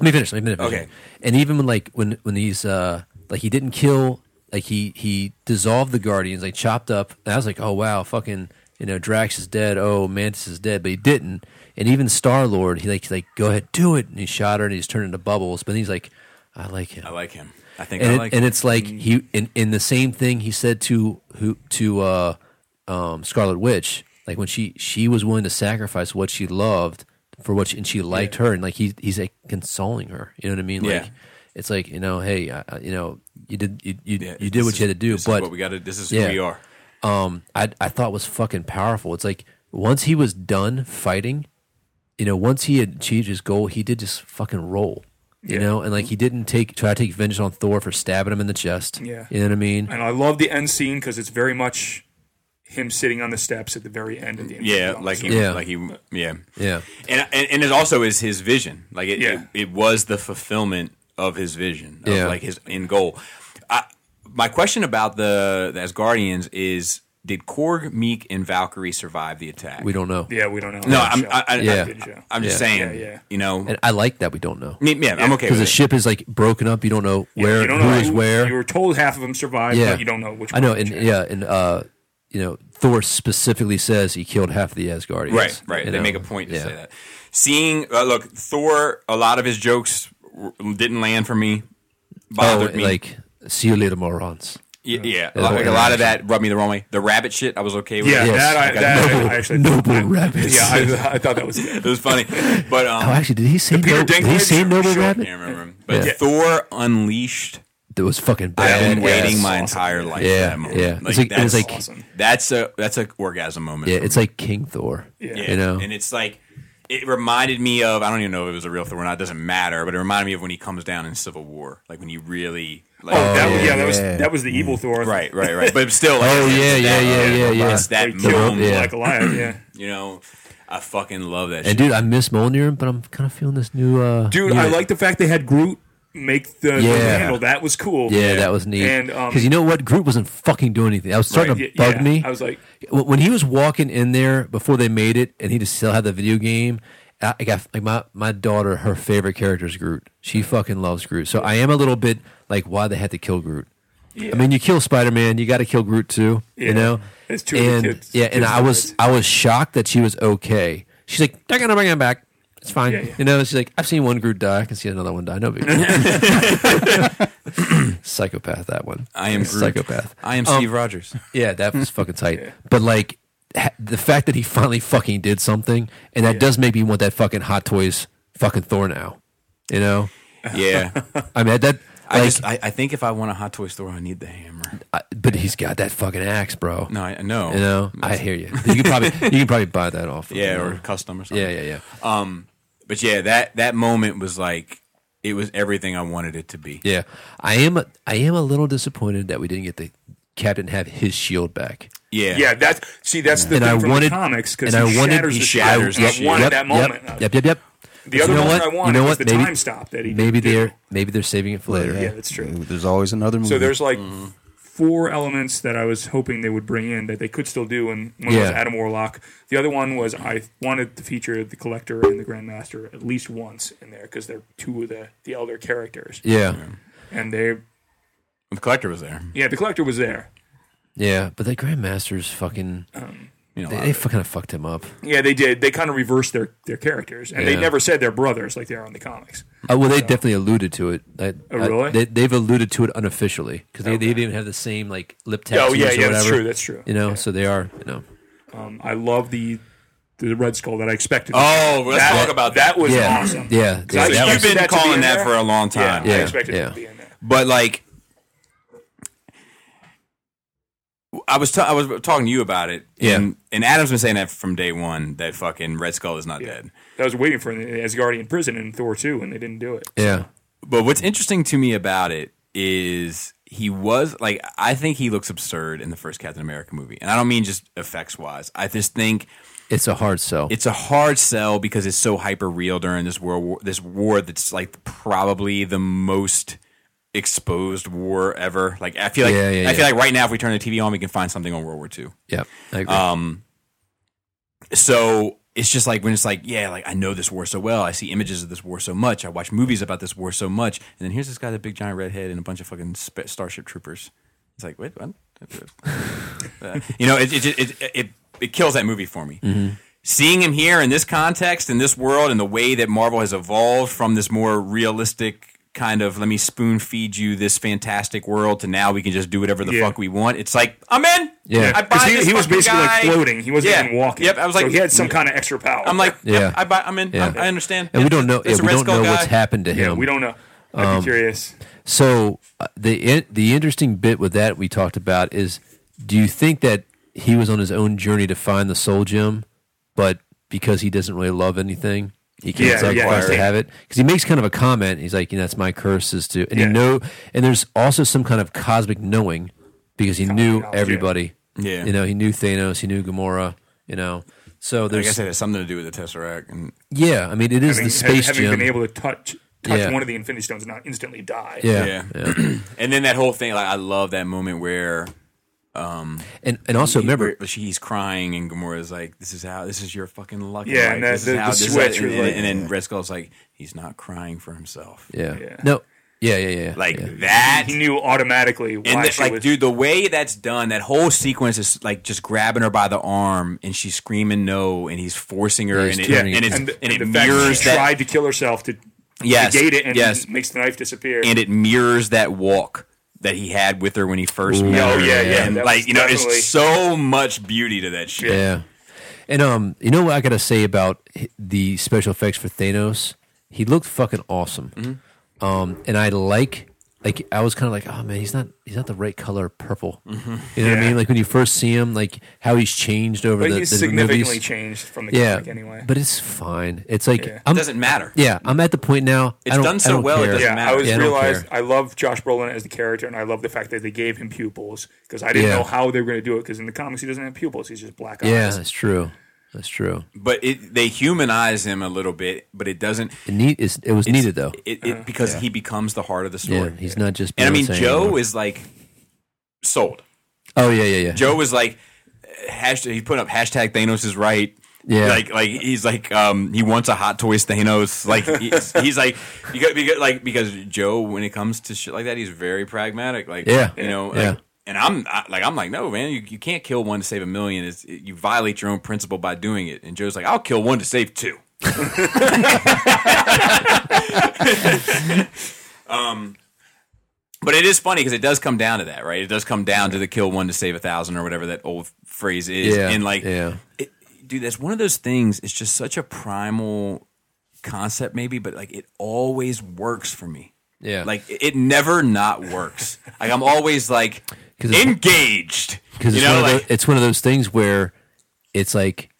Let me finish. Let me finish. Okay. And even when like when when these uh like he didn't kill like he he dissolved the guardians like chopped up and I was like oh wow fucking you know Drax is dead oh Mantis is dead but he didn't and even Star Lord he like he's like go ahead do it and he shot her and he's turned into bubbles but he's like I like him I like him. I think and, I it- like and him. it's like he in, in the same thing he said to who to uh um Scarlet Witch like when she she was willing to sacrifice what she loved for what she, and she liked her and like he he's like consoling her you know what I mean like Yeah. it's like you know hey I, I- you know you did you you, Yeah, you did this what you is- had to do this is but what we got to this is yeah. who we are. um, I I thought was fucking powerful. It's like once he was done fighting, you know, once he had achieved his goal, he did just fucking roll, you Yeah. know, and like he didn't take try to take vengeance on Thor for stabbing him in the chest. Yeah. you know what I mean. and I love the end scene because it's very much him sitting on the steps at the very end of the end. Yeah, like he, Yeah. like he, yeah, Yeah, and, and and it also is his vision. Like it, Yeah. it, it was the fulfillment of his vision, of Yeah. like his end goal. I, my question about the, the Asgardians is: Did Korg, Meek, and Valkyrie survive the attack? we don't know, yeah, we don't know. No, I'm I, I, Yeah. Good show. I, am just Yeah. saying. Yeah, yeah. You know, and I like that we don't know I mean, yeah, I'm okay because with the it. ship is like broken up. You don't know where you don't who know is where. You were told half of them survived, yeah, but you don't know which. I know, one and which- yeah, and uh, you know, Thor specifically says he killed half the Asgardians. Right, right. you They know? make a point to Yeah. say that. Seeing, uh, look, Thor, a lot of his jokes w- didn't land for me. Oh, Bothered me. like see you later, morons. Y- yeah, Yeah, like, that a lot of interaction. that rubbed me the wrong way. The rabbit shit, I was okay with. yeah, it. Yes. that I, Like, I that I- know. I actually Noble I- rabbits. Yeah, I, I thought that was it was funny, but um, Oh, actually, did he say Peter no, did he Dinklage? say Noble sure, I Rabbit? can't remember. But Yeah. Thor Unleashed. That was fucking I've bad. been waiting yes. my entire life Yeah, for that moment. yeah. Like, It's like- it's that's like like- *laughs* awesome. that's a that's a orgasm moment. Yeah, for it's me. like King Thor. Yeah, Yeah. you know. and it's like it reminded me of I don't even know if it was a real Thor or not. It doesn't matter, but it reminded me of when he comes down in Civil War, like when he really like Oh, that, yeah, yeah, that was yeah. that was the evil Thor. *laughs* right, right, right. But still, like, oh it's yeah, yeah, that- yeah, yeah, yeah. It's that They killed moment, yeah. Black Goliath. Yeah, you know. I fucking love that. shit. And dude, I miss Mjolnir, but I'm kind of feeling this new. uh dude, new- I like the fact they had Groot make the, the Yeah. handle. That was cool. Yeah, that was neat. And, um, Because you know what, Groot wasn't fucking doing anything. I was starting Yeah, to bug yeah. me. I was like, when when he was walking in there before they made it, and he just still had the video game. I I got like my my daughter, her favorite character is Groot. She fucking loves Groot. So I am a little bit like, why they had to kill Groot? I mean, you kill Spider Man, you got to kill Groot too. Yeah. You know, It's two of the and kids- yeah, and kids' I was rights. I was shocked that she was okay. She's like, they're gonna bring him back. It's fine. Yeah, yeah. You know, she's like, I've seen one Groot die. I can see another one die. No big *laughs* deal. *laughs* Psychopath, that one. I am Groot. Psychopath. I am Um, Steve Rogers. Yeah, that *laughs* was fucking tight. But like ha- the fact that he finally fucking did something, and that does make me want that fucking Hot Toys fucking Thor now. You know, Yeah, I mean that. I like, just I, I think if I want a Hot Toy Store, I need the hammer. I- but he's got that fucking axe, bro. No, I I know. You know, I hear you. You can *laughs* probably you can probably buy that off. of Yeah, him. or custom or something. yeah, yeah, yeah. But yeah, that that moment was like it was everything I wanted it to be. Yeah, I am. I am a little disappointed that we didn't get the captain have his shield back. Yeah. yeah, that's see, that's the and thing I from wanted the comics because and I he wanted shatters he the shatters shatters. the I shield. wanted yep, that moment. Yep, yep, yep. yep. But The other you know moment what? I wanted you know was what? the maybe, time stop that he maybe didn't do. they're maybe they're saving it for later. Yeah, that's true. There's always another movie. So there's like Mm-hmm. four elements that I was hoping they would bring in that they could still do, and one was Yeah. Adam Warlock. The other one was I wanted to feature the Collector and the Grandmaster at least once in there because they're two of the the elder characters, Yeah, and they The collector was there. yeah, the Collector was there. yeah, but the Grandmaster's fucking. You know, They, a lot they of it. fucking fucked him up. Yeah, they did. They kind of reversed their their characters, and they Yeah. never said they're brothers like they are in the comics. Uh, well, they definitely alluded to it. I, Oh, I- really? they, they've alluded to it unofficially because they, they even have the same like lip tattoos. Oh yeah, or yeah, whatever, that's true. That's true. You know, so they are. You know, Um, I love the the Red Skull that I expected. Oh, let's That- talk about that that. was yeah, awesome. yeah. So yeah, you- that You've was- expected been that to be calling in that there? for a long Yeah, time. I Yeah, expected it yeah. to be in there. But like, I was t- I was talking to you about it. Yeah. And, and Adam's been saying that from day one that fucking Red Skull is not dead. I was waiting for an Asgardian prison in Thor 2, and they didn't do it. yeah. But what's interesting to me about it is he was like I think he looks absurd in the first Captain America movie, and I don't mean just effects wise. I just think It's a hard sell. it's a hard sell because it's so hyper real during this world war, this war that's like probably the most exposed war ever. Like I feel like Yeah, yeah, I feel yeah. like right now if we turn the TV on, we can find something on World War II. yeah, I agree. Uh, Um, so it's just like when it's like, yeah, like I know this war so well. I see images of this war so much. I watch movies about this war so much. And then here's this guy, with a big giant redhead, and a bunch of fucking sp- starship troopers. It's like, wait, what? *laughs* Uh, you know, it it, it it it it kills that movie for me. Mm-hmm. Seeing him here in this context, in this world, and the way that Marvel has evolved from this more realistic kind of let me spoon feed you this fantastic world to now we can just do whatever the Yeah. fuck we want. It's like I'm in. Yeah. I buy 'Cause he, this he was fucking basically like guy. floating. He wasn't Yeah. even walking. Yep, I was like, so he had some kind of extra power. I'm like, Yeah. yeah, I buy, I'm in. Yeah. I, I understand. and we don't know. It's yeah, a we Red don't Skull know guy. what's happened to yeah, him. we don't know. I'd Um, be curious. So uh, the in, the interesting bit with that we talked about is, do you think that he was on his own journey to find the soul gem, but because he doesn't really love anything, he Yeah, can't sacrifice to yeah. have it? Because he makes kind of a comment. He's like, you know, that's my curse is to, and Yeah. you know, and there's also some kind of cosmic knowing because he knew knowledge, yeah. everybody. Yeah. you know, he knew Thanos, he knew Gamora. You know, so Like I there's said, it has something to do with the Tesseract. And yeah. I mean, it is I mean, the space having gem. been able to touch touch Yeah. one of the Infinity Stones and not instantly die. yeah. Yeah. yeah. *clears throat* and then that whole thing, like I love that moment where And and also remember, where she's crying and Gamora's like, "This is how. This is your fucking luck. in Yeah, life. and that- this the- is the how this is- switch And, was and- like- and then Red Skull's like, "He's not crying for himself. yeah. Yeah. no, yeah, yeah, yeah, Like yeah. that." He knew automatically why and the- she like, was. dude, the way that's done, that whole sequence is like just grabbing her by the arm and she's screaming no, and he's forcing her, Yeah, he's and, it, turning and, it. it's, and, and, the, and, it the fact that mirrors she that tried to kill herself to Yes, negate it and yes. makes the knife disappear. and it mirrors that walk that he had with her when he first met Oh, her. yeah, yeah, And that like was you know, definitely- it's so much beauty to that shit. Yeah. And um, you know what I gotta say about h- the special effects for Thanos? He looked fucking awesome. Mm-hmm. Um, and I like, like I was kind of like, oh man, he's not, he's not the right color purple. You know what I Yeah. mean? Like when you first see him, like how he's changed over but the, he's the significantly movies. changed from the yeah, comic anyway. but it's fine. It's like Yeah. It I'm, doesn't matter. yeah, I'm at the point now. It's I don't, done so I don't well, it care. doesn't yeah, matter. I was Yeah, I don't realized care. I love Josh Brolin as the character, and I love the fact that they gave him pupils because I didn't Yeah. know how they were going to do it. Because in the comics, he doesn't have pupils; he's just black eyes. Yeah, that's true. That's true. But it, they humanize him a little bit, but it doesn't. It need is it was needed though. It, Uh-huh. it because he becomes the heart of the Yeah, story. he's not just. and I mean, Beyonce Joe anymore. is like sold. Oh yeah, yeah, yeah. Joe was like uh, hashtag. He put up hashtag Thanos is right. Yeah. Like like he's like um he wants a hot toys Thanos like *laughs* he's, he's like because, because like because Joe when it comes to shit like that he's very pragmatic like Yeah. you know like, Yeah. and I'm I, like I'm like no man you, you can't kill one to save a million it's, you violate your own principle by doing it and Joe's like I'll kill one to save two But it is funny because it does come down to that, right? It does come down to the kill one to save a thousand or whatever that old phrase is. Yeah, and like, yeah. it, dude, that's one of those things. It's just such a primal concept, maybe, but like it always works for me. Yeah. like it it never not works. like I'm always like 'Cause it's- engaged. because you it's, know, one of like, tho- it's one of those things where it's like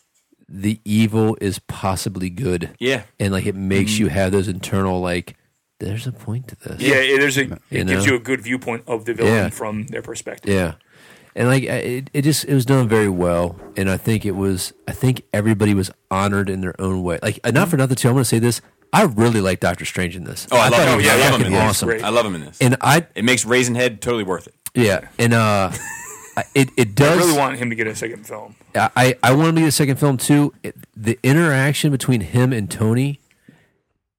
the evil is possibly good Yeah. and like it makes you have those internal like there's a point to this Yeah, it- there's a, it You know? gives you a good viewpoint of the villain Yeah. from their perspective. yeah and like I- it, it just it was done very well and i think it was i think everybody was honored in their own way like uh, not for nothing too i'm gonna say this i really like doctor strange in this oh, I, thought love it him. was Yeah, I love him fucking in this. awesome Great. I love him in this. and i it makes Raisin Head totally worth it. yeah and uh *laughs* I- it, it I does really want him to get a second film. I, I want him to get a second film too. It- the interaction between him and Tony.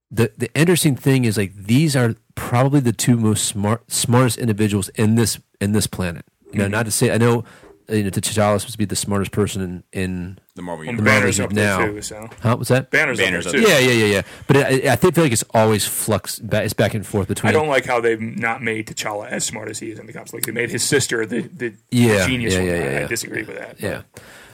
The the interesting thing is like these are probably the two most smart smartest individuals in this in this planet. You know, not to say I know you know T'Challa is supposed to be the smartest person in, in The Marvel And Universe. Marvels Banner's up there now. too. So huh? What's that? Banner's, Banner's up up there too. Yeah, yeah, yeah, yeah. But I, I think feel like it's always flux. ba- It's back and forth between. I don't like how they've not made T'Challa as smart as he is in the comics. Like they made his sister the, the Yeah, genius yeah, one. yeah, I- yeah, I yeah. disagree with that. Yeah.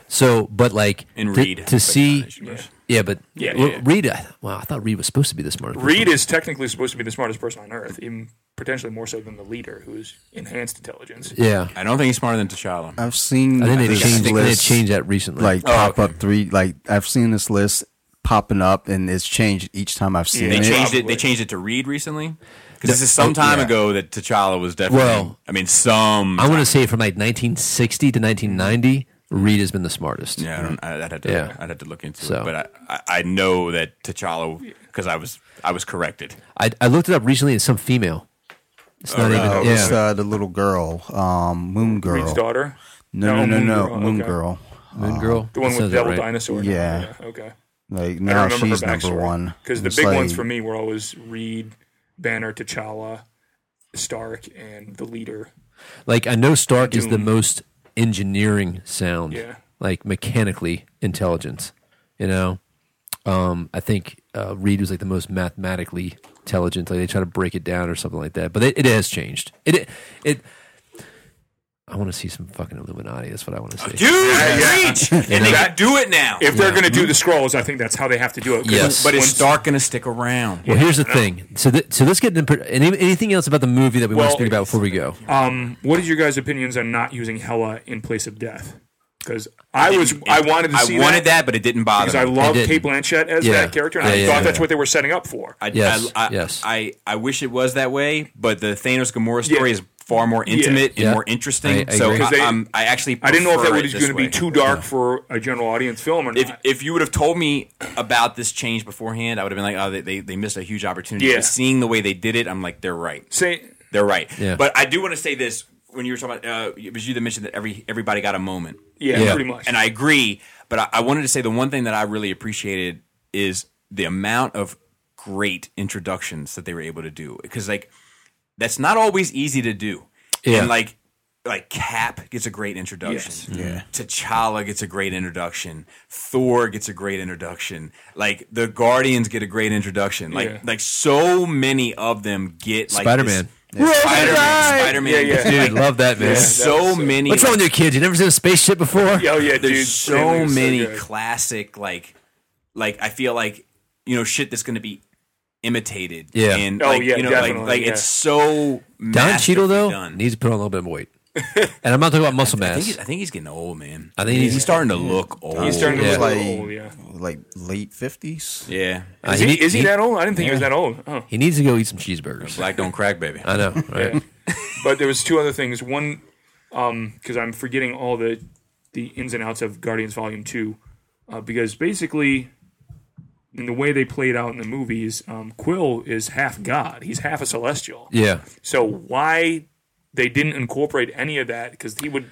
So, but like And to- Reed. to, But not see. in this Yeah, but Yeah, well, yeah, yeah. Reed. I- Wow, I thought Reed was supposed to be the smartest. person. Reed is technically supposed to be the smartest person on Earth, even potentially more so than the leader, who's enhanced intelligence. Yeah. I don't think he's smarter than T'Challa. I've seen I think they this changed, they list, changed that recently. like Oh, pop okay. up three. Like I've seen this list popping up, and it's changed each time I've seen they it. changed it. They Probably. changed it to Reed recently. Because this is some time yeah. ago that T'Challa was definitely. Well, I mean, some. I want to say from like 1960 to 1990, Reed has been the smartest. yeah, I don't, I- I'd have to. Yeah. I'd have to look into So. it. But I, I, I know that T'Challa because I was, I was corrected. I, I looked it up recently. It's some female. It's Oh, not even. really? yeah. It's uh, the little girl, um, Moon Girl. Reed's daughter. Oh, No, no, no, Moon no, Girl, Moon okay. Girl. Moon Girl. The That one with the sounds about devil right. dinosaur. Yeah. Okay. Like I don't now remember she's her number one. backstory because the It's big like- ones for me were always Reed, Banner, T'Challa, Stark, and the leader. Like I know Stark is the most engineering sound. Yeah. Like mechanically intelligent. You know, um, I think uh, Reed was like the most mathematically intelligent. Like they try to break it down or something like that. But it, it has changed. It it. it I want to see some fucking Illuminati. That's what I want to see. Dude, *laughs* reach and they got do it now. If they're going to do the scrolls, I think that's how they have to do it. 'cause Yes. but is once- Stark going to stick around? Well, here's the thing. So, th- so let's get into any, anything else about the movie that we want Well, to speak about before we go. Um, what is your guys' opinions on not using Hella in place of death? Because I was, I wanted to see I wanted that, but it didn't bother. because I me. love didn't. Kate Blanchett as Yeah. that character, and Yeah, I yeah, thought yeah. that's what they were setting up for. I, Yes, I, I, yes. I, I wish it was that way, but the Thanos Gamora story Yeah. is far more intimate and Yeah. more interesting. I- I so agree. I, 'Cause they- I'm- I actually I didn't know if that prefer it was this going to be way. too dark for a general audience film or not. If, if you would have told me about this change beforehand, I would have been like, oh, they, they, they missed a huge opportunity. Yeah. But seeing the way they did it, I'm like, they're right. Say, They're right. Yeah. But I do want to say this when you were talking about, uh, it was you that mentioned that every everybody got a moment. yeah, Yeah. pretty much. And I agree, but I, I wanted to say the one thing that I really appreciated is the amount of great introductions that they were able to do. Because like that's not always easy to do. Yeah. And like like Cap gets a great introduction. Yeah. T'Challa gets a great introduction. Thor gets a great introduction. Like the Guardians get a great introduction. Like Yeah. like so many of them get like Spider-Man. Spider Man. Spider Man. Yeah, yeah. Dude, love that, man. So many. What's like, wrong with your kids? You never seen a spaceship before? Yeah, oh yeah, there's dude. so many good. classic like like I feel like you know shit that's going to be imitated. Yeah. And Oh, like, yeah, you know like, definitely, like yeah. it's so Don Cheadle masterfully though done. needs to put on a little bit of weight, and I'm not talking about muscle I think, he's, mass. I think he's getting old, man. I think he's- he's starting to look old. He's starting to Yeah. look like, Like- old. Yeah, like late fifties. yeah. Uh, is he, need- is he, that old? I didn't think he was that old. Oh. He needs to go eat some cheeseburgers. Black don't crack, baby. I know, right? *laughs* But there was two other things. One, because I'm forgetting all the the ins and outs of Guardians Volume Two, uh, because basically, in the way they played out in the movies, um, Quill is half god. He's half a celestial. Yeah, So why they didn't incorporate any of that? Because he would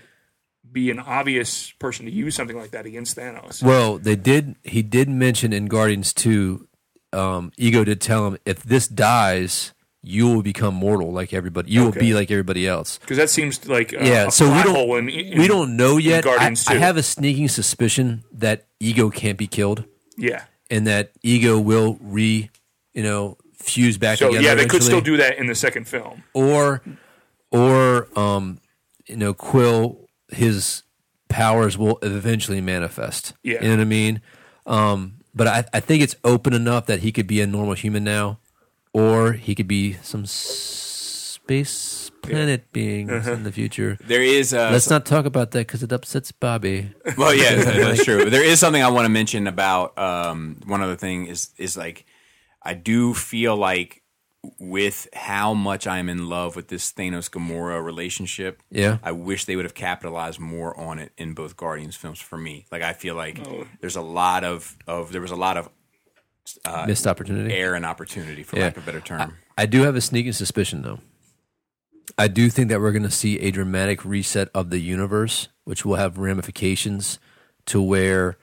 be an obvious person to use something like that against Thanos. Well, they did. He did mention in Guardians Two, um, Ego did tell him if this dies, you will become mortal like everybody. You will be like everybody else. Because that seems like a, yeah, a so we plot hole don't in- in- we don't know in yet. I, Guardians I 2. have a sneaking suspicion that Ego can't be killed, yeah. and that Ego will re, you know, fuse back So together. yeah, they could still eventually. do that in the second film. or or um you know quill his powers will eventually manifest Yeah. you know what i mean um but I, I think it's open enough that he could be a normal human now or he could be some s- space planet being Uh-huh. in the future There is uh, let's not talk about that because it upsets bobby *laughs* Well, yeah, that- that's true. There is something I want to mention about um, one other thing is is like I do feel like with how much I'm in love with this Thanos Gamora relationship. *laughs* Yeah. I wish they would have capitalized more on it in both Guardians films for me. Like I feel like Oh. there's a lot of of there was a lot of missed opportunity air and opportunity for lack of a better term. I do have a sneaking suspicion, though. I do think that we're going to see a dramatic reset of the universe, which will have ramifications to where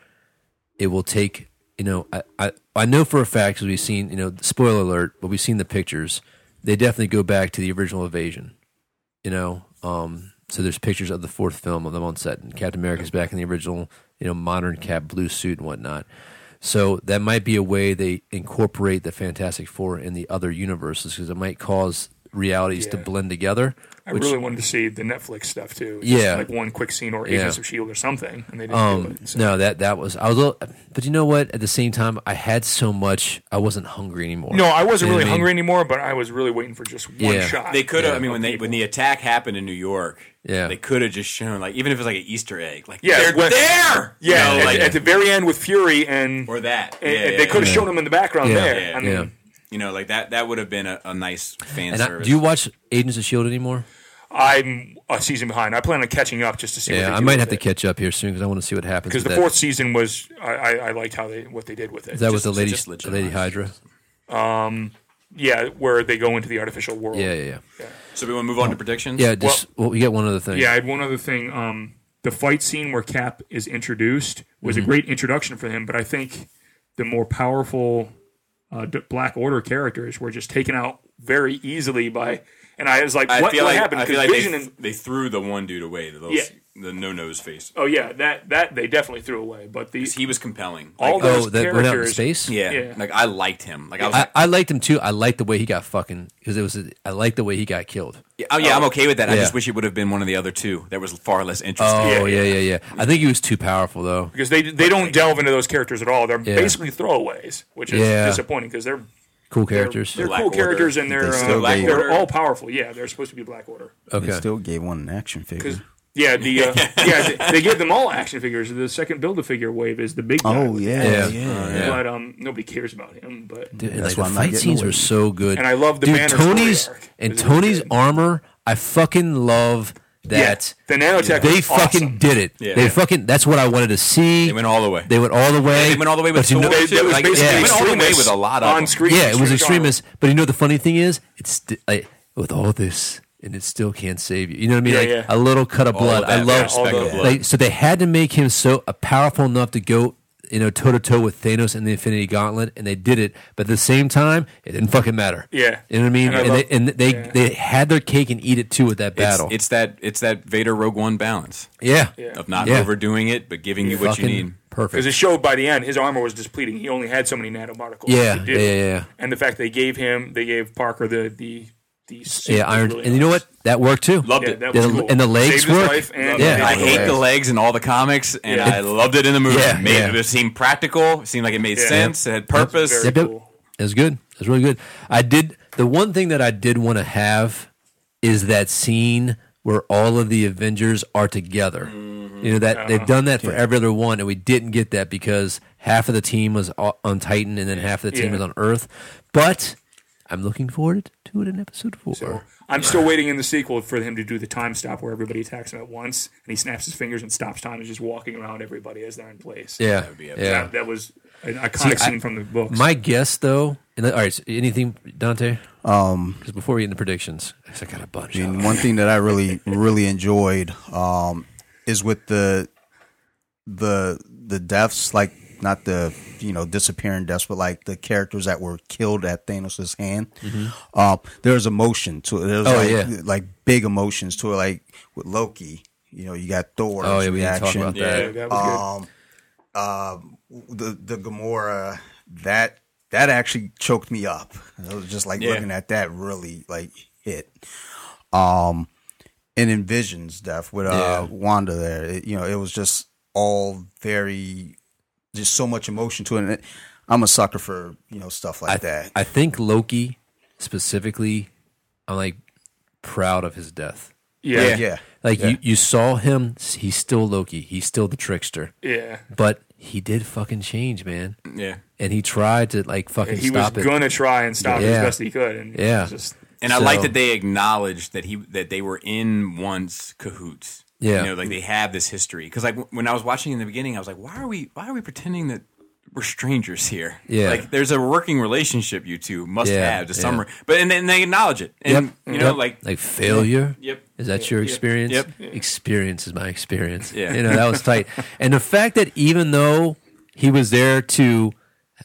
it will take. You know, I I, I know for a fact because we've seen. You know, spoiler alert, but we've seen the pictures. They definitely go back to the original invasion. You know, um, so there's pictures of the fourth film of them on set, and Captain America's back in the original. You know, modern cap, blue suit, and whatnot. So that might be a way they incorporate the Fantastic Four in the other universes because it might cause realities to Yeah. blend together. I which- really wanted to see the Netflix stuff too. Just Yeah. like one quick scene or Yeah. Agents of Shield E or something, and they didn't do um, it. So. no, that that was I was, a little, but you know what? At the same time, I had so much, I wasn't hungry anymore. No, I wasn't You know really what I mean? hungry anymore, but I was really waiting for just one Yeah. shot. They could have. I mean, when they when the attack happened in New York, Yeah. they could have just shown like even if it's like an Easter egg, like Yeah, they're when- there, you yeah, know, at, like- at the very end with Fury and, or that, and- Yeah, and yeah, they could have yeah. shown him in the background Yeah. there. Yeah. I mean, Yeah. You know, like that. That would have been a, a nice fan And I, service. do you watch Agents of Shield E anymore? I'm a season behind. I plan on catching up just to see. Yeah, I might have to catch up here soon because I want to see what happens. because with that. the fourth season was. I, I, I liked how they what they did with it. Is that was just- the lady, just the lady legitimized. Hydra? yeah, where they go into the artificial world. Yeah, yeah, yeah. so we want to move on to predictions. Oh. Yeah, just well, we got one other thing. Yeah, I had one other thing. Um, the fight scene where Cap is introduced was Mm-hmm. a great introduction for him, but I think the more powerful uh, D- Black Order characters were just taken out very easily by. And I was like, I what, feel what like happened? I feel Because like Vision they, and they threw the one dude away. The, little- Yeah. the no nose face. oh yeah, that that they definitely threw away. But the He was compelling. Like, all those oh, that went out in characters, space. yeah, yeah. like I liked him. Like I was. I, like, I liked him too. I liked the way he got fucking because it was. a- I liked the way he got killed. oh yeah, I'm okay with that. I Yeah. just wish it would have been one of the other two. That was far less interesting. Oh Yeah, yeah, yeah, yeah. I think he was too powerful though. because they they don't delve into those characters at all. They're Yeah. basically throwaways, which is Yeah. disappointing because they're Cool they're, characters. they're Black cool Order. characters and they're They still uh, Black they're Order. all powerful. Yeah, they're supposed to be Black Order. They okay. still gave one an action Because figure. *laughs* yeah, the *laughs* uh, yeah they, they give them all action figures. The second build a figure wave is the big guy. Oh Yeah. yeah, yeah. but um nobody cares about him. But Dude, and, like, That's why I'm the not fight getting scenes away. were so good. And I love the dude. Banner story Tony's arc. and It's really Tony's good. armor. I fucking love that. Yeah, the nanotech They was fucking awesome. did it. Yeah. they Yeah. fucking. That's what I wanted to see. They went all the way. They went all the way. They went all the way with but you know- Thor, They- that was Like, basically they went all the way extremists with a lot of on them. screen. Yeah, it was Extreme genre. extremist. But you know the funny thing is, it's st- like, with all this, and it still can't save you. You know what I mean? Yeah, like yeah. a little cut of All blood. of I that love. respect all of the- blood. Like, so they had to make him so uh, powerful enough to go, you know, toe to toe with Thanos and the Infinity Gauntlet, and they did it. But at the same time, it didn't fucking matter. Yeah. you know what I mean. And And, I love- they and they, yeah. they had their cake and eat it too with that it's, battle. it's that it's that Vader Rogue One balance yeah, Yeah. of not Yeah. overdoing it, but giving you what you fucking need. perfect. Because it showed by the end, his armor was depleting. He only had so many nanoparticles. Yeah, to do. yeah, yeah, yeah. And the fact they gave him, they gave Parker the the the suit yeah, was Iron. really and you know nice. what? That worked too. Loved Yeah, it. that The- was cool. and the legs Saved his work. life and Yeah. I hate legs. the legs in all the comics, and I loved it in the movie. Yeah, it, made, yeah. it seemed practical. It seemed like it made Yeah. sense. It had purpose. Very Yep, yep. cool. It was good. It was really good. I did the one thing that I did want to have is that scene where all of the Avengers are together. Mm-hmm. You know that they've done that for every other one, and we didn't get that because half of the team was o- on Titan and then half of the team Yeah. was on Earth. But I'm looking forward to it in episode four. So I'm *laughs* still waiting in the sequel for him to do the time stop where everybody attacks him at once, and he snaps his fingers and stops time and is just walking around everybody as they're in place. yeah, yeah. That, that was an iconic See, I- scene from the book. My guess though, and all right, so anything Dante? Um, Because before we get into predictions, 'cause I got a bunch. and one thing that I really really enjoyed um, is with the the the deaths, like not the you know disappearing deaths, but like the characters that were killed at Thanos' hand. Um, there was emotion to it. There was Mm-hmm. Oh, like, yeah. like big emotions to it. Like with Loki, you know, you got Thor. Oh yeah, we didn't talk reaction. about Yeah. that. yeah, that was good. Um, um, the the Gamora that that actually choked me up. I was just like Yeah. looking at that really like hit. Um, and in Vision's death with uh Yeah. Wanda there, it, you know, it was just all very just so much emotion to it. And it- I'm a sucker for you know stuff like that. I think Loki specifically, I'm like proud of his death. yeah, yeah, yeah, Like you, you saw him. He's still Loki. He's still the trickster. But he did fucking change, man. Yeah. And he tried to like fucking He was stop it. gonna try and stop it as Yeah. best he could, and Yeah. it's just And I like So- that they acknowledged that he that they were in once cahoots. Yeah. you know, like they have this history. Because like w- when I was watching in the beginning, I was like, why are we why are we pretending that we're strangers here? Yeah. like there's a working relationship you two must Yeah, have to yeah. some. re- But and then they acknowledge it, and you know, Yep. like like failure. Yep. Is that your experience? Yep. Experience is my experience. Yeah. You know that was tight. and the fact that even though he was there to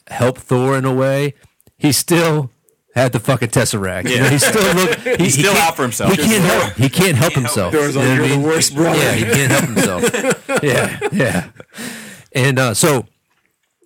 help Thor in a way, he still had the fucking tesseract. You know, he still looked. He, he still can't- out for himself. He can't help. He can't help himself. there was like You know you're what I the mean? worst brother. Yeah, he can't help himself. yeah, yeah. And uh, so, all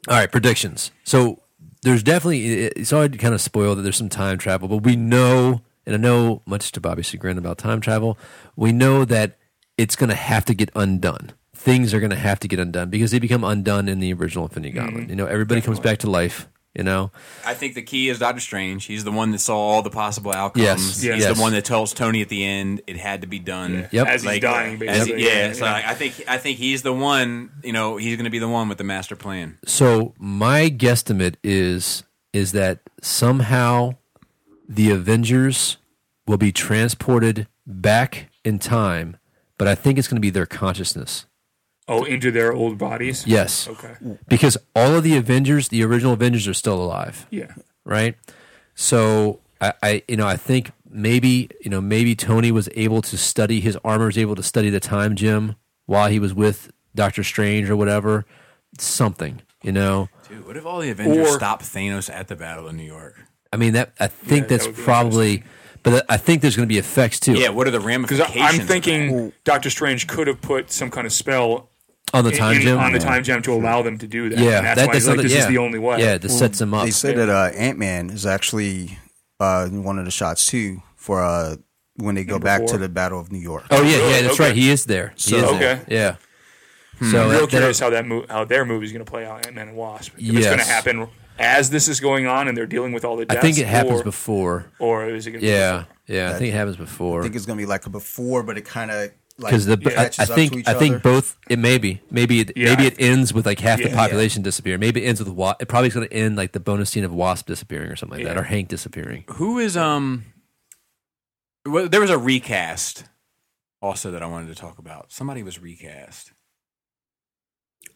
right, predictions. So there's definitely. it- It's already kind of spoiled that there's some time travel, but we know, and I know much to Bobby's chagrin about time travel, we know that it's going to have to get undone. Things are going to have to get undone because they become undone in the original Infinity Gauntlet. You know, everybody comes back to life. You know, I think the key is Doctor Strange. He's the one that saw all the possible outcomes. Yes. He's Yes. the one that tells Tony at the end it had to be done. Yep. as he's Like, dying, As basically. he- yeah, so like, I think I think he's the one. You know, he's going to be the one with the master plan. So my guesstimate is is that somehow the Avengers will be transported back in time, but I think it's going to be their consciousness. Oh, into their old bodies. Yes. Okay. Because all of the Avengers, the original Avengers, are still alive, Yeah. right? So I, I, you know, I think maybe you know maybe Tony was able to study his armor was able to study the time gem while he was with Doctor Strange or whatever, something. You know, Dude, what if all the Avengers Or- stop Thanos at the Battle of New York? I mean that I think that that's would be probably, but I think there's going to be effects too Yeah, what are the Because ramifications? I'm of thinking Doctor Strange could have put some kind of spell on the in- time in- gem. on the time gem to allow them to do that. yeah, And that's that- why he's like, something- this is yeah. the only way. Yeah, this sets him up. They say that uh, Ant Man is actually uh, in one of the shots too for uh, when they go Number back four. to the Battle of New York. Oh yeah, yeah, that's Okay. right. He is there. He So- is Okay. there. Yeah. So uh, I'm that- real that- curious how that mo- how their movie's going to play out, Ant Man and Wasp. If Yes. it's going to happen as this is going on, and they're dealing with all the I deaths. think it happens or, before. Or is it going to Yeah, yeah, I think it happens before. I think it's gonna be like a before, but it kind of like because the I, I catches up to think each I think other. both it may be maybe it, Yeah, maybe I- it ends with like half Yeah, the yeah. population disappearing. Maybe it ends with Wasp. It probably is going to end like the bonus scene of Wasp disappearing or something like that, Yeah. or Hank disappearing. Who is um? Well, there was a recast also that I wanted to talk about. Somebody was recast.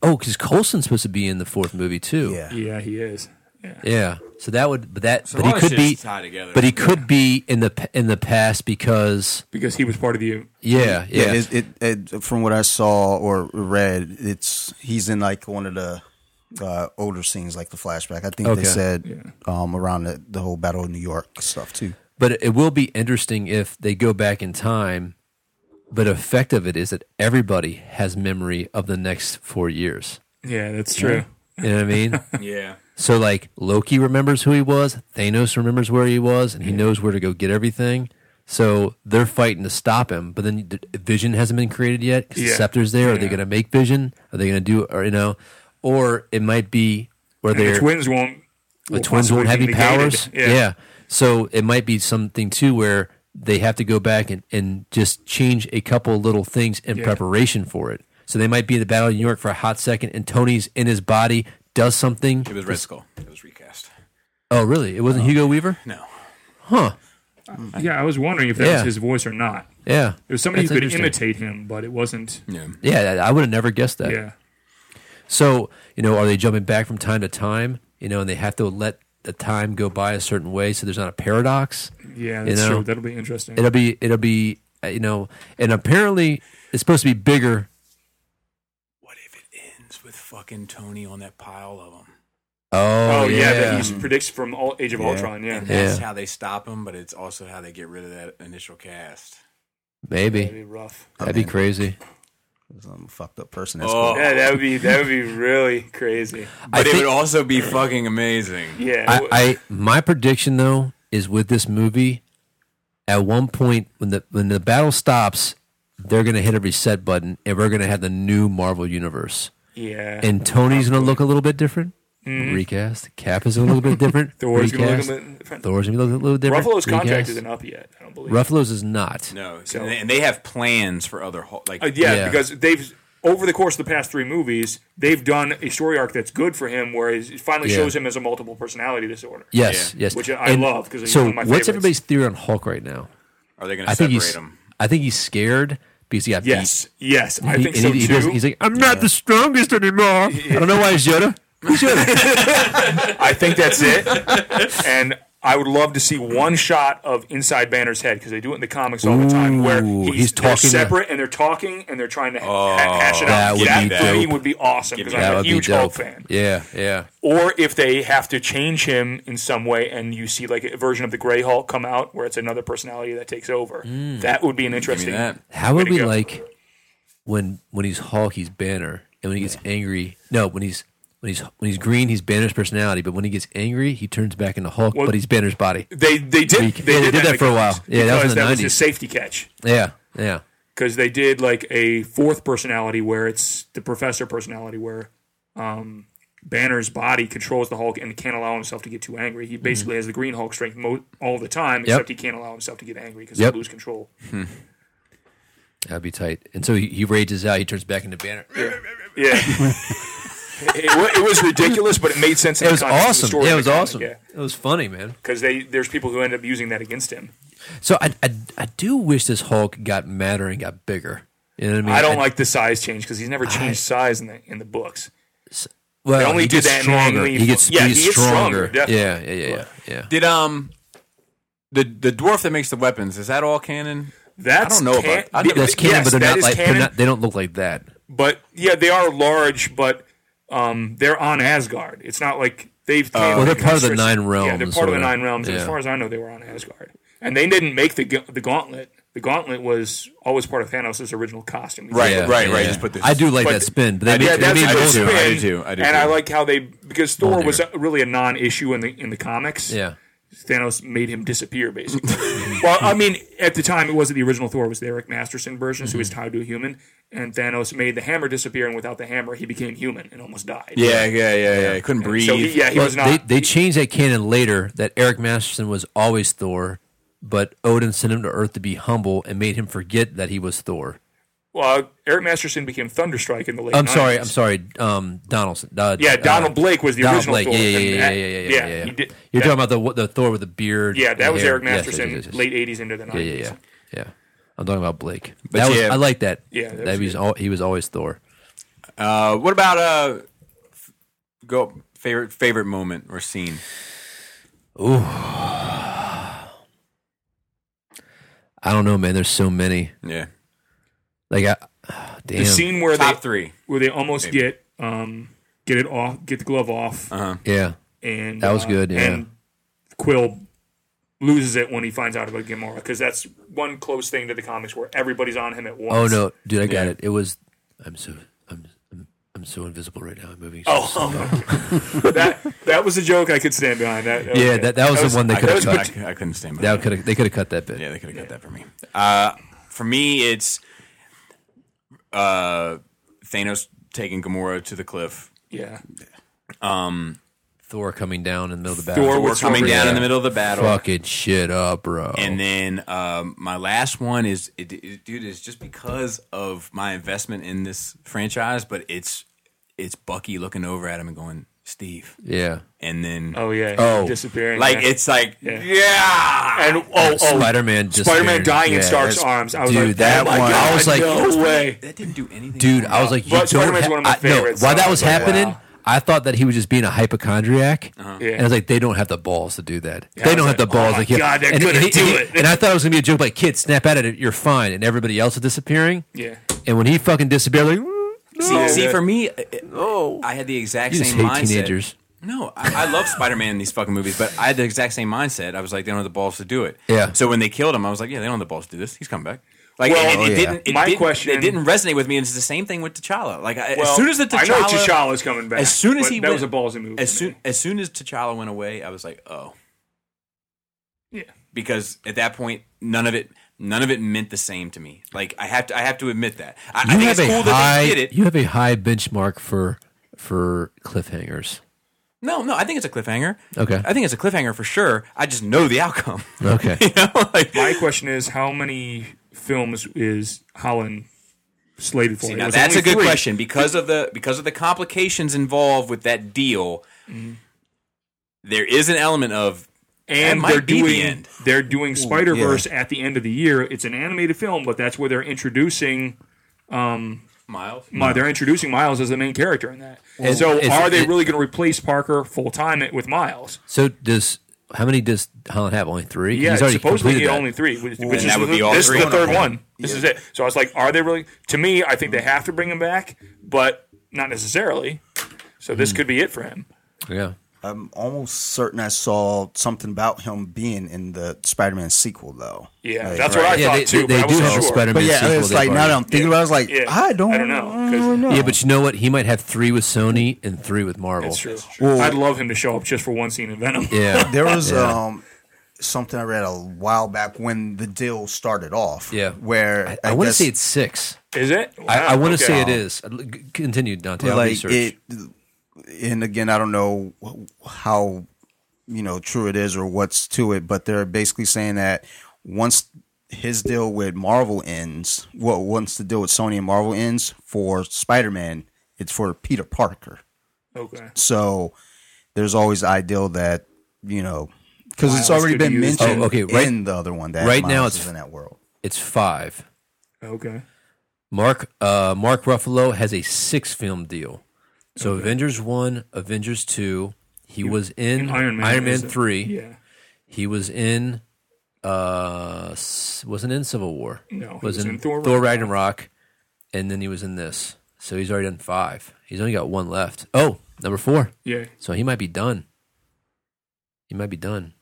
Oh, because Colson's supposed to be in the fourth movie too. yeah. be? Yeah, he is. Yeah. yeah. So that would but that So but all he this could shit's be tied together. but he could be in the p- in the past because Because he was part of the. yeah yeah. Yeah, it, it, it from what I saw or read, it's he's in like one of the uh, older scenes, like the flashback. I think Okay. they said um, around the, the whole Battle of New York stuff too. But it will be interesting if they go back in time. But effect of it is that everybody has memory of the next four years. Yeah, that's true. You know what I mean? Yeah. so like Loki remembers who he was, Thanos remembers where he was, and he knows where to go get everything. So they're fighting to stop him. But then the- Vision hasn't been created yet. 'cause Yeah. The Scepter's there. Are they going to make Vision? Are they going to do? Or you know, or it might be where And they're the twins won't. the twins won't have possibly any be negated. powers. Yeah. So it might be something too where they have to go back and, and just change a couple little things in Yeah. preparation for it. So they might be in the Battle of New York for a hot second and Tony's in his body, does something. It was Red Skull. It was recast. Oh, really? It wasn't Hugo Weaver? No. Huh. Yeah, I was wondering if that Yeah. was his voice or not. Yeah. There was somebody That's who could interesting. imitate him, but it wasn't. Yeah. Yeah, I- I would have never guessed that. Yeah. So, you know, are they jumping back from time to time, you know, and they have to let the time go by a certain way so there's not a paradox? Yeah, You that's know? true. That'll be interesting. It'll be it'll be uh, you know, and apparently it's supposed to be bigger. What if it ends with fucking Tony on that pile of them? Oh, oh, yeah, yeah. that he predicts from all, Age of Ultron. Yeah. And that's Yeah. how they stop him, but it's also how they get rid of that initial cast. That'd Maybe be rough. that'd be man. crazy. I'm a fucked up person. That's Oh. cool. Yeah, that would be that would be really crazy. But it think- would also be fucking amazing. Yeah, I, I my prediction though is with this movie, at one point when the when the battle stops, they're gonna hit a reset button and we're gonna have the new Marvel universe. yeah. Mm-hmm. And Tony's gonna look a little bit different. Recast. Cap is gonna look a little bit different. *laughs* Thor's gonna look a Recast. little bit different. Thor's gonna look a little different. Ruffalo's contract Recast. isn't up yet. I don't believe. Ruffalo's is not. No. So- and, they, and they have plans for other Hul- like Uh, yeah, Yeah. because they've over the course of the past three movies, they've done a story arc that's good for him, where he's- it finally Yeah. shows him as a multiple personality disorder. Yes, Yeah. yes. Which I love, 'cause he's so one of my what's favorites. everybody's theory on Hulk right now? are they going I to think separate he's. them? I think he's scared because he got beat. Yes, yes, I He- think and so he- he too. doesn't- he's like, I'm not the strongest anymore. *laughs* I don't know why he's Yoda. He's Yoda. I think that's it. and I would love to see one shot of inside Banner's head because they do it in the comics all the time, where Ooh, he's, he's they're talking to- Oh, separate and they're talking and they're trying to ha- ha- hash it that out. would that be for me dope. would be awesome because That I'm a huge Hulk fan. Yeah, yeah. or if they have to change him in some way and you see like a version of the Grey Hulk come out where it's another personality that takes over. Mm. That would be an I interesting. mean that. How would Way to we go. like when when he's Hulk, he's Banner, and when he gets angry, no, when he's when he's when he's green, he's Banner's personality, but when he gets angry, he turns back into Hulk, Well- but he's Banner's body. They they did We- they yeah, did, that, in the for a while. comics Yeah, that was in because the that was his 90s. safety catch Yeah, yeah, because they did like a fourth personality where it's the Professor personality where um, Banner's body controls the Hulk and can't allow himself to get too angry. Mm-hmm. He basically has the Green Hulk strength mo- all the time, except he can't allow himself to get angry because Yep. he lose control. that'd be tight. And so he, he rages out, he turns back into Banner. Yeah. *laughs* it, wa- it was ridiculous, but it made sense. In It the was context of the awesome. story Yeah, it of was the comic, awesome. Yeah, It was funny, man. because they there's people who end up using that against him. So I, I, I do wish this Hulk got madder and got bigger. You know what I mean? I don't like the size change because he's never changed size in the in the books. Well, They only he do gets that in stronger. Lang Leaf. He gets, Yeah, he's he gets stronger, stronger. yeah, yeah, definitely. yeah, yeah, yeah. Did um the the dwarf that makes the weapons is that all canon? That's I don't know about- can- I don't- That's canon, yes, but they're that not is like they're canon, not, they don't look like that. But yeah, they are large, but um, they're on Asgard. It's not like they've. Uh, Oh. Well, they're part of the Nine Yeah, they're Realms, part of the sorta. nine realms. and As Yeah. far as I know, they were on Asgard, and they didn't make the ga- the gauntlet. The gauntlet was always part of Thanos' original costume. He Right, Yeah, right, right. yeah. Just put this. I do like but- that spin, but they made, yeah, they that's made a it good older. spin. spin, I do too, I do and too. I like how they because Thor Older. was really a non-issue in the in the comics. Yeah, Thanos made him disappear, *laughs* basically. well, I mean, at the time, it wasn't the original Thor; it was the Eric Masterson version, so he was Mm-hmm. tied to a human. And Thanos made the hammer disappear, and without the hammer, he became human and almost died. Yeah, yeah, yeah, yeah. I couldn't breathe. So he, yeah, he Well, was not. they they changed that canon later that Eric Masterson was always Thor, but Odin sent him to Earth to be humble and made him forget that he was Thor. well, uh, Eric Masterson became Thunderstrike in the late. I'm sorry, 90s. I'm sorry, um, Donaldson. Uh, Yeah, Donald Blake was the Donald original Blake. Thor. Yeah, yeah, and yeah, yeah, that- yeah, yeah, yeah, yeah, yeah, yeah. he did- You're that- talking about the the Thor with the beard. Yeah, that and was hair. Eric Yes, yes, Masterson, yes, yes. late '80s into the Yeah, '90s. yeah, yeah, yeah. I'm talking about Blake. But that was, yeah. I like that. Yeah, that that, was was all, he was always Thor. Uh, what about uh, f- go favorite favorite moment or scene? I don't know, man. There's so many. Yeah, Like, I, *sighs* damn. The scene where top they three. where they almost Maybe. get um get it off, get the glove off, Uh-huh. yeah, and That was uh, good, yeah. And Quill loses it when he finds out about Gamora because that's one close thing to the comics where everybody's on him at Oh once. no, dude, I got Yeah. it. It was I'm so I'm I'm, I'm so invisible right now. I'm moving. so slow. *laughs* Oh, that that was a joke I could stand behind. That, that yeah, good. that, that was the one they I, could couldn't- have I, cut. cou- I couldn't stand. by That could they could have cut that bit. Yeah, they could have got that for me. Uh, for me, it's uh, Thanos taking Gamora to the cliff. yeah. Thor coming down in the middle of the Thor battle. Thor with coming Wolverine. down in the middle of the battle. Fucking shit up, bro. And then um, my last one is, it, it- dude, is just because of my investment in this franchise, but it's it's Bucky looking over at him and going, "Steve," yeah, and then Oh yeah. Oh. disappearing. like yeah. it's like, Yeah. yeah, and oh oh Spider Man. Spider Man dying in Stark's that's- arms. I was dude, like, that oh my one- God, I was like- no way. *laughs* that didn't do anything, Dude, I was like, you But don't Spider-Man's ha- one of my I- no, favorites, while so I that was was like, happening, wow. Uh-huh. I thought that he was just being a hypochondriac. Yeah. And I was like, they don't have the balls to do that. they was don't have the like, oh balls. my like, yeah. God, they and, couldn't and- do and- it. And I thought it was gonna be a joke, like, kid, snap at it, you're fine, and everybody else is disappearing. Yeah. And when he fucking disappeared, like, "Mm, See, No. see Yeah. for me, I- I had the exact You just same hate mindset. teenagers. No, I, I love Spider Man in these fucking movies, but I had the exact same mindset. I was like, they don't have the balls to do it. Yeah. So when they killed him, I was like, yeah, they don't have the balls to do this. He's coming back. Like Well, it, it Oh, yeah. didn't. It My didn't, question- It didn't resonate with me. And it's the same thing with T'Challa. Like I, Well, as soon as the T'Challa, I know T'Challa is coming back. as soon as but he that went, was a ballsy move. As for soon me. as soon as T'Challa went away, I was like, oh, yeah. because at that point, none of it, none of it meant the same to me. Like I have to, I have to admit that. I, I you think have it's cool a high, that they did it. you have a high benchmark for for cliffhangers. No, no, I think it's a cliffhanger. Okay. I think it's a cliffhanger for sure. I just know the outcome. Okay. *laughs* you know, like My question is, how many films is Holland slated for? See, It now was that's only a good three. question because of the because of the complications involved with that deal. there is an element of that And might they're be doing the end. they're doing Spider Verse at the end of the year. It's an animated film, but that's where they're introducing Miles. my, they're introducing Miles as the main character in that. Well, so it's- are they it- really going to replace Parker full time with Miles? So does how many does Holland have? Only three. Yeah, He's already supposedly completed that. only three, which, which And is that would be all this is three. the third one. This is it. So I was like, are they really? To me, I think they have to bring him back, but not necessarily. So Mm. this could be it for him. Yeah. I'm almost certain I saw something about him being in the Spider-Man sequel, though. Yeah, Like, that's what I Yeah, thought they- too. they- but they I do wasn't have a sure. Spider-Man But yeah, sequel it's they've like now already- that I'm thinking about, it, I was like, Yeah. I don't, I don't know, 'cause- really know. Yeah, but you know what? He might have three with Sony and three with Marvel. That's true. I'd love him to show up just for one scene in Venom. Yeah. There was Yeah. um something I read a while back when the deal started off. Yeah. where I, I, want to guess say it's six. *laughs* Is it? I, I Wow, want to Ah, say okay. it is. Uh, L- g- Continue, Dante. I'll like research. it. And again, I don't know wh- how you know true it is or what's to it, but they're basically saying that once his deal with Marvel ends, well, once the deal with Sony and Marvel ends for Spider Man, it's for Peter Parker. Okay. So there's always the ideal that you know because it's Miles already could be been used. mentioned. Oh, okay, right- in the other one that right now Miles it's- is in that world. It's five. Okay. Mark uh, Mark Ruffalo has a six film deal. So Avengers one, Avengers two. He was in, Iron Man, is it? three. Yeah. He was in uh s- wasn't in Civil War. No, he was, in, Thor, Ragnarok. and then he was in this. So he's already done five. He's only got one left. Oh, number four. Yeah. So he might be done. He might be done.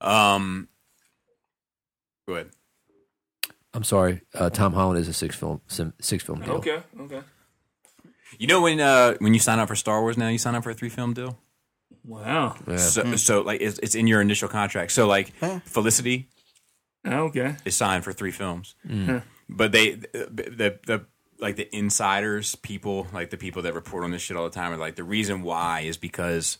Um, go ahead. I'm sorry. Uh, Tom Holland is a six film sim, six film deal. Okay. Okay. You know when uh, when you sign up for Star Wars now, you sign up for a three film deal. Wow. Yeah. So, so like it's, it's in your initial contract. So like Felicity Okay. is signed for three films, Mm. but they the, the the like the insiders people like the people that report on this shit all the time are like the reason why is because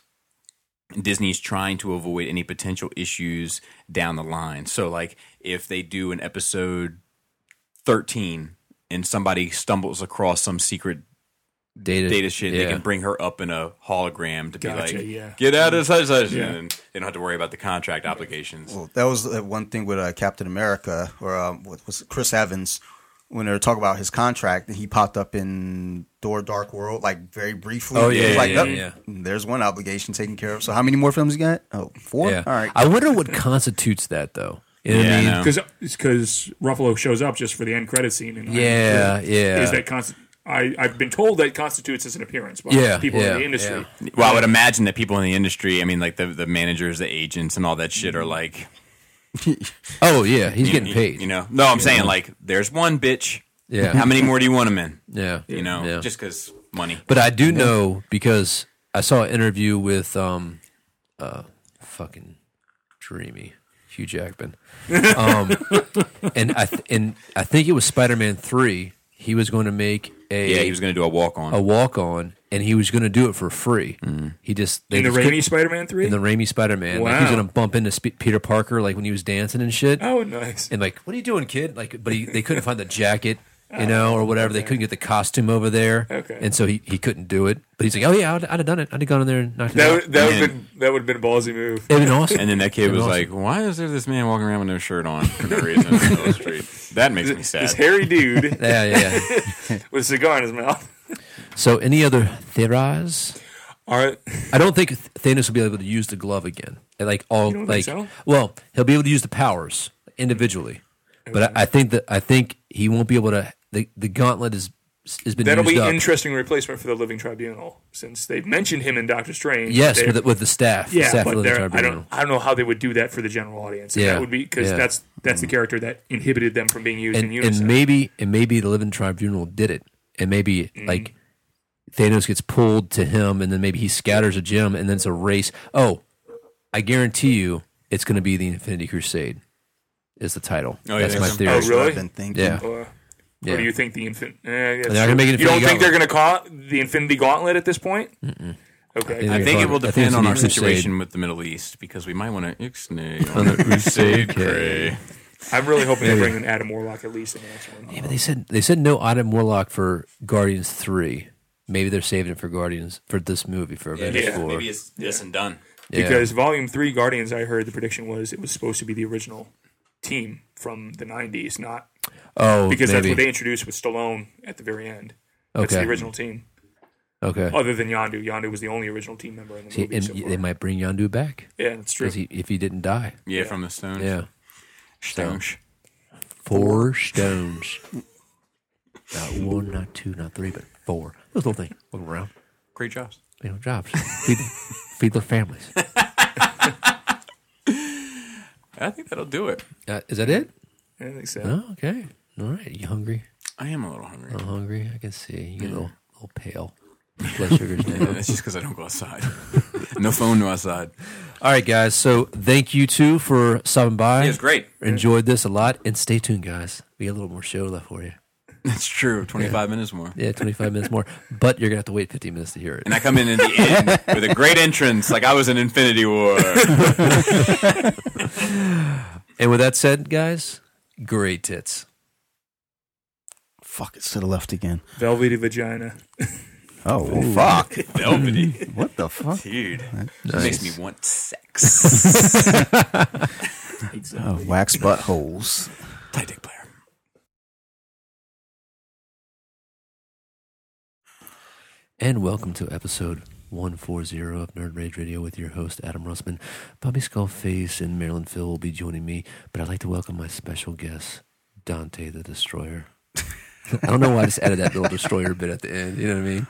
Disney's trying to avoid any potential issues down the line. So like if they do an episode thirteen and somebody stumbles across some secret Data, data shit. They yeah. can bring her up in a hologram to Gotcha, be like, yeah. get out of such such, Yeah. and they don't have to worry about the contract obligations. Well, that was the one thing with uh, Captain America or um, what was it, Chris Evans when they were talking about his contract. He popped up in Door Dark World like very briefly. Oh, It yeah, was yeah, like, yeah, "Nope, yeah. There's one obligation taken care of. So how many more films you got? Oh, four. Yeah. All right. I wonder what constitutes that though. You know what Yeah, I I mean? know. Because because Ruffalo shows up just for the end credit scene. And Yeah, yeah. Is that const- I I've been told that constitutes as an appearance by Yeah, people yeah, in the industry. Well, I would imagine that people in the industry, I mean, like the, the managers, the agents, and all that shit are like, Oh yeah, he's you- getting you- paid. You know, no, I'm saying like, there's one bitch. Yeah. How many more do you want him in? yeah, You know, yeah. just because money. But I do know because I saw an interview with um, uh, fucking dreamy Hugh Jackman, *laughs* um, and I th- and I think it was Spider Man three. He was going to make a Yeah, he was going to do a walk on. a walk on, and he was going to do it for free. He just they In the just rainy couldn't- Spider-Man three. in the Raimi Spider Man. Like he was Wow. going to bump into Sp- Peter Parker like when he was dancing and shit. oh, nice. and like, what are you doing, kid? Like, *laughs* but he, they couldn't find the jacket, you know, or whatever. They couldn't get the costume over there, Oh, Okay. and so he, he couldn't do it. But he's like, oh yeah, I'd, I'd have done it. I'd have gone in there and knocked it That out. would, that would Man. have been that would have been a ballsy move. It'd been awesome. *laughs* and then that kid That'd was been like, "Why is there this man walking around with no shirt on for no reason?" in the middle of the street? That makes me sad. This hairy *laughs* dude yeah, yeah. yeah. with a cigar in his mouth. so, any other theories? All right. I don't think Thanos will be able to use the glove again. And, Like all, don't like think so? well, he'll be able to use the powers individually, but I, I think that I think he won't be able to. The, the gauntlet is has been That'll used be up. interesting replacement for the Living Tribunal since they've mentioned him in Doctor Strange. yes, They- with the, with the staff. the yeah, staff but of the they're- I tribunal. don't I don't know how they would do that for the general audience. Yeah, that would be because yeah. Mm. that's that's the character that inhibited them from being used and, in and unison. maybe and maybe the living tribunal did it and maybe Mm-hmm. like thanos gets pulled to him and then maybe he scatters a gem and then it's a race oh i guarantee you it's going to be the infinity crusade is the title Oh, yeah, that's my that's- theory Oh, That's what really? I've been thinking. yeah or, yeah or do you think the infin- eh, yeah, not gonna make an You don't Infinity think they're going to call it the Infinity Gauntlet at this point? Okay. Yeah. I think it will I think depend it's on gonna our be crusade. situation with the Middle East because we might want *laughs* to ixnay on the crusade cray. I'm really hoping they bring in Adam Warlock at least in the next one. yeah but they said they said no adam warlock for guardians 3 maybe they're saving it for guardians for this movie for avengers 4 Maybe it's this and done. Yeah. Because Volume 3 Guardians, I heard the prediction was it was supposed to be the original team from the 90s, not oh because that's maybe what they introduced with Stallone at the very end. That's Okay. the original team. okay Other than Yondu, Yondu was the only original team member in the See, movie. and so far. they might bring Yondu back yeah, that's true. because he, if he didn't die Yeah, from the stone. yeah Stone. Four stones. *laughs* not one, not two, not three, but four. It was a little thing. Looking around, Great jobs. you know, *laughs* jobs. Feed, feed their families. I think that'll do it. Uh, is that it? I think so. Oh, okay. All right. You hungry? I am a little hungry. I'm hungry. I can see. You get a little, little pale. Blood sugar's *laughs* down. *laughs* That's just because I don't go outside. *laughs* no phone, no outside. All right, guys. So thank you two for stopping by. It was great. Enjoyed this a lot. And stay tuned, guys. We got a little more show left for you. That's true. Twenty five minutes more. Yeah, 25 minutes more. *laughs* But you're going to have to wait 15 minutes to hear it. And I come in in the end with a great entrance, like I was in *laughs* Infinity War. And with that said, guys, great tits. Fuck, it's to the left again. Velvety vagina. Oh, fuck. Velvety. what *laughs* the fuck? Dude. Nice. Makes me want sex. *laughs* *laughs* Oh, wax buttholes. Tight dick player. And welcome to episode 140 of Nerd Rage Radio with your host, Adam Russman. Bobby Skullface and Marilyn Phil will be joining me, but I'd like to welcome my special guest, Dante the Destroyer. *laughs* I don't know why I just added that little destroyer bit at the end. You know what I mean?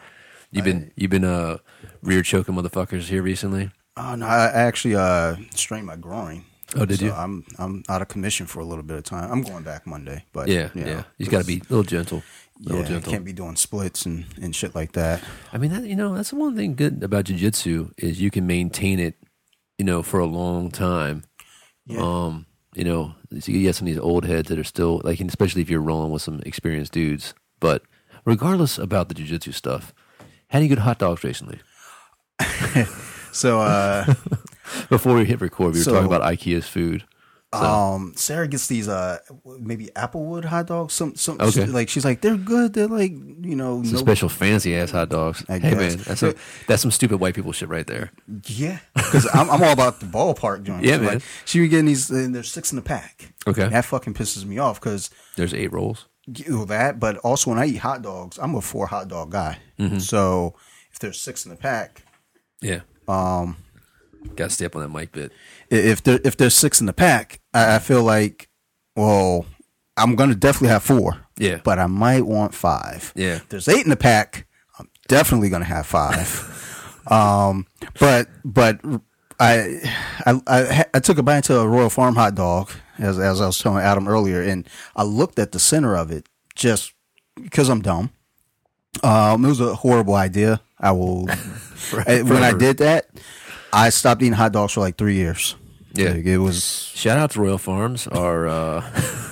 You've been you've been uh, rear choking motherfuckers here recently. Oh, no, I actually uh, strained my groin. Oh, did So you? I'm I'm out of commission for a little bit of time. I'm going back Monday, but Yeah, you yeah. know, You got to be a little gentle, Yeah, little you gentle. can't be doing splits and, and shit like that. I mean, that, you know, that's the one thing good about jujitsu is you can maintain it, you know, for a long time. Yeah. Um, you know, so you get some of these old heads that are still like, and especially if you're rolling with some experienced dudes. But regardless about the jujitsu stuff, had any good hot dogs recently? *laughs* So, uh, Before we hit record, we were So- talking about IKEA's food. um, Sarah gets these uh, maybe Applewood hot dogs. Some some Okay. like she's like they're good. They're like you know Some no special fancy ass hot dogs. I hey man, guess. that's a, that's some stupid white people shit right there. Yeah, because I'm, I'm all about the ballpark joint. *laughs* Yeah, man. Like, she be getting these, and they're six in a pack. Okay. that fucking pisses me off because There's eight rolls. you know, that. But also, when I eat hot dogs, I'm a four hot dog guy. So if there's six in the pack, Yeah. Um, got to stay up on that mic bit. i- if there if there's six in the pack, I, I feel like, well, I'm gonna definitely have four. Yeah. but I might want five. Yeah. if there's eight in the pack, I'm definitely gonna have *laughs* five. um, but but I, I I ha- I took a bite into a Royal Farm hot dog as as I was telling Adam earlier, and I looked at the center of it just because I'm dumb. Um, it was a horrible idea. *laughs* I will. I- when I forever. did that, I stopped eating hot dogs for like three years. Yeah. Like, it was. Shout out to Royal Farms, our uh,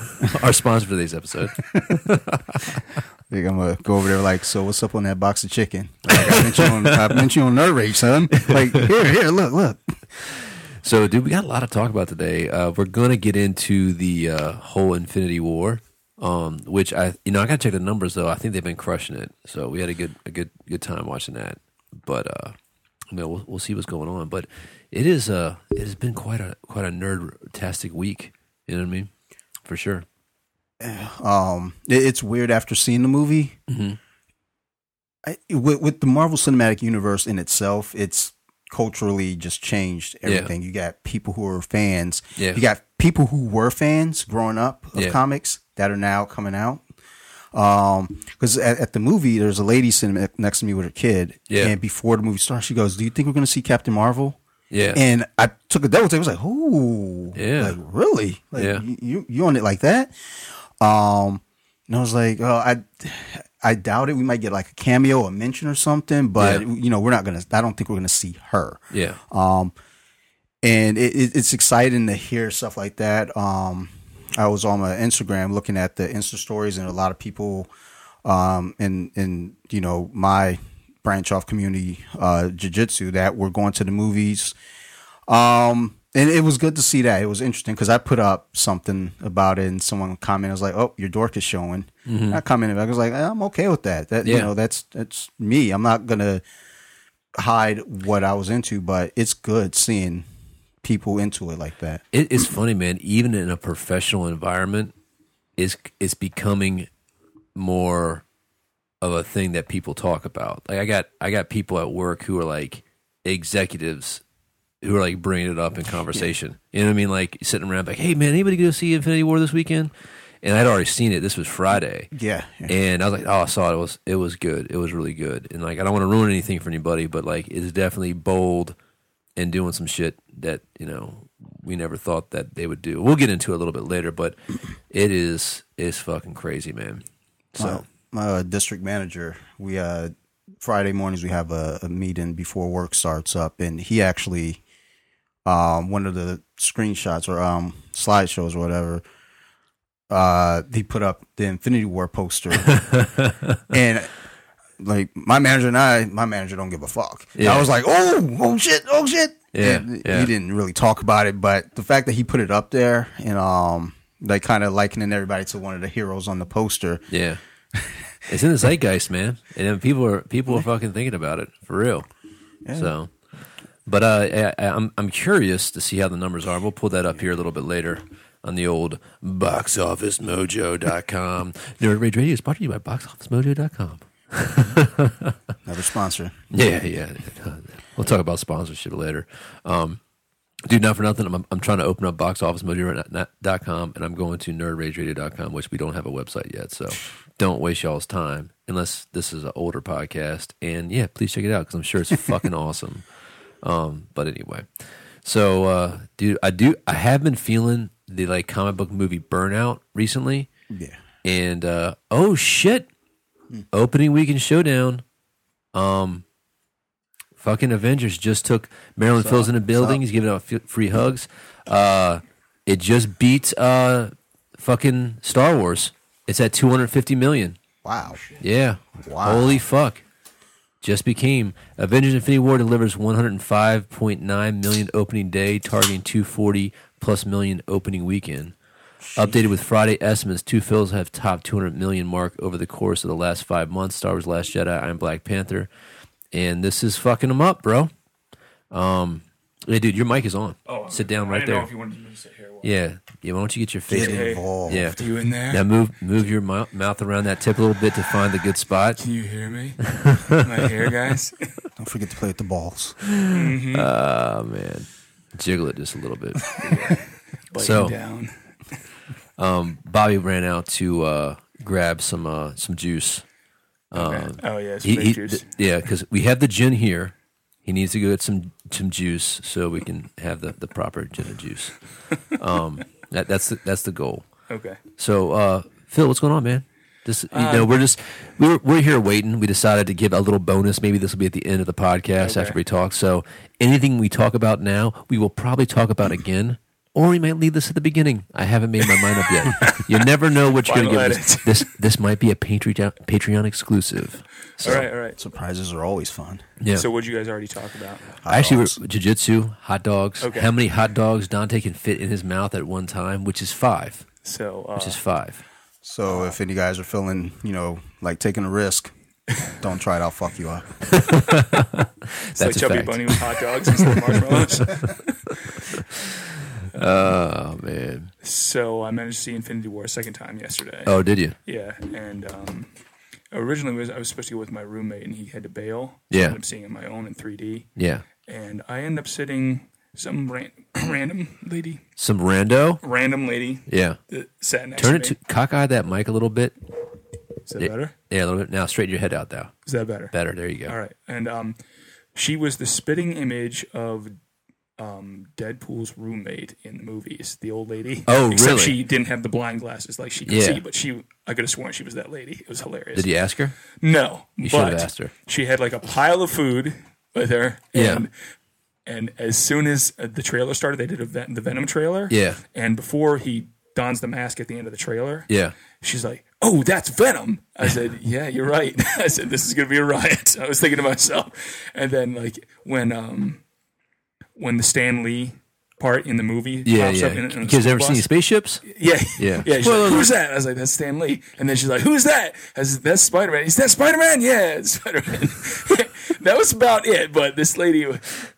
*laughs* our sponsor for today's episode. Like, I'm gonna go over there. Like, so what's up on that box of chicken? Like, I mentioned on, I meant you on nerve rage, son. Like, here, here, look, look. So, dude, we got a lot to talk about today. Uh, we're gonna get into the uh, whole Infinity War, um, which I, you know, I gotta check the numbers though. I think they've been crushing it. So we had a good, a good, good time watching that. But uh, I mean, we'll, we'll see what's going on. But it is, uh, it has been quite a quite a nerd-tastic week. You know what I mean? For sure. Um, it- it's weird after seeing the movie. I, with, with the Marvel Cinematic Universe in itself, it's culturally just changed everything. You got people who are fans. Yeah. You got people who were fans growing up of Yeah. comics that are now coming out. Um, because at, at the movie, there's a lady sitting ne- next to me with her kid. Yeah. And before the movie starts, she goes, "Do you think we're going to see Captain Marvel?" Yeah. And I took a double take. I was like, "Ooh, Yeah. like really? Like, Yeah. you- you you on it like that?" Um, and I was like, "Oh, I." I doubt it. We might get like a cameo, a mention or something, but Yeah. you know, we're not gonna. I don't think we're gonna see her. yeah. Um, and it, it, it's exciting to hear stuff like that. Um, I was on my Instagram looking at the Insta stories, and a lot of people, um, in in you know my branch off community, uh, jujitsu that were going to the movies. Um, and it was good to see that. It was interesting because I put up something about it, and someone commented, I "was like, oh, your dork is showing." I commented back, I was like, "I'm okay with that. That you Yeah. know, that's that's me. I'm not gonna." hide what I was into, but it's good seeing people into it like that. It is funny, man. Even in a professional environment, is it's becoming more of a thing that people talk about. Like I got I got people at work who are like executives who are like bringing it up in conversation. You know what I mean? Like sitting around, like, hey man, anybody go see Infinity War this weekend? And I'd already seen it. This was Friday. Yeah. yeah. *laughs* And I was like, oh, I saw it. It was it was good. It was really good. And like, I don't want to ruin anything for anybody, but like, it's definitely bold and doing some shit that you know we never thought that they would do. We'll get into it a little bit later, but it is it's fucking crazy, man. So my, my uh, district manager, we uh Friday mornings we have a, a meeting before work starts up, and he actually, um, one of the screenshots or um slideshows or whatever. Uh, he put up the Infinity *laughs* War poster, and like my manager and I, my manager don't give a fuck. And Yeah. I was like, oh, oh shit, oh shit. Yeah, And yeah. he didn't really talk about it, but the fact that he put it up there and um, like kind of likening everybody to one of the heroes on the poster, *laughs* yeah, It's in the zeitgeist, man, and then people are people are fucking thinking about it for real. So, but uh, I, I'm I'm curious to see how the numbers are. We'll pull that up here a little bit later on the old boxofficemojo.com. *laughs* Nerd Rage Radio is brought to you by boxofficemojo.com. Another sponsor. Yeah, yeah. We'll talk about sponsorship later. Um, dude, not for nothing. I'm, I'm trying to open up boxofficemojo.com and I'm going to nerdrageradio.com, which we don't have a website yet. So don't waste y'all's time unless this is an older podcast. And yeah, please check it out because I'm sure it's fucking awesome. Um, but anyway, so uh, dude, I do. I have been feeling the like comic book movie burnout recently. Yeah. And uh, oh shit, opening weekend showdown. Um, fucking Avengers just took Marilyn Phil's in the building. He's giving out f- free hugs. Uh, it just beat uh, fucking Star Wars. It's at 250 million. Wow. Yeah. Wow. Holy fuck. Just became Avengers Infinity War delivers 105.9 million opening day, targeting 240 plus million opening weekend. Updated with Friday estimates, two films have topped 200 million mark over the course of the last five months Star Wars Last Jedi, Iron Black Panther. And this is fucking them up, bro. Um, hey, dude, your mic is on. Oh, Sit down right I didn't there. Know if you wanted me to sit here. Well, yeah. Yeah, why don't you get your face Get Hey. involved. Yeah. You in there? Now move move your mou- mouth around that tip a little bit to find the good spot. Can you *laughs* hear me? Am I here, *laughs* guys? Don't forget to play with the balls. Oh man, jiggle it just a little bit. *laughs* Biting So- down. Bobby ran out to uh, grab some uh, some juice. oh yeah, it's uh, He- he- fake juice. th- yeah, because we have the gin here. He needs to go get some some juice so we can have the, the proper gin and juice. Um, that, that's the, that's the goal. Okay. So, uh, Phil, what's going on, man? This, you Uh, know, we're just we're we're here waiting. We decided to give a little bonus. Maybe this will be at the end of the podcast after we talk. So, anything we talk about now, we will probably talk about again, or we might leave this at the beginning. I haven't made my mind up *laughs* yet. you never know what you're going to Final get. This, edit. this this might be a Patreon Patreon exclusive. So, All right, all right. Surprises are always fun. yeah. So what would you guys already talk about? Hot Actually, dogs. we're, jiu-jitsu, hot dogs. Okay. How many hot dogs Dante can fit in his mouth at one time, which is five, So uh, which is five. so if any guys are feeling, you know, like taking a risk, don't try it. I'll fuck you up. it's that's like a chubby fact. bunny with hot dogs *laughs* instead of marshmallows. Oh man! so I managed to see Infinity War a second time yesterday. Oh, did you? Yeah, and um, originally was I was supposed to go with my roommate, and he had to bail. Yeah. I ended up seeing it on my own in 3D, Yeah. and I ended up sitting some ran- *clears throat* random lady, Some rando. random lady Yeah. that sat next Turn to it me. to cockeye that mic a little bit. Is that better? Yeah, a little bit. Now straighten your head out though. Is that better? Better. There you go. All right, and um, she was the spitting image of um Deadpool's roommate in the movies, the old lady. Oh, Except really? She didn't have the blind glasses like she could Yeah. see, but she I could have sworn she was that lady. It was hilarious. Did you ask her? No, should but have asked her. she had like a pile of food with her. Yeah. And, and as soon as uh, the trailer started, they did a Ven- the Venom trailer. Yeah. And before he dons the mask at the end of the trailer, Yeah. she's like, "Oh, that's Venom." I said, "Yeah, you're right." *laughs* I said, "This is gonna be a riot." *laughs* I was thinking to myself, and then like when um when the Stan Lee part in the movie Yeah. pops Yeah. up in, in the You kids school ever seen bus. spaceships? Yeah, Yeah. *laughs* yeah. She's Well, like, Who's that? I was like, "That's Stan Lee." And then she's like, "Who's that?" I said, "That's Spider Man." He's that Spider Man. Yeah, Spider Man. *laughs* that was about it. But this lady,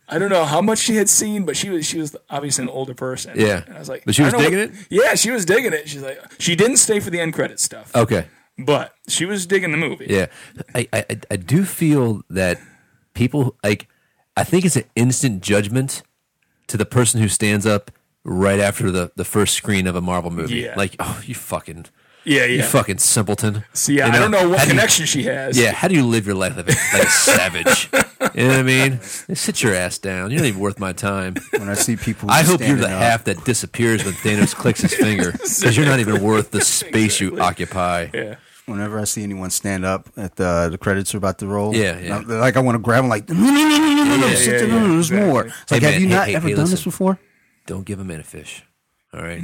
I don't know how much she had seen, but she was she was obviously an older person. Yeah. and I was like, But she I was don't know digging what- Yeah, she was digging it. She's like, she didn't stay for the end credit stuff, Okay. but she was digging the movie. Oh. Yeah. I, I I- I do feel that people like I think it's an instant judgment to the person who stands up right after the, the first screen of a Marvel movie. Yeah. Like, oh you fucking yeah, you yeah. fucking simpleton. See, I You don't know How what do you- connection she has. Yeah, how do you live your life like a, like a savage? You know what I mean? Sit your ass down. You're not even worth my time. When I see *laughs* people, I hope you're the standing up, half that disappears when Thanos clicks his finger because you're not even worth the space you occupy. yeah. Whenever I see anyone stand up at the the credits are about to roll, Yeah, yeah. I'm- like I want to grab them, like *laughs* no, no, no, no, no, no, no, yeah, sit down, yeah, no, no, there's exactly. more. It's Hey, like, man, have you hey, not hey, ever hey, done this listen. before? Don't give a man a fish. All *laughs* right,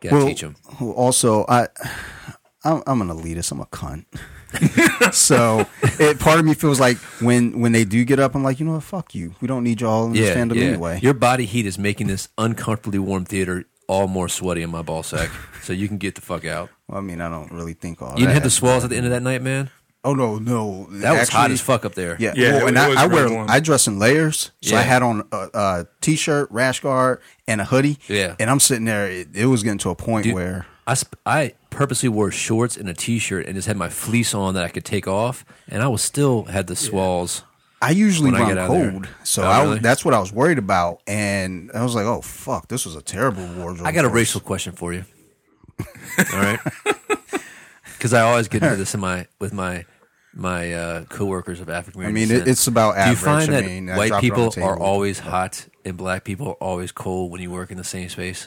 gotta Well, teach him. well, Also, I, I'm, I'm an elitist. I'm a cunt. *laughs* so it, part of me feels like when when they do get up, I'm like, you know what? Fuck you. We don't need y'all in the Yeah, stand up yeah. anyway. Your body heat is making this uncomfortably warm theater all more sweaty in my ball sack. so you can get the fuck out. Well, I mean, I don't really think all You didn't that. have the swells at the end of Oh, that night, man. Oh no, no, That was hot Actually, as fuck up there. Yeah, Yeah, well, it and was I, I really wear warm. I dress in layers, so I Yeah. had on a, a t-shirt, rash guard, and a hoodie. Yeah. and I'm sitting there. It, it was getting to a point where I, sp- I purposely wore shorts and a t-shirt and just had my fleece on that I could take off, and I was still had the swells. I usually When I run get out of there. cold, so Oh, I was- really? that's what I was worried about. And I was like, "Oh fuck, this was a terrible wardrobe." I got a choice. racial question for *laughs* you. All *laughs* right, because I always *laughs* get into this in my with my my uh, coworkers of African. I mean, it- it's about Do you average. find I that mean, I white drop it on people the are table. always hot and black people are always cold when you work in the same space?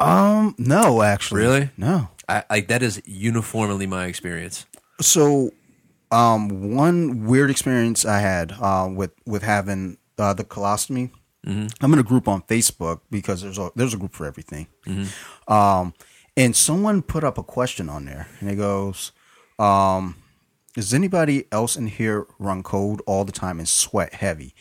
Um, no, actually, Really? no. I like that is uniformly my experience. So, um, one weird experience I had uh, with with having uh, the colostomy. Mm-hmm. I'm in a group on Facebook because there's a there's a group for everything. Mm-hmm. Um, and someone put up a question on there, and it goes, um, "Does anybody else in here run cold all the time and sweat heavy?"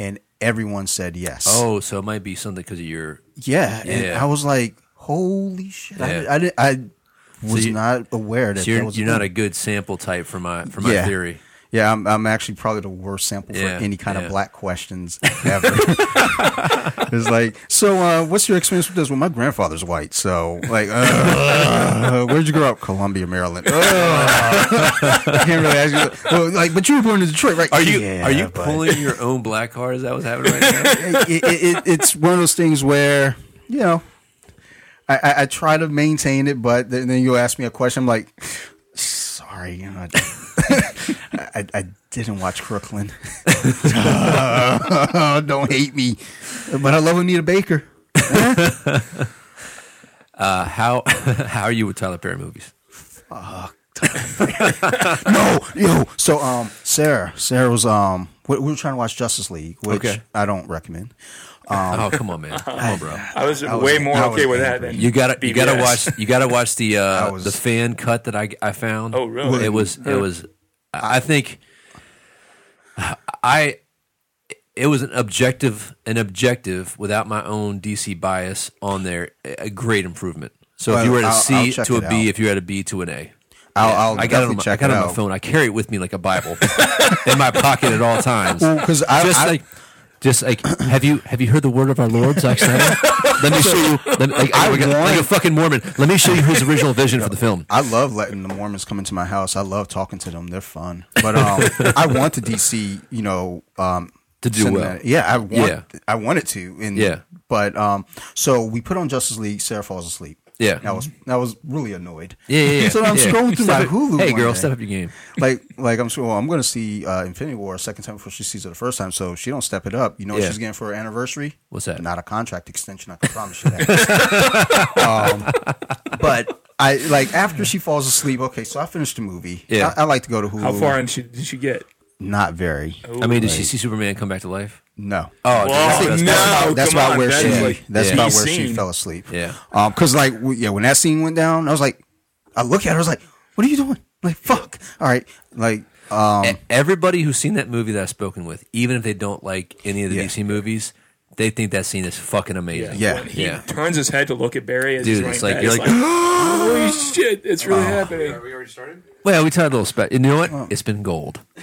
And everyone said yes. Oh, so it might be something because of your yeah. And Yeah. I was like, "Holy shit!" Yeah. I, did I, did- I was you- not aware that so you're, that was you're not thing. a good sample type for my for my theory. Yeah, I'm, I'm actually probably the worst sample for Yeah, any kind yeah. of *laughs* black questions ever. it's like, so uh, what's your experience with this? Well, my grandfather's white, so like, uh, *laughs* where'd you grow up? *laughs* Columbia, Maryland. Uh, I *laughs* can't really ask you. Well, like, but you were born in Detroit, right? Are you Yeah, are you but- pulling your own black card? Is that what's happening right now? it, it, it, it's one of those things where you know I, I, I try to maintain it, but then, then you ask me a question, I'm like, sorry, you know, I, *laughs* I, I didn't watch Crooklyn. *laughs* don't hate me, but I love Anita Baker. Uh, *laughs* how how are you with Tyler Perry movies? No, yo, so um, Sarah, Sarah was um, we, we were trying to watch Justice League, which Okay. I don't recommend. oh come on, man, *laughs* come on, bro. I was, was- way more I was okay with that angry. than You gotta you gotta BBS. watch you gotta watch the uh, I was- the fan cut that I I found. Oh, really? It was it was I I think I it was an objective an objective without my own DC bias on there a great improvement. So if Well, you were at a I'll- I'll C check to a it B, out. if you had a B to an A. I'll, I'll I got it on definitely my, I check got it it on out. my phone. I carry it with me like a Bible *laughs* in my pocket at all times. Well, 'cause I- just I- like, just like, have you have you heard the word of our Lord, Zack Snyder? let me show you. Let, me- like, I like, a- like a want- fucking Mormon. Let me show you his original vision for the *laughs* film. I love letting the Mormons come into my house. I love talking to them. They're fun. But um, I want the DC, you know, um, To do well. cinematic- Yeah, I want. Yeah. I want it to. And Yeah. But um, so we put on Justice League. Sarah falls asleep. Yeah. I was I was really annoyed. Yeah, yeah. yeah *laughs* So I'm yeah. scrolling through Step my it. Hulu. Hey, one girl, day. step up your game. Like like I'm well, I'm gonna see uh, Infinity War a second time before she sees it the first time. So she don't step it up. You know what Yeah. she's getting for her anniversary? What's that? Not a contract extension. I can promise you that. *laughs* Um, but I like after she falls asleep. Okay, so I finished the movie. Yeah. I, I like to go to Hulu. How far in she, did she get? Not very. I mean, did she see Superman come back to life? No. Oh, dude, that's- Oh, that's- no. that's come about on, where that she. is like that's the about where she scene. fell asleep. Yeah. Um, cause like w- yeah, when that scene went down, I was like, I look at her, I was like, what are you doing? Like fuck. All right. Like um, E- Everybody who's seen that movie that I've spoken with, even if they don't like any of the Yeah. DC movies, they think that scene is fucking amazing. Yeah. When he Yeah. turns his head to look at Barry as Dude, it's he's running like- *gasps* Oh. back, you're it's holy shit, it's really happening. Well, we tried a little spe- You know what? It's been gold. *laughs*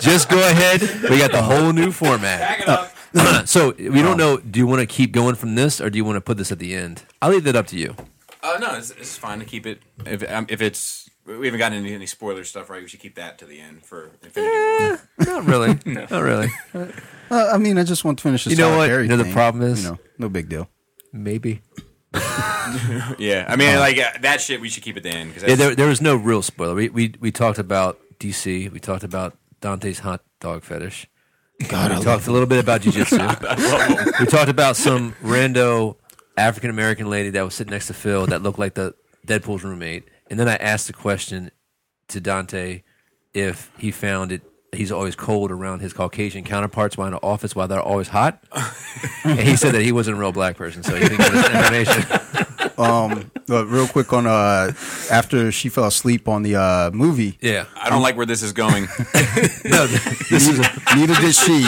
Just go ahead. We got the whole new format. *clears throat* so we don't know. Do you want to keep going from this, or do you want to put this at the end? I'll leave that up to you. Uh, no, it's, it's fine to keep it. If um, if it's we haven't gotten any, any spoiler stuff right, we should keep that to the end for Infinity. War. Eh, Not *laughs* really. Not really. uh, I mean, I just want to finish. This You know Tyler what? Perry You know the thing. problem is- you know, no big deal. Maybe. Yeah, I mean, like uh, that shit, we should keep at the end because Yeah, there, there was no real spoiler. We, we we talked about DC. We talked about Dante's hot dog fetish. we talked a little bit about *laughs* jujitsu. we talked about some rando African American lady that was sitting next to Phil that looked like the Deadpool's roommate. And then I asked the question to Dante if he found it. He's always cold around his Caucasian counterparts while in the office, while they're always hot. and he said that he wasn't a real black person, so he didn't give us information. Um, but real quick on uh, after she fell asleep on the uh *laughs* movie. Yeah, *laughs* *laughs* I don't like where this is going. no, this is a, *laughs* Neither did she.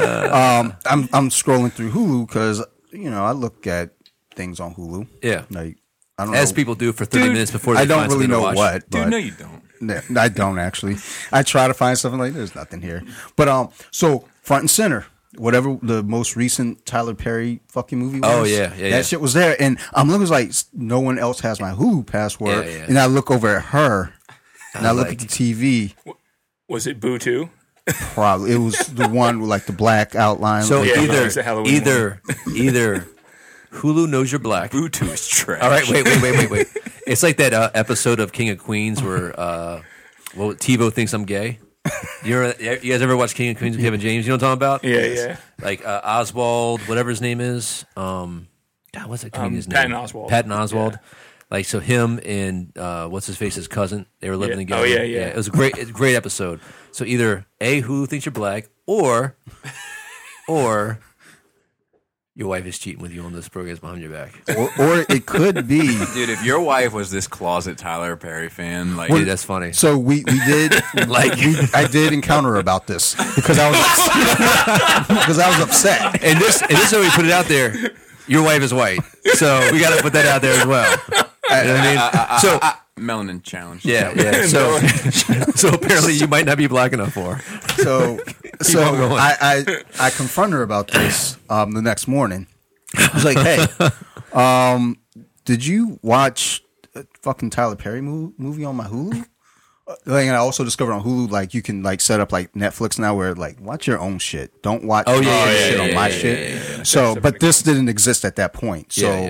*laughs* um, I'm I'm scrolling through Hulu because you know I look at things on Hulu. Yeah. like I don't as know- people do for 30 Dude, minutes before they I don't find really something to know watch. what. Dude, but- no, you don't. No, I don't actually. I try to find something like there's nothing here. But um, so front and center, whatever the most recent Tyler Perry fucking movie was. Oh, yeah, yeah, that yeah. shit was there, and I'm looking it's like s- no one else has my Hulu password, Yeah, yeah. and I look over at her, and I, look at the TV. Was it Boo Too? Probably it was the one with like the black outline. So like, Yeah, it's a either Halloween either either Hulu knows you're black. Bluetooth is trash. All right, wait, wait, wait, wait, wait. It's like that uh, episode of King of Queens where uh, well, Tebow thinks I'm gay. You ever, you guys ever watch King of Queens with Kevin James? You know what I'm talking about? Yeah, yeah. Like uh, Oswald, whatever his name is. Um, God, what's that comedian's name? Um, Patton Oswalt. Patton Oswald. Like so, him and uh, what's his face, his cousin, they were living Yeah. together. Oh, yeah, yeah. It was a great, *laughs* it's a great episode. So either a Hulu thinks you're black, or or your wife is cheating with you on this program behind your back. or, or it could be. Dude, if your wife was this closet Tyler Perry fan, like Dude, that's funny. So we we *laughs* did like we, I did encounter her about this because I was *laughs* because I was upset. and this and this is how we put it out there. Your wife is white, so we got to put that out there as well. You know what I mean? So melanin challenge. yeah, yeah. *laughs* So *laughs* so apparently you might not be black enough for. her. *laughs* So so on going. I, I I confront her about this um, the next morning. I was like, *laughs* "Hey, um, did you watch a fucking Tyler Perry mo- movie on my Hulu?" Uh, Like, and I also discovered on Hulu, like you can like set up like Netflix now, where like watch your own shit. Don't watch Oh, yeah, your yeah, shit yeah, on yeah, my yeah, shit. So, but this didn't exist at that point. So, Yeah,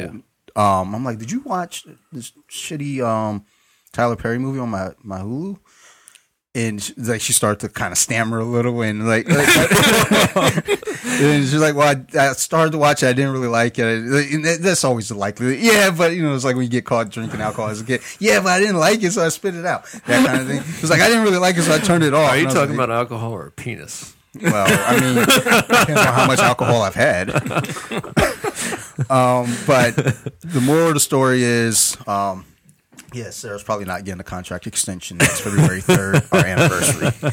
yeah. um, I'm like, did you watch this shitty um Tyler Perry movie on my my Hulu? And she, like she started to kind of stammer a little, and like, *laughs* and she's like, "Well, I, I started to watch it. I didn't really like it. And that- that's always the likely, yeah." But you know, it's like when you get caught drinking alcohol as a kid. Yeah, but I didn't like it, so I spit it out. That kind of thing. It's like I didn't really like it, so I turned it off. Are you And I was talking like, about alcohol or penis? well, I mean, depends on how much alcohol I've had. um, but the moral of the story is, um, yes, Sarah's probably not getting a contract extension next February third, our anniversary.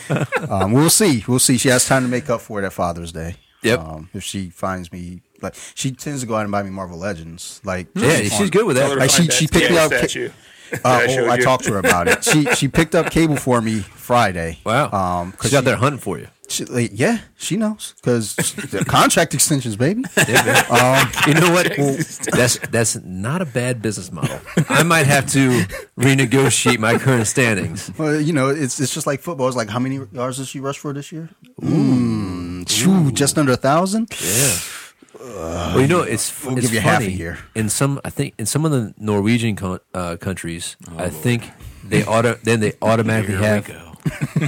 Um, we'll see. We'll see. She has time to make up for it at Father's Day. Yep. Um, if she finds me, like, she tends to go out and buy me Marvel Legends. Like, Yeah, just she's on- good with Tell her to that. Like, she- find she that picked me damn up- Statue. Uh, I showed oh, I you. talked to her about it. *laughs* She she picked up cable for me Friday. Wow, Um, she's she- out there hunting for you. she, like, yeah, she knows because *laughs* the contract *laughs* extensions, baby. um, You know what? *laughs* that's that's not a bad business model. I might have to renegotiate my current standings. well, you know, it's it's just like football. It's like how many yards did she rush for this year? Mm, shoo, just under a thousand. Yeah. well, you know, it's f- we'll it's give you half funny. a year. In some, I think, in some of the Norwegian co- uh, countries, Oh, I think they auto then they automatically have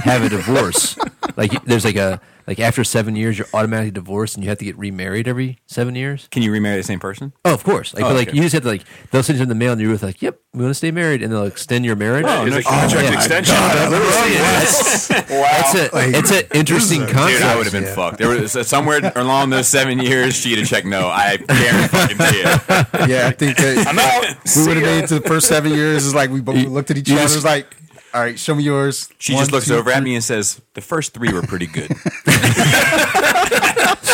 have a divorce. *laughs* like there's like a like after seven years, you're automatically divorced, and you have to get remarried every seven years. Can you remarry the same person? Oh, of course. Like, Oh, but like okay. you just have to like they'll send you in the mail, and you're like, "Yep, we want to stay married," and they'll extend your marriage. Oh, It's You're a like, contract yeah. extension. that's, that's a it's an interesting concept. Dude, I would have been fucked. There was uh, somewhere along those seven years, she'd have checked no. I guarantee it. Yeah, I *laughs* think that I'm out. we would See have ya. made it to the first seven years. It's like we both looked at each other. just- it's like, all right, show me yours. She One, just looks two, over at three. me and says, "The first three were pretty good." *laughs*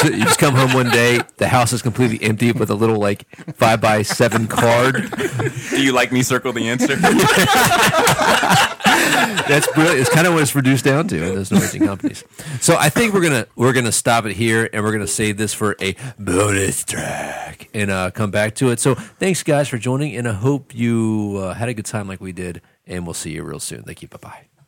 So you just come home one day, the house is completely empty with a little like five by seven card. Do you like me? Circle the answer. That's brilliant. It's kind of what it's reduced down to in those Norwegian companies. So I think we're gonna we're gonna stop it here, and we're gonna save this for a bonus track and uh, come back to it. So thanks guys for joining, and I hope you uh, had a good time like we did, and we'll see you real soon. Thank you. Bye bye.